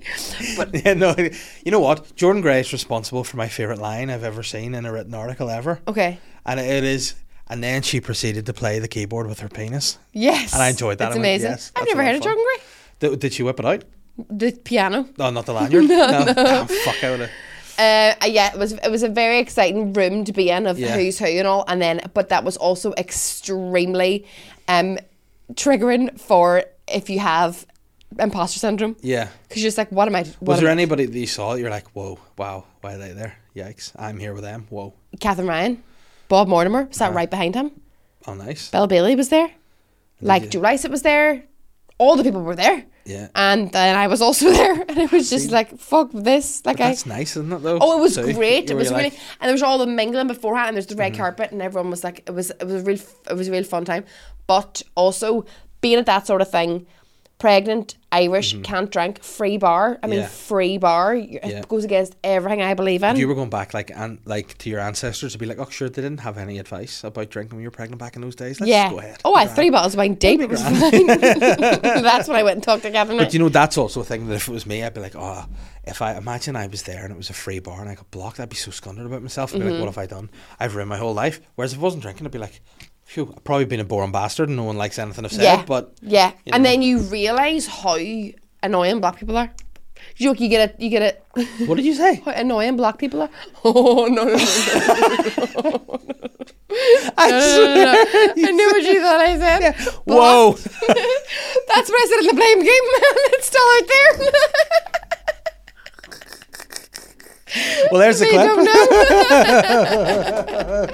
Speaker 1: But yeah, no. You know what? Jordan Gray is responsible for my favourite line I've ever seen in a written article ever.
Speaker 3: Okay.
Speaker 1: And it is. And then she proceeded to play the keyboard with her penis.
Speaker 3: Yes.
Speaker 1: And I enjoyed that.
Speaker 3: It's
Speaker 1: I went,
Speaker 3: amazing.
Speaker 1: yes,
Speaker 3: I've
Speaker 1: that's
Speaker 3: never
Speaker 1: a lot
Speaker 3: heard
Speaker 1: of
Speaker 3: of Jordan Gray.
Speaker 1: Did, did she whip it out?
Speaker 3: The piano.
Speaker 1: No, not the lanyard. no, Damn, fuck, I would have.
Speaker 3: Uh, yeah, it was it was a very exciting room to be in of
Speaker 1: Yeah.
Speaker 3: who's who and all, and then but that was also extremely um triggering for if you have imposter syndrome
Speaker 1: Yeah.
Speaker 3: because you're just like, what am I? What
Speaker 1: Was
Speaker 3: am
Speaker 1: there anybody that you saw that you're like, whoa, wow, why are they there? Yikes, I'm here with them. Whoa,
Speaker 3: Catherine Ryan, Bob Mortimer
Speaker 1: Uh-huh.
Speaker 3: sat right behind him.
Speaker 1: oh, nice.
Speaker 3: Belle Bailey was there. Like Joe Lycett was there. All the people were there.
Speaker 1: Yeah.
Speaker 3: And then I was also there. And it was just like, fuck this. Like I
Speaker 1: That's nice, isn't it, though?
Speaker 3: Oh, it was
Speaker 1: So,
Speaker 3: great.
Speaker 1: you
Speaker 3: It
Speaker 1: were
Speaker 3: was
Speaker 1: like- Mm-hmm.
Speaker 3: really and there was all the mingling beforehand and there's the red carpet and everyone was like it was it was a real f- it was a real fun time. But also being at that sort of thing, pregnant, Irish, can't drink, free bar. I mean
Speaker 1: Mm-hmm. Yeah.
Speaker 3: free bar. It
Speaker 1: Yeah.
Speaker 3: goes against everything I believe in.
Speaker 1: If you were going back, like, and like to your ancestors, to be like, oh, sure, they didn't have any advice about drinking when you were pregnant back in those days. Let's
Speaker 3: yeah.
Speaker 1: just go ahead.
Speaker 3: Oh, I
Speaker 1: Grand.
Speaker 3: three bottles of wine deep. It was fine. That's when I went and talked to Catherine.
Speaker 1: But you know, that's also a thing that if it was me, I'd be like, oh, if I imagine I was there and it was a free bar and I got blocked, I'd be so scundered about myself. I'd be
Speaker 3: Mm-hmm.
Speaker 1: like, what have I done? I've ruined my whole life. Whereas if I wasn't drinking, I'd be like, phew, I've probably been a boring bastard and no one likes anything I've said.
Speaker 3: yeah,
Speaker 1: But
Speaker 3: yeah,
Speaker 1: you
Speaker 3: and
Speaker 1: know.
Speaker 3: then you realize how annoying black people are. You know, you get it, you get it.
Speaker 1: what did you say?
Speaker 3: How annoying black people are. Oh no! no, no, no.
Speaker 1: I swear.
Speaker 3: I knew what you thought I said. Black-
Speaker 1: Whoa.
Speaker 3: That's what I said in the blame game. it's still out there.
Speaker 1: Well, there's the
Speaker 3: I don't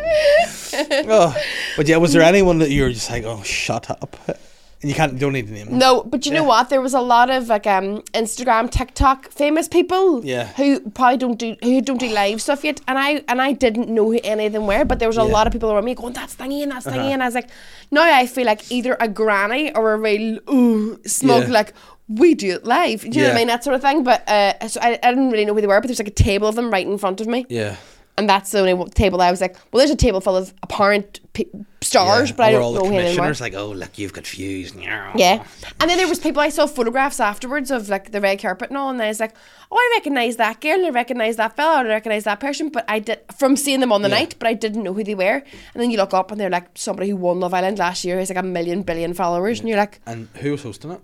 Speaker 1: clip.
Speaker 3: know.
Speaker 1: Oh. But yeah, was there anyone that you were just like, oh, shut up? And you can't, you don't need to name them.
Speaker 3: No, but you know what? There was a lot of like um Instagram, TikTok famous people
Speaker 1: Yeah.
Speaker 3: who probably don't do who don't do live stuff yet. And I and I didn't know who any of them were, but there was a
Speaker 1: Yeah. Uh-huh.
Speaker 3: lot of people around me going, That's thingy and that's thingy and I was like, now I feel like either a granny or a real ooh smug
Speaker 1: Yeah.
Speaker 3: like we do it live. Do you know what
Speaker 1: Yeah.
Speaker 3: I mean? That sort of thing. But uh so I, I didn't really know who they were, but there's like a table of them right in front of me.
Speaker 1: Yeah.
Speaker 3: And that's the only w- table I was like, well, there's a table full of apparent p- stars,
Speaker 1: Yeah.
Speaker 3: but I
Speaker 1: Were
Speaker 3: don't
Speaker 1: all the
Speaker 3: know who they were.
Speaker 1: commissioners like, oh, look, you've confused.
Speaker 3: Yeah. And then there was people I saw photographs afterwards of like the red carpet and all, and I was like, oh, I recognise that girl, and I recognise that fella, and I recognise that person, but I did from seeing them on the night, but I didn't know who they were. And then you look up and they're like somebody who won Love Island last year, has like a million billion followers, and you're like
Speaker 1: And who was hosting it?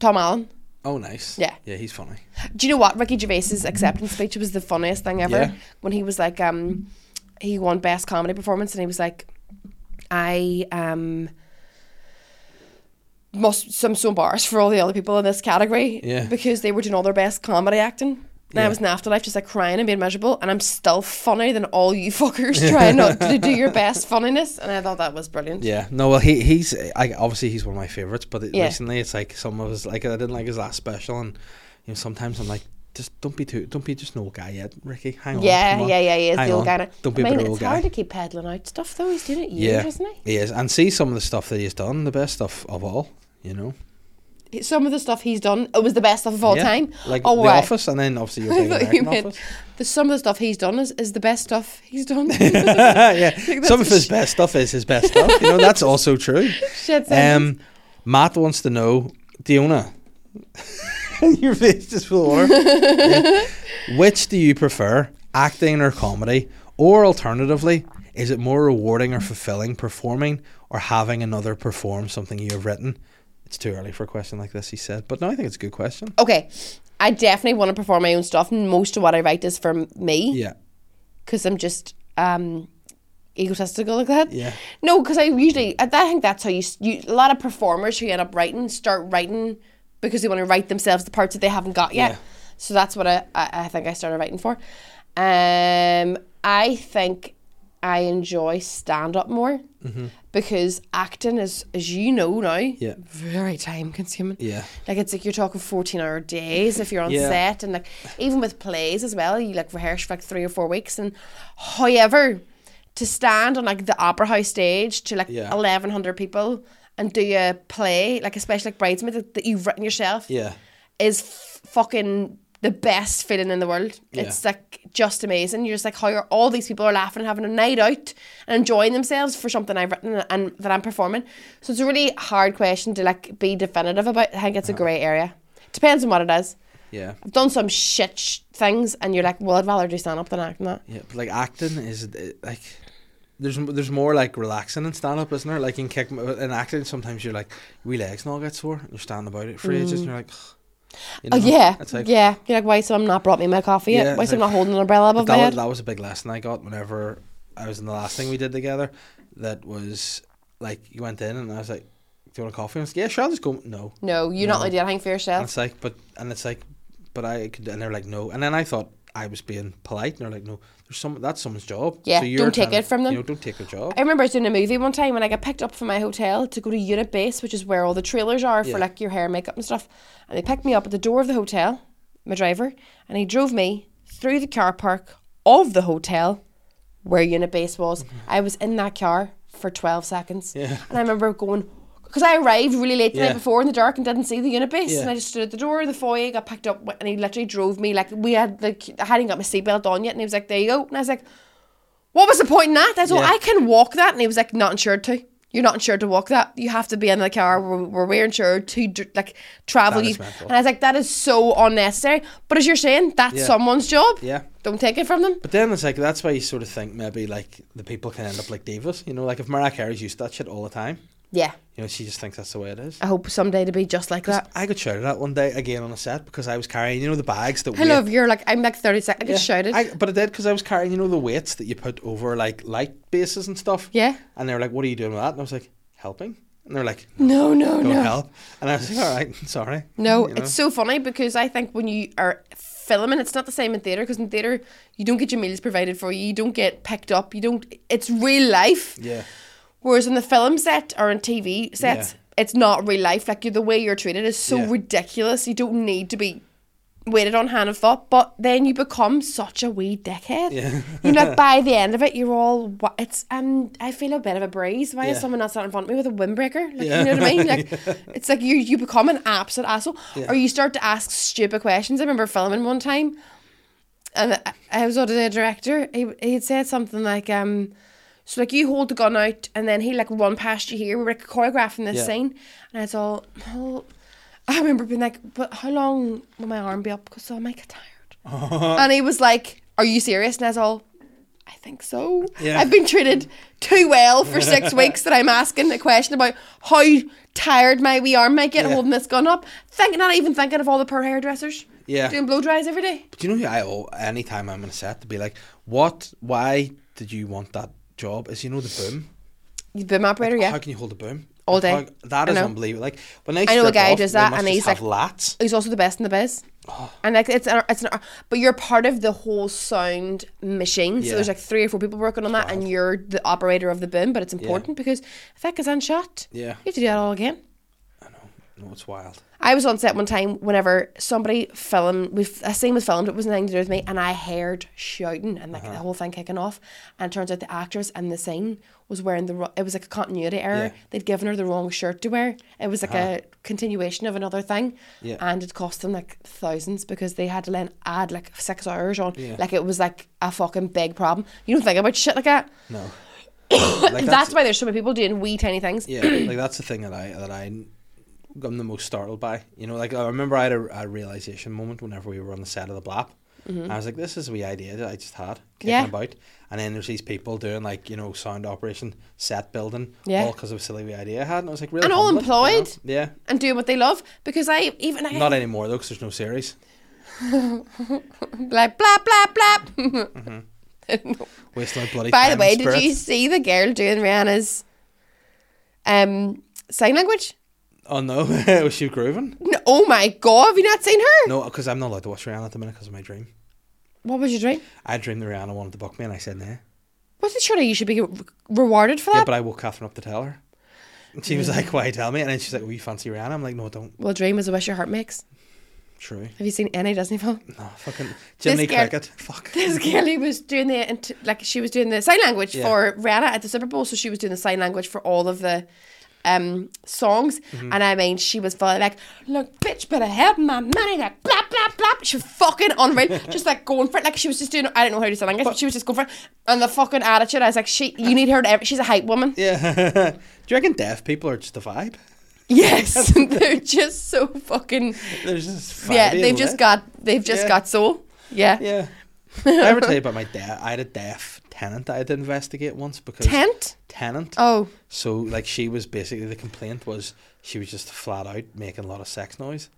Speaker 3: Tom Allen.
Speaker 1: Oh, nice.
Speaker 3: Yeah.
Speaker 1: Yeah, he's funny.
Speaker 3: Do you know what Ricky Gervais's acceptance speech was the funniest thing ever?
Speaker 1: Yeah.
Speaker 3: When he was like, um, he won best comedy performance, and he was like, I um. Must some so embarrassed for all the other people in this category
Speaker 1: Yeah.
Speaker 3: because they were doing all their best comedy acting. And I
Speaker 1: Yeah.
Speaker 3: was in the afterlife just like crying and being miserable, and I'm still funnier than all you fuckers trying not to do your best funniness. And I thought that was brilliant.
Speaker 1: Yeah, no, well, he he's I, obviously he's one of my favorites, but it,
Speaker 3: Yeah.
Speaker 1: recently it's like some of his like I didn't like his last special, and you know sometimes I'm like, just don't be too, don't be just an old guy yet, Ricky. Hang on,
Speaker 3: yeah,
Speaker 1: come on.
Speaker 3: yeah, yeah. He is
Speaker 1: Hang
Speaker 3: the old
Speaker 1: on.
Speaker 3: guy. now.
Speaker 1: Don't be
Speaker 3: I
Speaker 1: a
Speaker 3: mean,
Speaker 1: bit of
Speaker 3: it's
Speaker 1: old
Speaker 3: hard
Speaker 1: guy.
Speaker 3: to keep peddling out stuff though. He's doing it years,
Speaker 1: Yeah,
Speaker 3: isn't he?
Speaker 1: he is, and see some of the stuff that he's done, the best stuff of all, you know.
Speaker 3: some of the stuff he's done it was the best stuff of all
Speaker 1: Yeah,
Speaker 3: time.
Speaker 1: like
Speaker 3: oh,
Speaker 1: The
Speaker 3: right.
Speaker 1: Office, and then obviously your
Speaker 3: I
Speaker 1: Big
Speaker 3: thought you
Speaker 1: American
Speaker 3: meant
Speaker 1: Office.
Speaker 3: the, some of the stuff he's done is, is the best stuff he's done.
Speaker 1: yeah,
Speaker 3: that's
Speaker 1: some of
Speaker 3: a
Speaker 1: his
Speaker 3: sh-
Speaker 1: best stuff is his best stuff. You know, that's also true.
Speaker 3: Shit sentence.
Speaker 1: Um, Matt wants to know, Diona. Your face just full of water. Yeah. Which do you prefer, acting or comedy, or alternatively, is it more rewarding or fulfilling performing or having another perform something you have written? It's too early for a question like this, he said. But no, I think it's a good question.
Speaker 3: Okay. I definitely want to perform my own stuff. and Most of what I write is for m- me
Speaker 1: Yeah.
Speaker 3: because I'm just um, egotistical like that.
Speaker 1: Yeah.
Speaker 3: No, because I usually I, I think that's how you, s- you a lot of performers who end up writing start writing because they want to write themselves the parts that they haven't got yet.
Speaker 1: Yeah.
Speaker 3: So that's what I, I I think I started writing for. Um, I think I enjoy stand up more because acting is, as you know now,
Speaker 1: Mm-hmm. Yeah.
Speaker 3: very time consuming.
Speaker 1: Yeah.
Speaker 3: Like it's like you're talking fourteen hour days if you're on
Speaker 1: Yeah.
Speaker 3: set and like even with plays as well, you like rehearse for like three or four weeks and however, to stand on like the opera house stage to like
Speaker 1: Yeah.
Speaker 3: eleven hundred people and do a play, like especially like bridesmaid that, that you've written yourself
Speaker 1: Yeah.
Speaker 3: is f- fucking the best feeling in the world. It's like just amazing. You're just like how are, all these people are laughing, having a night out, and enjoying themselves for something I've written and, and that I'm performing. So it's a really hard question to like be definitive about. I think it's a
Speaker 1: Uh-huh.
Speaker 3: grey area. Depends on what it is.
Speaker 1: Yeah.
Speaker 3: I've done some shit sh- things, and you're like, well, I'd rather do stand up than act in that.
Speaker 1: Yeah, but like acting is uh, like there's m- there's more like relaxing in stand up, isn't there? Like in kick in acting, sometimes you're like your wee legs and all get sore, and you're standing about it for ages, and you're like, you
Speaker 3: Mm. Oh
Speaker 1: know,
Speaker 3: yeah,
Speaker 1: it's like-
Speaker 3: yeah. You're like, why? So I'm not brought me my coffee
Speaker 1: Yeah,
Speaker 3: yet. Why?
Speaker 1: it's
Speaker 3: So I'm
Speaker 1: like-
Speaker 3: not holding an umbrella
Speaker 1: But
Speaker 3: above my
Speaker 1: that was,
Speaker 3: head.
Speaker 1: that was a big lesson I got whenever I was in the last thing we did together. That was like you went in and I was like, "Do you want a coffee?" And I was like, "Yeah, sure." I'll just go. No,
Speaker 3: No, you're not
Speaker 1: No.
Speaker 3: allowed to do anything for
Speaker 1: and
Speaker 3: yourself.
Speaker 1: it's like, but and it's like, but I could, and they're like, "No," and then I thought I was being polite, and they're like, "No, there's some that's someone's job."
Speaker 3: Yeah, don't
Speaker 1: trying
Speaker 3: take
Speaker 1: to-
Speaker 3: it from them.
Speaker 1: You know, don't take a job.
Speaker 3: I remember I was doing a movie one time and I got picked up from my hotel to go to Unit Base, which is where all the trailers are
Speaker 1: Yeah.
Speaker 3: for like your hair and makeup and stuff. And they picked me up at the door of the hotel, my driver, and he drove me through the car park of the hotel where Unit Base was. I was in that car for 12 seconds.
Speaker 1: Mm-hmm. Yeah.
Speaker 3: And I remember going, because I arrived really late the
Speaker 1: Yeah.
Speaker 3: night before in the dark and didn't see the Unit Base.
Speaker 1: Yeah.
Speaker 3: And I just stood at the door of the foyer, got picked up, and he literally drove me. Like, we had the, I hadn't got my seatbelt on yet. And he was like, there you go. And I was like, what was the point in that? I thought,
Speaker 1: Yeah.
Speaker 3: I can walk that. And he was like, not insured to. You're not insured to walk that. You have to be in the car where, where we're insured to dr- like travel.
Speaker 1: That
Speaker 3: You.
Speaker 1: is mental.
Speaker 3: And I was like, that is so unnecessary. But as you're saying, that's
Speaker 1: Yeah.
Speaker 3: someone's job.
Speaker 1: Yeah.
Speaker 3: Don't take it from them.
Speaker 1: But then it's like that's why you sort of think maybe like the people can end up like divas, you know, like if Mariah Carey's used to that shit all the time,
Speaker 3: Yeah.
Speaker 1: you know, she just thinks that's the way it is.
Speaker 3: I hope someday to be just like that.
Speaker 1: I got shouted at one day again on a set because I was carrying, you know, the bags that.
Speaker 3: I
Speaker 1: weigh-
Speaker 3: love you're like I'm like 30 seconds. I
Speaker 1: Yeah.
Speaker 3: get shouted.
Speaker 1: I, but I did because I was carrying, you know, the weights that you put over like light bases and stuff.
Speaker 3: Yeah.
Speaker 1: And they were like, "What are you doing with that?" And I was like, "Helping." And they were like,
Speaker 3: no, no,
Speaker 1: "Don't
Speaker 3: no.
Speaker 1: help." And I was like, "All right, sorry."
Speaker 3: No,
Speaker 1: You know?
Speaker 3: it's so funny because I think when you are filming, it's not the same in theatre because in theatre, you don't get your meals provided for you, you don't get picked up, you don't. It's real life.
Speaker 1: yeah,
Speaker 3: Whereas on the film set or on TV sets,
Speaker 1: Yeah.
Speaker 3: it's not real life. Like you the way you're treated is so
Speaker 1: Yeah.
Speaker 3: ridiculous. You don't need to be waited on hand of thought. But then you become such a wee dickhead.
Speaker 1: Yeah.
Speaker 3: you know, like by the end of it, you're all. wa- It's um. I feel a bit of a breeze. Why
Speaker 1: Yeah.
Speaker 3: is someone not standing in front of me with a windbreaker? Like
Speaker 1: Yeah.
Speaker 3: you know what I mean? Like it's like you you become an absolute asshole, or you start to ask stupid questions. I remember filming one time and I- I was under the director. He he had said something like, um, so like you hold the gun out, and then he like run past you here. We were like choreographing this
Speaker 1: Yeah.
Speaker 3: scene, and I was all, well, I remember being like, but how long will my arm be up? Because I might get tired. and he was like, are you serious? And I was all. I think so.
Speaker 1: Yeah.
Speaker 3: I've been treated too well for six weeks that I'm asking a question about how tired my wee arm might get
Speaker 1: Yeah.
Speaker 3: holding this gun up. Think, not even thinking of all the poor hairdressers
Speaker 1: yeah.
Speaker 3: doing blow dries every day.
Speaker 1: Do you know who I owe any time I'm on a set to be like, what? Why did you want that job? Is you know the boom?
Speaker 3: You've been my operator, yeah.
Speaker 1: How can you hold a boom
Speaker 3: All
Speaker 1: Like,
Speaker 3: day.
Speaker 1: how- that
Speaker 3: I
Speaker 1: is
Speaker 3: know.
Speaker 1: unbelievable. Like when they
Speaker 3: I know a
Speaker 1: strip
Speaker 3: guy who
Speaker 1: off,
Speaker 3: does
Speaker 1: they
Speaker 3: that
Speaker 1: must
Speaker 3: and
Speaker 1: just
Speaker 3: he's
Speaker 1: have
Speaker 3: like-
Speaker 1: lats.
Speaker 3: He's also the best in the biz.
Speaker 1: Oh.
Speaker 3: And like it's an, it's an, but you're part of the whole sound machine.
Speaker 1: Yeah.
Speaker 3: So there's like three or four people working on that, and you're the operator of the boom. But it's important because if that gets unshot,
Speaker 1: Yeah.
Speaker 3: you have to do that all again.
Speaker 1: No, it's wild.
Speaker 3: I was on set one time whenever somebody filmed, we a scene was filmed, it was nothing to do with me, and I heard shouting and like
Speaker 1: Uh-huh.
Speaker 3: the whole thing kicking off. And it turns out the actress in the scene was wearing the, wro- it was like a continuity error.
Speaker 1: Yeah. Uh-huh.
Speaker 3: They'd given her the wrong shirt to wear. It was like a continuation of another thing.
Speaker 1: Yeah.
Speaker 3: And it cost them like thousands because they had to then add like six hours on. Like it was like a fucking big problem. You don't think about shit like that.
Speaker 1: No. like
Speaker 3: That's, why there's so many people doing wee tiny things.
Speaker 1: yeah, like that's the thing that I that I I'm the most startled by. You know, like I remember I had a, a realization moment whenever we were on the set of the Blap, I was like, this is a wee idea that I just had kicking
Speaker 3: Mm-hmm. Yeah.
Speaker 1: about. And then there's these people doing like you know sound operation, set building,
Speaker 3: Yeah.
Speaker 1: all because of a silly wee idea I had, and I was like, really
Speaker 3: And all
Speaker 1: humbling, you know?
Speaker 3: employed?
Speaker 1: Yeah,
Speaker 3: and doing what they love because I even I
Speaker 1: not anymore though, because there's no series.
Speaker 3: like blap blap blap.
Speaker 1: Waste my bloody. time
Speaker 3: By the
Speaker 1: and
Speaker 3: way, did
Speaker 1: spirit.
Speaker 3: you see the girl doing Rihanna's um sign language?
Speaker 1: Oh no, was she grooving?
Speaker 3: No, oh my god, have you not seen her?
Speaker 1: No, because I'm not allowed to watch Rihanna at the minute because of my dream.
Speaker 3: What was your dream?
Speaker 1: I dreamed that Rihanna wanted to book me, and I said nah.
Speaker 3: Was it surely you should be re- rewarded for that?
Speaker 1: Yeah, but I woke Catherine up to tell her. And she was like, "Why tell me?" And then she's like, "Well, you fancy Rihanna?" I'm like, "No, I don't."
Speaker 3: well, dream is a wish your heart makes.
Speaker 1: True.
Speaker 3: Have you seen any Disney film?
Speaker 1: No, fucking Jiminy
Speaker 3: girl-
Speaker 1: Cricket. Fuck.
Speaker 3: This girl who was doing the int- like she was doing the sign language
Speaker 1: Yeah.
Speaker 3: for Rihanna at the Super Bowl, so she was doing the sign language for all of the um songs, and I mean she was full of like, look, bitch, better have my money, like blah blah blah. She was fucking unreal, just like going for it, like she was just doing. I don't know how to sign language, but she was just going for it, and the fucking attitude. I was like, she, you need her. To ever, she's a hype woman.
Speaker 1: Yeah. Do you reckon deaf people are just a vibe?
Speaker 3: Yes, they're just so fucking.
Speaker 1: There's just
Speaker 3: Yeah,
Speaker 1: vibey and
Speaker 3: they've just
Speaker 1: lit.
Speaker 3: got they've just
Speaker 1: eh? Yeah.
Speaker 3: got soul. Yeah.
Speaker 1: Yeah. Did I ever tell you about my dad? I had a deaf tenant that I had to investigate once because
Speaker 3: Tent.
Speaker 1: tenant.
Speaker 3: Oh,
Speaker 1: So like she was basically the complaint was she was just flat out making a lot of sex noise.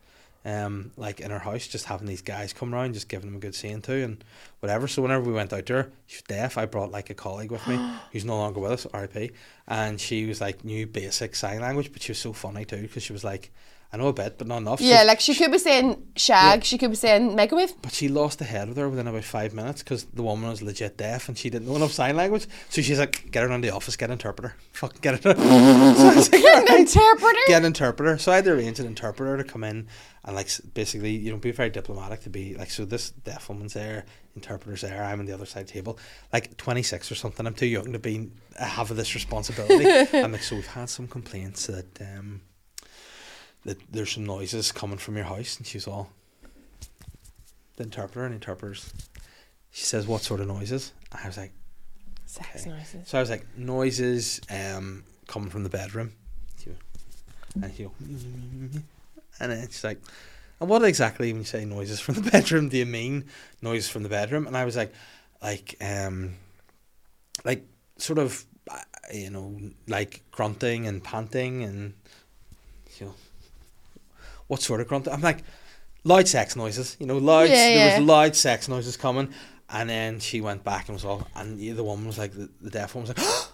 Speaker 1: Um, like in her house, just having these guys come round, just giving them a good seeing to and whatever. So whenever we went out there, she was deaf. I brought like a colleague with me who's no longer with us, RIP, and she was like new basic sign language, but she was so funny too because she was like, I know a bit, but not enough. So-
Speaker 3: yeah. Like she could be saying shag. She could be saying microwave.
Speaker 1: but she lost the head with her within about five minutes because the woman was legit deaf and she didn't know enough sign language. So she's like, get her in the office, get an interpreter. Fucking get her. so I was like,
Speaker 3: An
Speaker 1: "Alright."
Speaker 3: interpreter.
Speaker 1: Get an interpreter. So I had to arrange an interpreter to come in and like s- basically, you know, be very diplomatic to be like, so this deaf woman's there, interpreter's there, I'm on the other side of the table, like 26 or something. I'm too young to be uh, have this responsibility. I'm like, so we've had some complaints that um that there's some noises coming from your house, and she's all the interpreter and interpreters. She says, "What sort of noises?" I was like,
Speaker 3: Sex
Speaker 1: Okay.
Speaker 3: noises.
Speaker 1: so I was like, noises um, coming from the bedroom. She went, And she go, and then she's like, and what exactly when you say noises from the bedroom do you mean noises from the bedroom? And I was like, like, um, like sort of, uh, you know, like grunting and panting and, you know, what sort of grunting? I'm like, loud sex noises, you know, loud,
Speaker 3: Yeah,
Speaker 1: there
Speaker 3: yeah.
Speaker 1: was loud sex noises coming. And then she went back and was all, and the other woman was like, the, the deaf woman was like,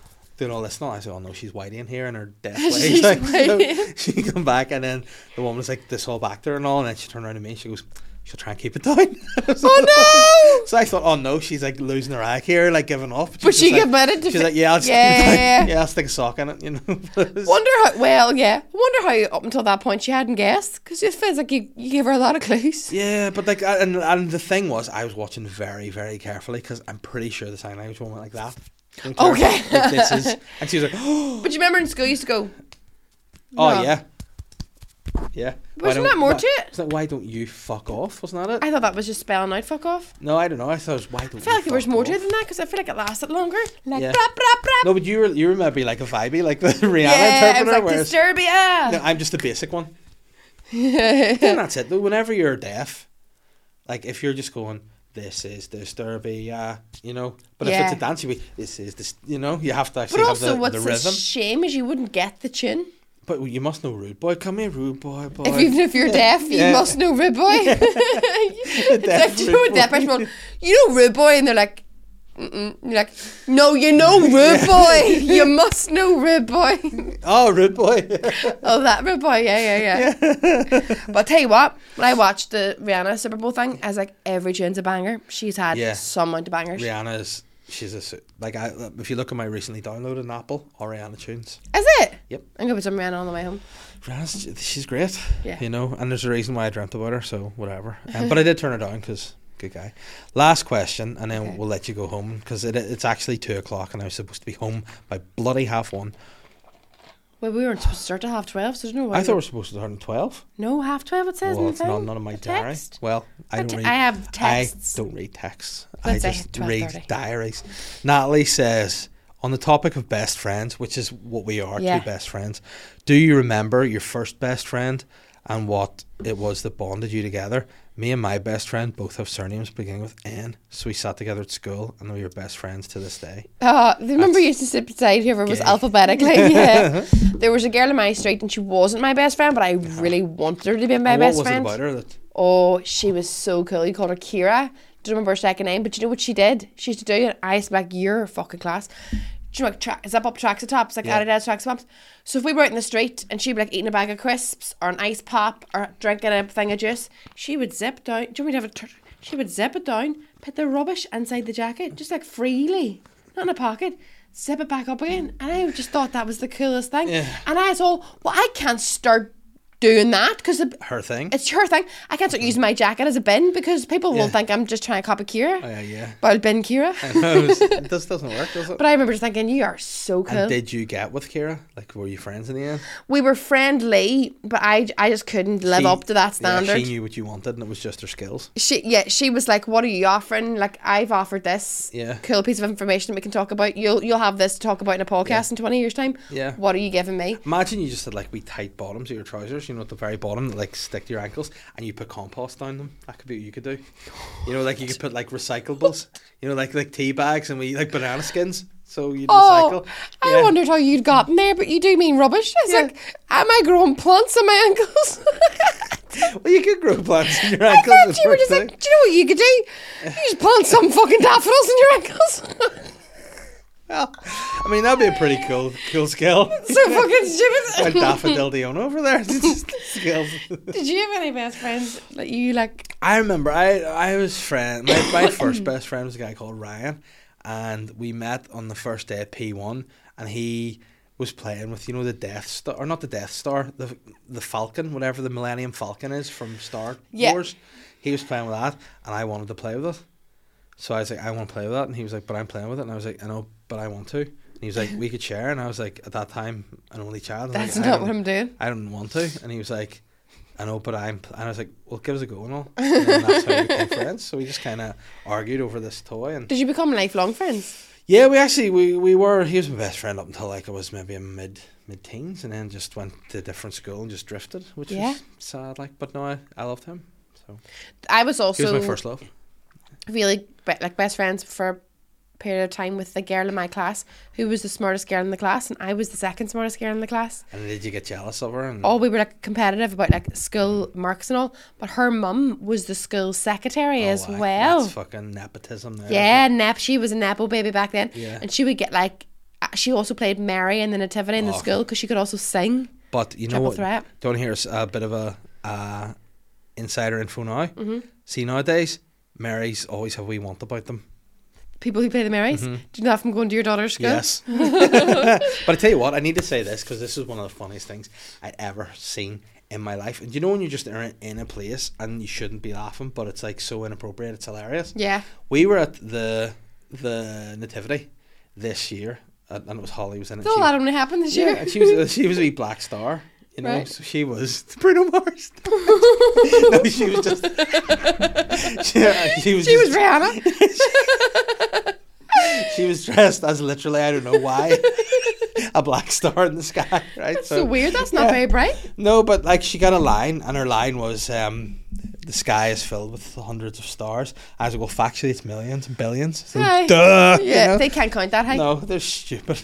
Speaker 1: doing all this. No, I said, oh no, she's whiting here in her deaf way.
Speaker 3: She's
Speaker 1: Like, so
Speaker 3: whiting.
Speaker 1: she come back and then the woman was like, this all back there and all. And then she turned around to me and she goes, she'll try and keep it down.
Speaker 3: Oh no!
Speaker 1: So I thought, oh no, she's like losing her act here, like giving off.
Speaker 3: But
Speaker 1: she's
Speaker 3: she
Speaker 1: just like,
Speaker 3: committed to
Speaker 1: She's
Speaker 3: fi-
Speaker 1: like, yeah, I'll just
Speaker 3: Yeah,
Speaker 1: keep it
Speaker 3: yeah,
Speaker 1: down.
Speaker 3: yeah.
Speaker 1: yeah, I'll stick a sock in it, you know.
Speaker 3: Wonder how. Well, yeah. Wonder how up until that point she hadn't guessed because it feels like you, you gave her a lot of clues.
Speaker 1: Yeah, but like, and and the thing was, I was watching very, very carefully because I'm pretty sure the sign language one went like that.
Speaker 3: Okay.
Speaker 1: Like, this is, and she was like, oh,
Speaker 3: But you remember in school you used to go. No.
Speaker 1: yeah, yeah. Why
Speaker 3: Wasn't
Speaker 1: don't-
Speaker 3: that more
Speaker 1: why-
Speaker 3: to it?
Speaker 1: It's like, why don't you fuck off? Wasn't that it?
Speaker 3: I thought that was just spelling out. Fuck off.
Speaker 1: no, I don't know. I thought it was why don't.
Speaker 3: I feel like there was more to it
Speaker 1: off?
Speaker 3: than that because I feel like it lasted longer. Like
Speaker 1: Yeah.
Speaker 3: brap brap brap.
Speaker 1: No, but you were you remember being like a vibey, like the Rihanna
Speaker 3: yeah, I was
Speaker 1: interpreter,
Speaker 3: like
Speaker 1: whereas
Speaker 3: Disturbia.
Speaker 1: No, I'm just the basic one. then that's it. Though, whenever you're deaf, like if you're just going, this is disturbing, yeah, you know. But if
Speaker 3: Yeah.
Speaker 1: it's a dance, you be, this is this, you know. You have to
Speaker 3: But
Speaker 1: actually have
Speaker 3: also,
Speaker 1: the,
Speaker 3: what's
Speaker 1: the
Speaker 3: the,
Speaker 1: rhythm.
Speaker 3: shame is you wouldn't get the chin.
Speaker 1: but you must know, rude boy. Come here, rude boy, boy.
Speaker 3: If even if you're deaf, you
Speaker 1: Yeah.
Speaker 3: must know Rude Boy. It's
Speaker 1: deaf
Speaker 3: like, do you know
Speaker 1: Rude
Speaker 3: a deaf
Speaker 1: Boy.
Speaker 3: person will, you know Rude Boy, and they're like, Mm-mm. you're like, no, you know Rude Boy. You must know Rude Boy.
Speaker 1: oh, rude boy.
Speaker 3: oh, that Rude Boy, yeah, yeah, yeah. But I'll tell you what, when I watched the Rihanna Super Bowl thing, I was like, every tune's a banger. She's had
Speaker 1: Yeah.
Speaker 3: some amount of bangers.
Speaker 1: Rihanna's. She's a su- like I. If you look at my recently downloaded on Apple, or Rihanna tunes.
Speaker 3: Is it?
Speaker 1: Yep.
Speaker 3: I'm gonna put some Rihanna on the way home.
Speaker 1: Rihanna's she's great.
Speaker 3: Yeah.
Speaker 1: You know, and there's a reason why I dreamt about her, so whatever. Um, but I did turn her down because good guy. Last question, and then
Speaker 3: Okay.
Speaker 1: we'll let you go home because it, it's actually two o'clock, and I was supposed to be home by bloody half one.
Speaker 3: Well, we weren't supposed to start at half twelve, so I don't know why.
Speaker 1: I
Speaker 3: we-
Speaker 1: thought we were supposed to turn at twelve.
Speaker 3: no half twelve. It says
Speaker 1: well,
Speaker 3: in the
Speaker 1: it's not
Speaker 3: thing.
Speaker 1: none of my
Speaker 3: The
Speaker 1: diary.
Speaker 3: text.
Speaker 1: Well, I
Speaker 3: I
Speaker 1: don't
Speaker 3: t-
Speaker 1: read.
Speaker 3: I have texts.
Speaker 1: I don't read texts.
Speaker 3: Let's
Speaker 1: I
Speaker 3: say
Speaker 1: just
Speaker 3: 12:30.
Speaker 1: read diaries. Natalie says on the topic of best friends, which is what we are,
Speaker 3: Yeah.
Speaker 1: two best friends. Do you remember your first best friend? and what it was that bonded you together. Me and my best friend both have surnames beginning with N, so we sat together at school and we were best friends to this day.
Speaker 3: Oh, remember you used to sit beside whoever was
Speaker 1: gay.
Speaker 3: alphabetically. Yeah. there was a girl in my street and she wasn't my best friend, but I really wanted her to be my
Speaker 1: And
Speaker 3: best
Speaker 1: what Oh, was
Speaker 3: friend.
Speaker 1: it about her that
Speaker 3: Oh, she was so cool. You called her Kira. Don't remember her second name, but you know what she did? She used to do it. I used to be like, you're a fucking class. Do you know, like, tra- zip up tracks of tops, like
Speaker 1: Yeah.
Speaker 3: Adidas tracks of tops. So if we were out in the street and she'd be like eating a bag of crisps or an ice pop or drinking a thing of juice, she would zip down. Do you want me to have a tur- She would zip it down, put the rubbish inside the jacket, just like freely, not in a pocket. Zip it back up again, and I just thought that was the coolest thing.
Speaker 1: Yeah.
Speaker 3: And I was all, well, I can't start doing that because
Speaker 1: her thing?
Speaker 3: it's your thing. I can't start using my jacket as a bin because people will
Speaker 1: Yeah. Oh,
Speaker 3: think I'm just trying to copy Kira.
Speaker 1: yeah, yeah.
Speaker 3: But I'll bin Kira.
Speaker 1: No, it's- it just doesn't work, does it?
Speaker 3: but I remember just thinking, you are so cool.
Speaker 1: and did you get with Kira? Like, were you friends in the end?
Speaker 3: we were friendly, but I, I just couldn't live
Speaker 1: She-
Speaker 3: up to that
Speaker 1: yeah,
Speaker 3: standard.
Speaker 1: she knew what you wanted, and it was just her skills.
Speaker 3: she yeah she was like what are you offering like i've offered this
Speaker 1: Yeah.
Speaker 3: cool piece of information we can talk about you'll you'll have this to talk about in a podcast in 20 years time
Speaker 1: Yeah.
Speaker 3: what are you giving me
Speaker 1: Imagine you just had like wee tight bottoms of your trousers, you know, at the very bottom that like stick to your ankles, and you put compost down them. That could be what you could do. You know, like you could put like recyclables, you know, like like tea bags and we like banana skins. So you
Speaker 3: oh
Speaker 1: recycle.
Speaker 3: i wondered how you'd gotten there but you do mean rubbish it's
Speaker 1: Yeah.
Speaker 3: like am i growing plants on my ankles
Speaker 1: Well, you could grow plants in your
Speaker 3: I
Speaker 1: ankles.
Speaker 3: thought
Speaker 1: is
Speaker 3: you were
Speaker 1: what
Speaker 3: just
Speaker 1: I'm
Speaker 3: like, do you know what you could do? You just plant some fucking daffodils in your ankles.
Speaker 1: Well, I mean, that'd be a pretty cool cool skill.
Speaker 3: so fucking stupid.
Speaker 1: Went daffodil Dion over there. skills.
Speaker 3: Did you have any best friends that you like?
Speaker 1: I remember I I was friend my, my first best friend was a guy called Ryan and we met on the first day at P one and he was playing with you know the Death Star or not the Death Star the the Falcon whatever the Millennium Falcon is from Star
Speaker 3: Yeah.
Speaker 1: Wars he was playing with that and I wanted to play with it so I was like I want to play with that and he was like but I'm playing with it and I was like I know but I want to and he was like we could share and I was like at that time an only child I was
Speaker 3: That's
Speaker 1: like, I
Speaker 3: not
Speaker 1: don't-
Speaker 3: what I'm doing.
Speaker 1: I didn't want to. And he was like, I know, but I'm. And I was like, well, give us a go and all. And then that's how we became friends. So we just kind of argued over this toy. And
Speaker 3: Did you become lifelong friends?
Speaker 1: yeah, we actually we, we were. He was my best friend up until like I was maybe in mid mid teens, and then just went to a different school and just drifted, which
Speaker 3: Yeah.
Speaker 1: was sad. Like, but no, I, I loved him. So
Speaker 3: I was also
Speaker 1: he was my first love.
Speaker 3: really be- like best friends for a period of time with the girl in my class who was the smartest girl in the class, and I was the second smartest girl in the class.
Speaker 1: And did you get jealous of her? And
Speaker 3: all we were like competitive about like school marks and all, but her mum was the school secretary
Speaker 1: Oh,
Speaker 3: as
Speaker 1: like,
Speaker 3: well.
Speaker 1: That's fucking nepotism. There.
Speaker 3: Yeah, Nep. She was a Nepo baby back then.
Speaker 1: Yeah.
Speaker 3: And she would get like, uh, she also played Mary in the Nativity in the
Speaker 1: Oh.
Speaker 3: school because she could also sing.
Speaker 1: But you know
Speaker 3: Triple
Speaker 1: what?
Speaker 3: threat.
Speaker 1: Don't hear us a bit of a uh, insider info now. Mm-hmm. See nowadays, Marys always have we want about them.
Speaker 3: People who play the Marys. Do you know that from going to your daughter's school?
Speaker 1: Mm-hmm. Yes. but I tell you what, I need to say this because this is one of the funniest things I'd ever seen in my life. And you know when you're just in in a place and you shouldn't be laughing, but it's like so inappropriate, it's hilarious.
Speaker 3: Yeah.
Speaker 1: We were at the the nativity this year, and and it was Holly was in it.
Speaker 3: So
Speaker 1: She-
Speaker 3: that only happened this
Speaker 1: yeah,
Speaker 3: year.
Speaker 1: and she was uh, she was a wee black star, you know.
Speaker 3: Right.
Speaker 1: So she was Bruno Mars. no, she was just. she, she was.
Speaker 3: She was
Speaker 1: just-
Speaker 3: Rihanna.
Speaker 1: she was dressed as literally I don't know why, a black star in the sky, right?
Speaker 3: So weird. That's not
Speaker 1: yeah.
Speaker 3: very bright.
Speaker 1: No, but like she got a line, and her line was, um, "The sky is filled with hundreds of stars." I was like, "Well, factually, it's millions and billions. So,
Speaker 3: Aye.
Speaker 1: duh. you
Speaker 3: Yeah,
Speaker 1: know?
Speaker 3: they can't count that high.
Speaker 1: No, they're stupid.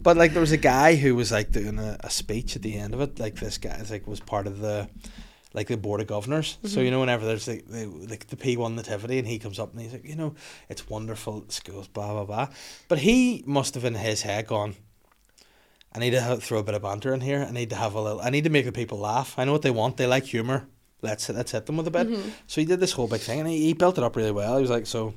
Speaker 1: but, like, there was a guy who was like doing a, a speech at the end of it. Like this guy, is, like was part of the, like the board of governors.
Speaker 3: Mm-hmm.
Speaker 1: So you know, whenever there's like the like the P one nativity, and he comes up and he's like, you know, it's wonderful schools, blah blah blah. But he must have in his head gone. I need to ha throw a bit of banter in here. I need to have a little. I need to make the people laugh. I know what they want. They like humor. Let's let's hit them with a bit.
Speaker 3: Mm-hmm.
Speaker 1: So he did this whole big thing, and he, he built it up really well. He was like, so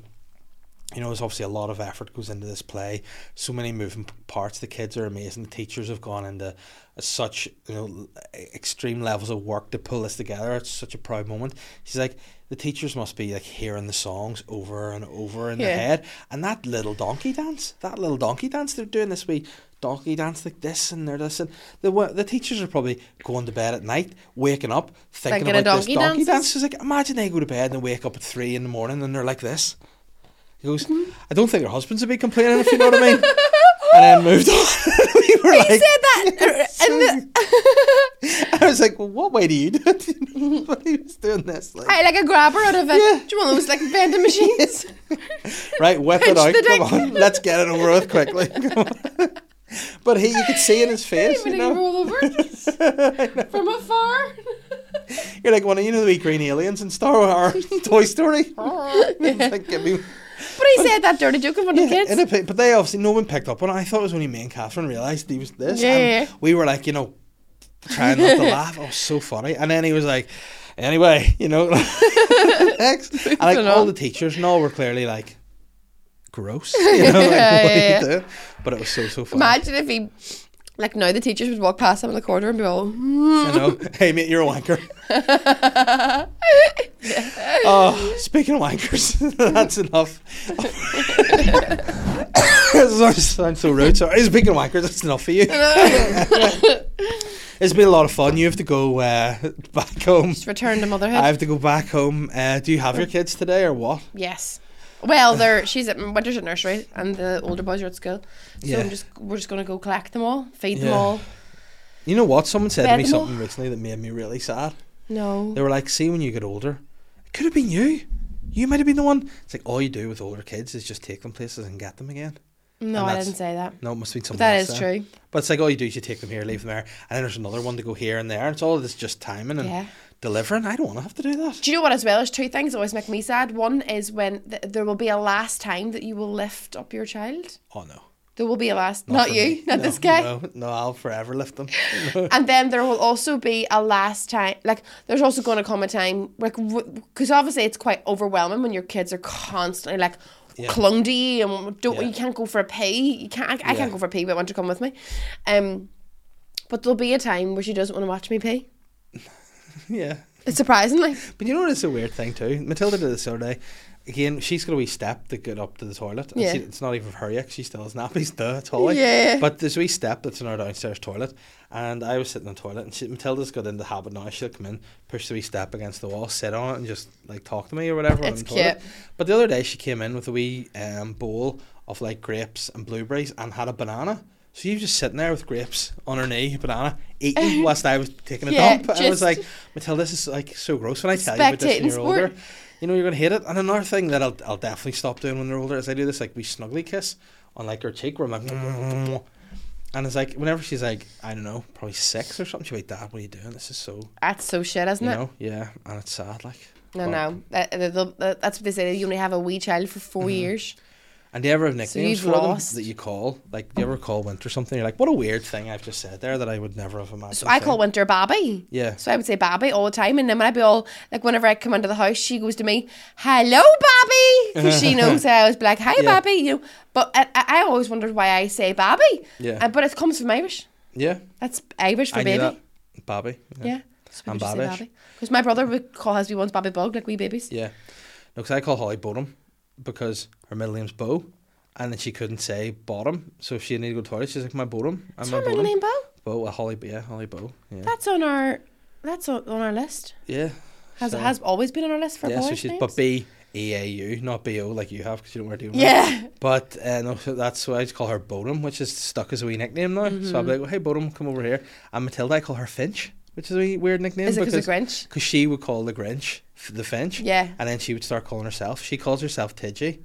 Speaker 1: you know, there's obviously a lot of effort goes into this play. So many moving p- parts. The kids are amazing. The teachers have gone into such you know l- e, extreme levels of work to pull this together. It's such a proud moment. She's like, the teachers must be like hearing the songs over and over in
Speaker 3: Yeah.
Speaker 1: their head, and that little donkey dance, that little donkey dance, they're doing this wee donkey dance like this and they're this and the wa- the teachers are probably going to bed at night, waking up thinking,
Speaker 3: Thinking of
Speaker 1: about
Speaker 3: donkey
Speaker 1: this donkey
Speaker 3: dances.
Speaker 1: dance. She's like, imagine they go to bed and they wake up at three in the morning and they're like this. He goes,
Speaker 3: Mm-hmm.
Speaker 1: I don't think her husband's would be complaining if you know what I mean. and then moved on. we were
Speaker 3: He
Speaker 1: like,
Speaker 3: said that. uh, in the-
Speaker 1: I was like, well, what way do you do it? but he was doing this. Like,
Speaker 3: Mm-hmm. I like a grabber out of it.
Speaker 1: Yeah.
Speaker 3: Do you want those like vending machines?
Speaker 1: right, whip it
Speaker 3: Pinch
Speaker 1: out.
Speaker 3: the
Speaker 1: Come on,
Speaker 3: dick.
Speaker 1: let's get it over with quickly. Come on. but he, you could see in his face,
Speaker 3: Even
Speaker 1: you
Speaker 3: if
Speaker 1: know.
Speaker 3: roll over
Speaker 1: I know.
Speaker 3: from afar.
Speaker 1: You're like one of you know the wee green aliens in Star Wars, Toy Story. like, give me,
Speaker 3: But he said that dirty joke in front of
Speaker 1: yeah,
Speaker 3: kids.
Speaker 1: and it, but they obviously no one picked up on it. I thought it was only me and Catherine realised he was this.
Speaker 3: Yeah,
Speaker 1: and
Speaker 3: yeah.
Speaker 1: we were like, you know, trying not to laugh. It was so funny. And then he was like, anyway, you know, next. And like
Speaker 3: Moving
Speaker 1: all
Speaker 3: on.
Speaker 1: the teachers and all were clearly like, gross. You know, like,
Speaker 3: Yeah,
Speaker 1: what
Speaker 3: yeah,
Speaker 1: are you doing? But it was so so funny.
Speaker 3: Imagine if he, like now the teachers would walk past him in the corridor and be all, hmm.
Speaker 1: you know, hey mate, you're a wanker. oh, speaking of wankers, that's enough. I sound so rude. Sorry. Speaking of wankers, that's enough for you. it's been a lot of fun. You have to go uh, back home.
Speaker 3: Just return to motherhood.
Speaker 1: I have to go back home. Uh, do you have your kids today or what?
Speaker 3: Yes. Well, they're she's at Winter's at nursery, and the older boys are at school. So
Speaker 1: Yeah.
Speaker 3: I'm just we're just gonna go collect them all, feed them
Speaker 1: Yeah.
Speaker 3: all.
Speaker 1: You know what? Someone said to me
Speaker 3: Bedlam.
Speaker 1: something recently that made me really sad.
Speaker 3: No.
Speaker 1: They were like, see when you get older, it could have been you. You might have been the one. It's like all you do with older kids is just take them places and get them again.
Speaker 3: No,
Speaker 1: and
Speaker 3: I
Speaker 1: that's-
Speaker 3: didn't say that.
Speaker 1: No, it must be something.
Speaker 3: That
Speaker 1: else
Speaker 3: is
Speaker 1: then.
Speaker 3: true.
Speaker 1: But it's like all you do is you take them here, leave them there, and then there's another one to go here and there. It's all this just timing and
Speaker 3: Yeah.
Speaker 1: delivering. I don't want to have to do that.
Speaker 3: Do you know what as well? There's two things that always make me sad. One is when th- there will be a last time that you will lift up your child.
Speaker 1: Oh no,
Speaker 3: There will be a last, not,
Speaker 1: for
Speaker 3: you,
Speaker 1: me.
Speaker 3: not
Speaker 1: No,
Speaker 3: this guy.
Speaker 1: No, no, I'll forever lift them.
Speaker 3: And then there will also be a last time, like there's also going to come a time, like because obviously it's quite overwhelming when your kids are constantly like
Speaker 1: Yeah.
Speaker 3: clung to you and don't
Speaker 1: Yeah.
Speaker 3: you can't go for a pee, you can't, I, I
Speaker 1: Yeah.
Speaker 3: can't go for a pee, but want to come with me, um, but there'll be a time where she doesn't want to watch me pee.
Speaker 1: yeah,
Speaker 3: It's surprisingly,
Speaker 1: but you know what? It's a weird thing too. Matilda did this the other day. Again, she's got a wee step to get up to the toilet. And
Speaker 3: Yeah.
Speaker 1: she, it's not even her yet. 'cause She still has nappies. Duh, it's Holly.
Speaker 3: Yeah.
Speaker 1: But there's a wee step that's in our downstairs toilet, and I was sitting in the toilet, and she, Matilda's got into the habit now. She'll come in, push the wee step against the wall, sit on it, and just like talk to me or whatever.
Speaker 3: It's
Speaker 1: on the toilet.
Speaker 3: cute.
Speaker 1: But the other day she came in with a wee um, bowl of like grapes and blueberries and had a banana. So you was just sitting there with grapes on her knee, banana, eating whilst I was taking a
Speaker 3: Yeah,
Speaker 1: dump. And I was
Speaker 3: just-
Speaker 1: like, Matilda, this is like so gross. When I tell you about this when
Speaker 3: Spectating
Speaker 1: you're older,
Speaker 3: sport.
Speaker 1: you know you're gonna hate it. And another thing that I'll, I'll definitely stop doing when they're older is I do this like we snuggly kiss on like her cheek where I'm like, and it's like whenever she's like I don't know probably six or something, she'll be like, Dad, what are you doing? This is so
Speaker 3: that's so shit, isn't
Speaker 1: you
Speaker 3: it?
Speaker 1: know yeah, and it's sad like.
Speaker 3: No,
Speaker 1: But-
Speaker 3: no, that, that- that- that's what they say. You only have a wee child for
Speaker 1: Mm-hmm.
Speaker 3: 4 years.
Speaker 1: And do you ever have nicknames
Speaker 3: you've
Speaker 1: for
Speaker 3: lost.
Speaker 1: them that you call? Like, do you ever call Winter something? You're like, what a weird thing I've just said there that I would never have imagined.
Speaker 3: So I call
Speaker 1: saying."
Speaker 3: Winter Bobby.
Speaker 1: Yeah.
Speaker 3: So I would say Bobby all the time, and then when I'd be all like, whenever I come into the house, she goes to me, "Hello, Bobby," because she knows that I always be like, "Hi,
Speaker 1: Yeah.
Speaker 3: Bobby," you know. But I, I I always wondered why I say Bobby.
Speaker 1: Yeah.
Speaker 3: Uh, but it comes from Irish.
Speaker 1: Yeah,
Speaker 3: That's Irish for
Speaker 1: I knew
Speaker 3: baby.
Speaker 1: that. Bobby. Yeah.
Speaker 3: Yeah. So we
Speaker 1: And
Speaker 3: just say
Speaker 1: Babish.
Speaker 3: Bobby. Because my brother would call his wee ones Bobby Bug, like wee babies.
Speaker 1: Yeah. No, 'cause I call Holly Bottom because her middle name's Bo, and then she couldn't say Bottom, so if she needed to go to the toilet, she's like, my Bottom. I'm
Speaker 3: That's
Speaker 1: my
Speaker 3: our middle
Speaker 1: Bottom.
Speaker 3: name, Bo.
Speaker 1: Bo, uh, Holly, yeah, Holly Bo. Yeah.
Speaker 3: That's on our. That's on on our list.
Speaker 1: yeah.
Speaker 3: Has
Speaker 1: So-
Speaker 3: has always been on our list for
Speaker 1: Yeah,
Speaker 3: boys.
Speaker 1: so she's,
Speaker 3: names.
Speaker 1: but B E A U, not B O like you have because you don't wear deodorant.
Speaker 3: Yeah.
Speaker 1: But uh, no, so that's why I just call her Bodum, which is stuck as a wee nickname now. So I'm
Speaker 3: Mm-hmm.
Speaker 1: like, well, hey Bodum, come over here. And Matilda, I call her Finch, which is a wee weird nickname.
Speaker 3: Is it 'cause of Grinch?
Speaker 1: Because she would call the Grinch f- the Finch.
Speaker 3: Yeah.
Speaker 1: And then she would start calling herself. She calls herself Tidgy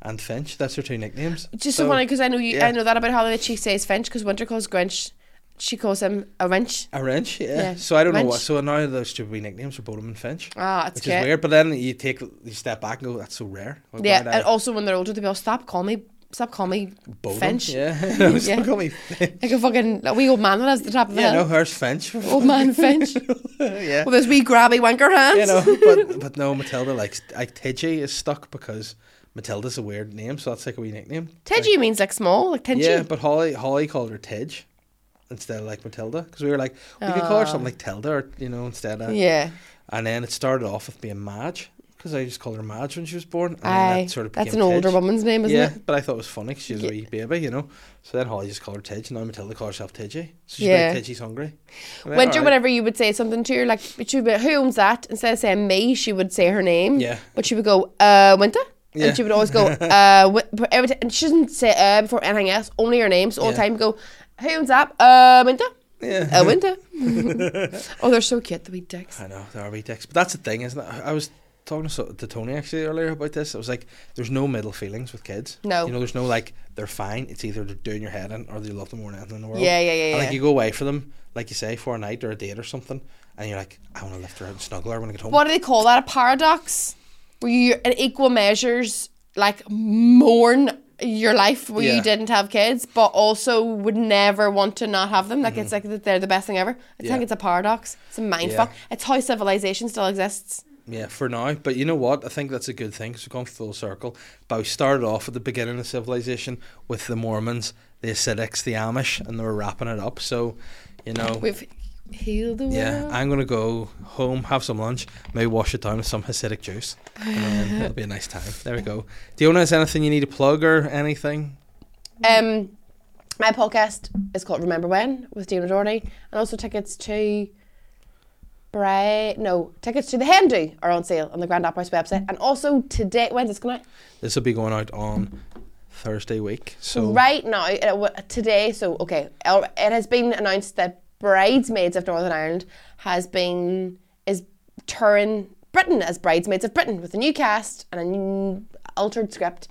Speaker 1: and Finch. That's her two nicknames.
Speaker 3: Just so funny because I know you,
Speaker 1: yeah.
Speaker 3: I know that about Holly that she says Finch because Winter calls Grinch, she calls him a wrench.
Speaker 1: A wrench, yeah.
Speaker 3: Yeah,
Speaker 1: So I don't know what.
Speaker 3: wrench.
Speaker 1: So now those two wee nicknames are Bodum and Finch.
Speaker 3: Ah, that's
Speaker 1: which
Speaker 3: cute.
Speaker 1: is weird. But then you take you step back and go, that's so rare. uh, Why
Speaker 3: Yeah,
Speaker 1: would I
Speaker 3: and also when they're older, they'll be all stop call me, stop call me
Speaker 1: Bodum?"
Speaker 3: Finch.
Speaker 1: Yeah. no,
Speaker 3: Yeah.
Speaker 1: yeah. Call me Finch.
Speaker 3: Like a fucking like wee old man that lives at the top of the
Speaker 1: Yeah, no,
Speaker 3: hill.
Speaker 1: hers Finch.
Speaker 3: Old man Finch with
Speaker 1: yeah.
Speaker 3: those wee grabby wanker hands.
Speaker 1: you know, but but no, Matilda like like Tidgy is stuck because Matilda's a weird name, so that's like a wee nickname.
Speaker 3: Tidgy means like small, like
Speaker 1: Like,
Speaker 3: Tidgy.
Speaker 1: yeah, but Holly Holly called her Tidge instead of like Matilda because we were like we could call her something like Tilda or you know instead of
Speaker 3: Ah. yeah.
Speaker 1: And then it started off with being Madge because I just called her Madge when she was born. And then
Speaker 3: Aye,
Speaker 1: that sort of
Speaker 3: that's an
Speaker 1: became
Speaker 3: older
Speaker 1: Tidge.
Speaker 3: woman's name, isn't
Speaker 1: yeah,
Speaker 3: it?
Speaker 1: but I thought it was funny because she was a
Speaker 3: Yeah.
Speaker 1: wee baby, you know. So then Holly just called her Tidge, and now Matilda called herself Tidgy. So she's
Speaker 3: Yeah.
Speaker 1: like, Tidgy's hungry. And then,
Speaker 3: Winter,
Speaker 1: "Alright."
Speaker 3: whenever you would say something to her, like, but she'd be like, who owns that? Instead of saying me, she would say her name.
Speaker 1: Yeah.
Speaker 3: But she would go, uh, Winter.
Speaker 1: Yeah.
Speaker 3: And she would always go, uh, wi- but every time, and she doesn't say uh before anything else, only her name. So all the
Speaker 1: Yeah.
Speaker 3: time, go, who owns that? Uh, Winter.
Speaker 1: Yeah.
Speaker 3: A window. oh, they're so cute, the wee dicks.
Speaker 1: I know they are wee dicks, but that's the thing, isn't it? I was talking to, so- to Tony actually earlier about this. I was like, there's no middle feelings with kids.
Speaker 3: No.
Speaker 1: you know, there's no like they're fine. It's either they're doing your head in or they love them more than anything in the world.
Speaker 3: Yeah, yeah, yeah,
Speaker 1: And
Speaker 3: yeah.
Speaker 1: like you go away for them, like you say, for a night or a date or something, and you're like, I want to lift her out and snuggle her when I get home.
Speaker 3: What do they call that? A paradox? Where you in equal measures like mourn your life where
Speaker 1: Yeah.
Speaker 3: you didn't have kids, but also would never want to not have them. Like it's like that they're the best thing ever. It's
Speaker 1: Mm-hmm. Yeah.
Speaker 3: like it's a paradox. It's a mindfuck.
Speaker 1: Yeah.
Speaker 3: It's how civilization still exists.
Speaker 1: Yeah, for now. But you know what? I think that's a good thing 'cause we've gone full circle. But we started off at the beginning of civilization with the Mormons, the Ascetics, the Amish, and they were wrapping it up. So, you know,
Speaker 3: We've healed the world.
Speaker 1: yeah, I'm gonna go home, have some lunch, maybe wash it down with some Hasidic juice, and then it'll be a nice time. There we go. Diona, is anything you need to plug or anything?
Speaker 3: Um, my podcast is called Remember When with Dana Doherty, and also tickets to Bray. No, tickets to the Hindu are on sale on the Grand Opera House website, and also today when's this going out?
Speaker 1: This will be going out on Thursday week. So
Speaker 3: Right now, uh, w- today. So okay, uh, it has been announced that Bridesmaids of Northern Ireland has been is touring Britain as Bridesmaids of Britain with a new cast and a new altered script,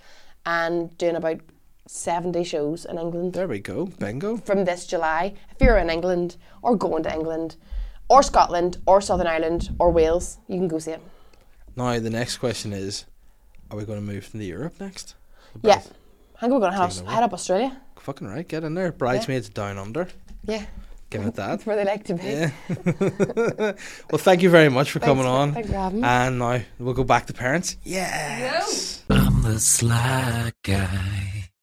Speaker 3: and doing about seventy shows in England.
Speaker 1: there we go. Bingo.
Speaker 3: from this July if you're in England or going to England or Scotland or Southern Ireland or Wales, you can go see it.
Speaker 1: Now the next question is, are we going to move to Europe next?
Speaker 3: Yeah. I think we're going to have head up Australia.
Speaker 1: Fucking right, get in there. Bridesmaids down under.
Speaker 3: Yeah.
Speaker 1: Give it that.
Speaker 3: That's where they like to be.
Speaker 1: Yeah. well, thank you very much for coming
Speaker 3: for-
Speaker 1: on.
Speaker 3: thanks for having me.
Speaker 1: And now we'll go back to parents. Yes.
Speaker 2: I'm the sly guy.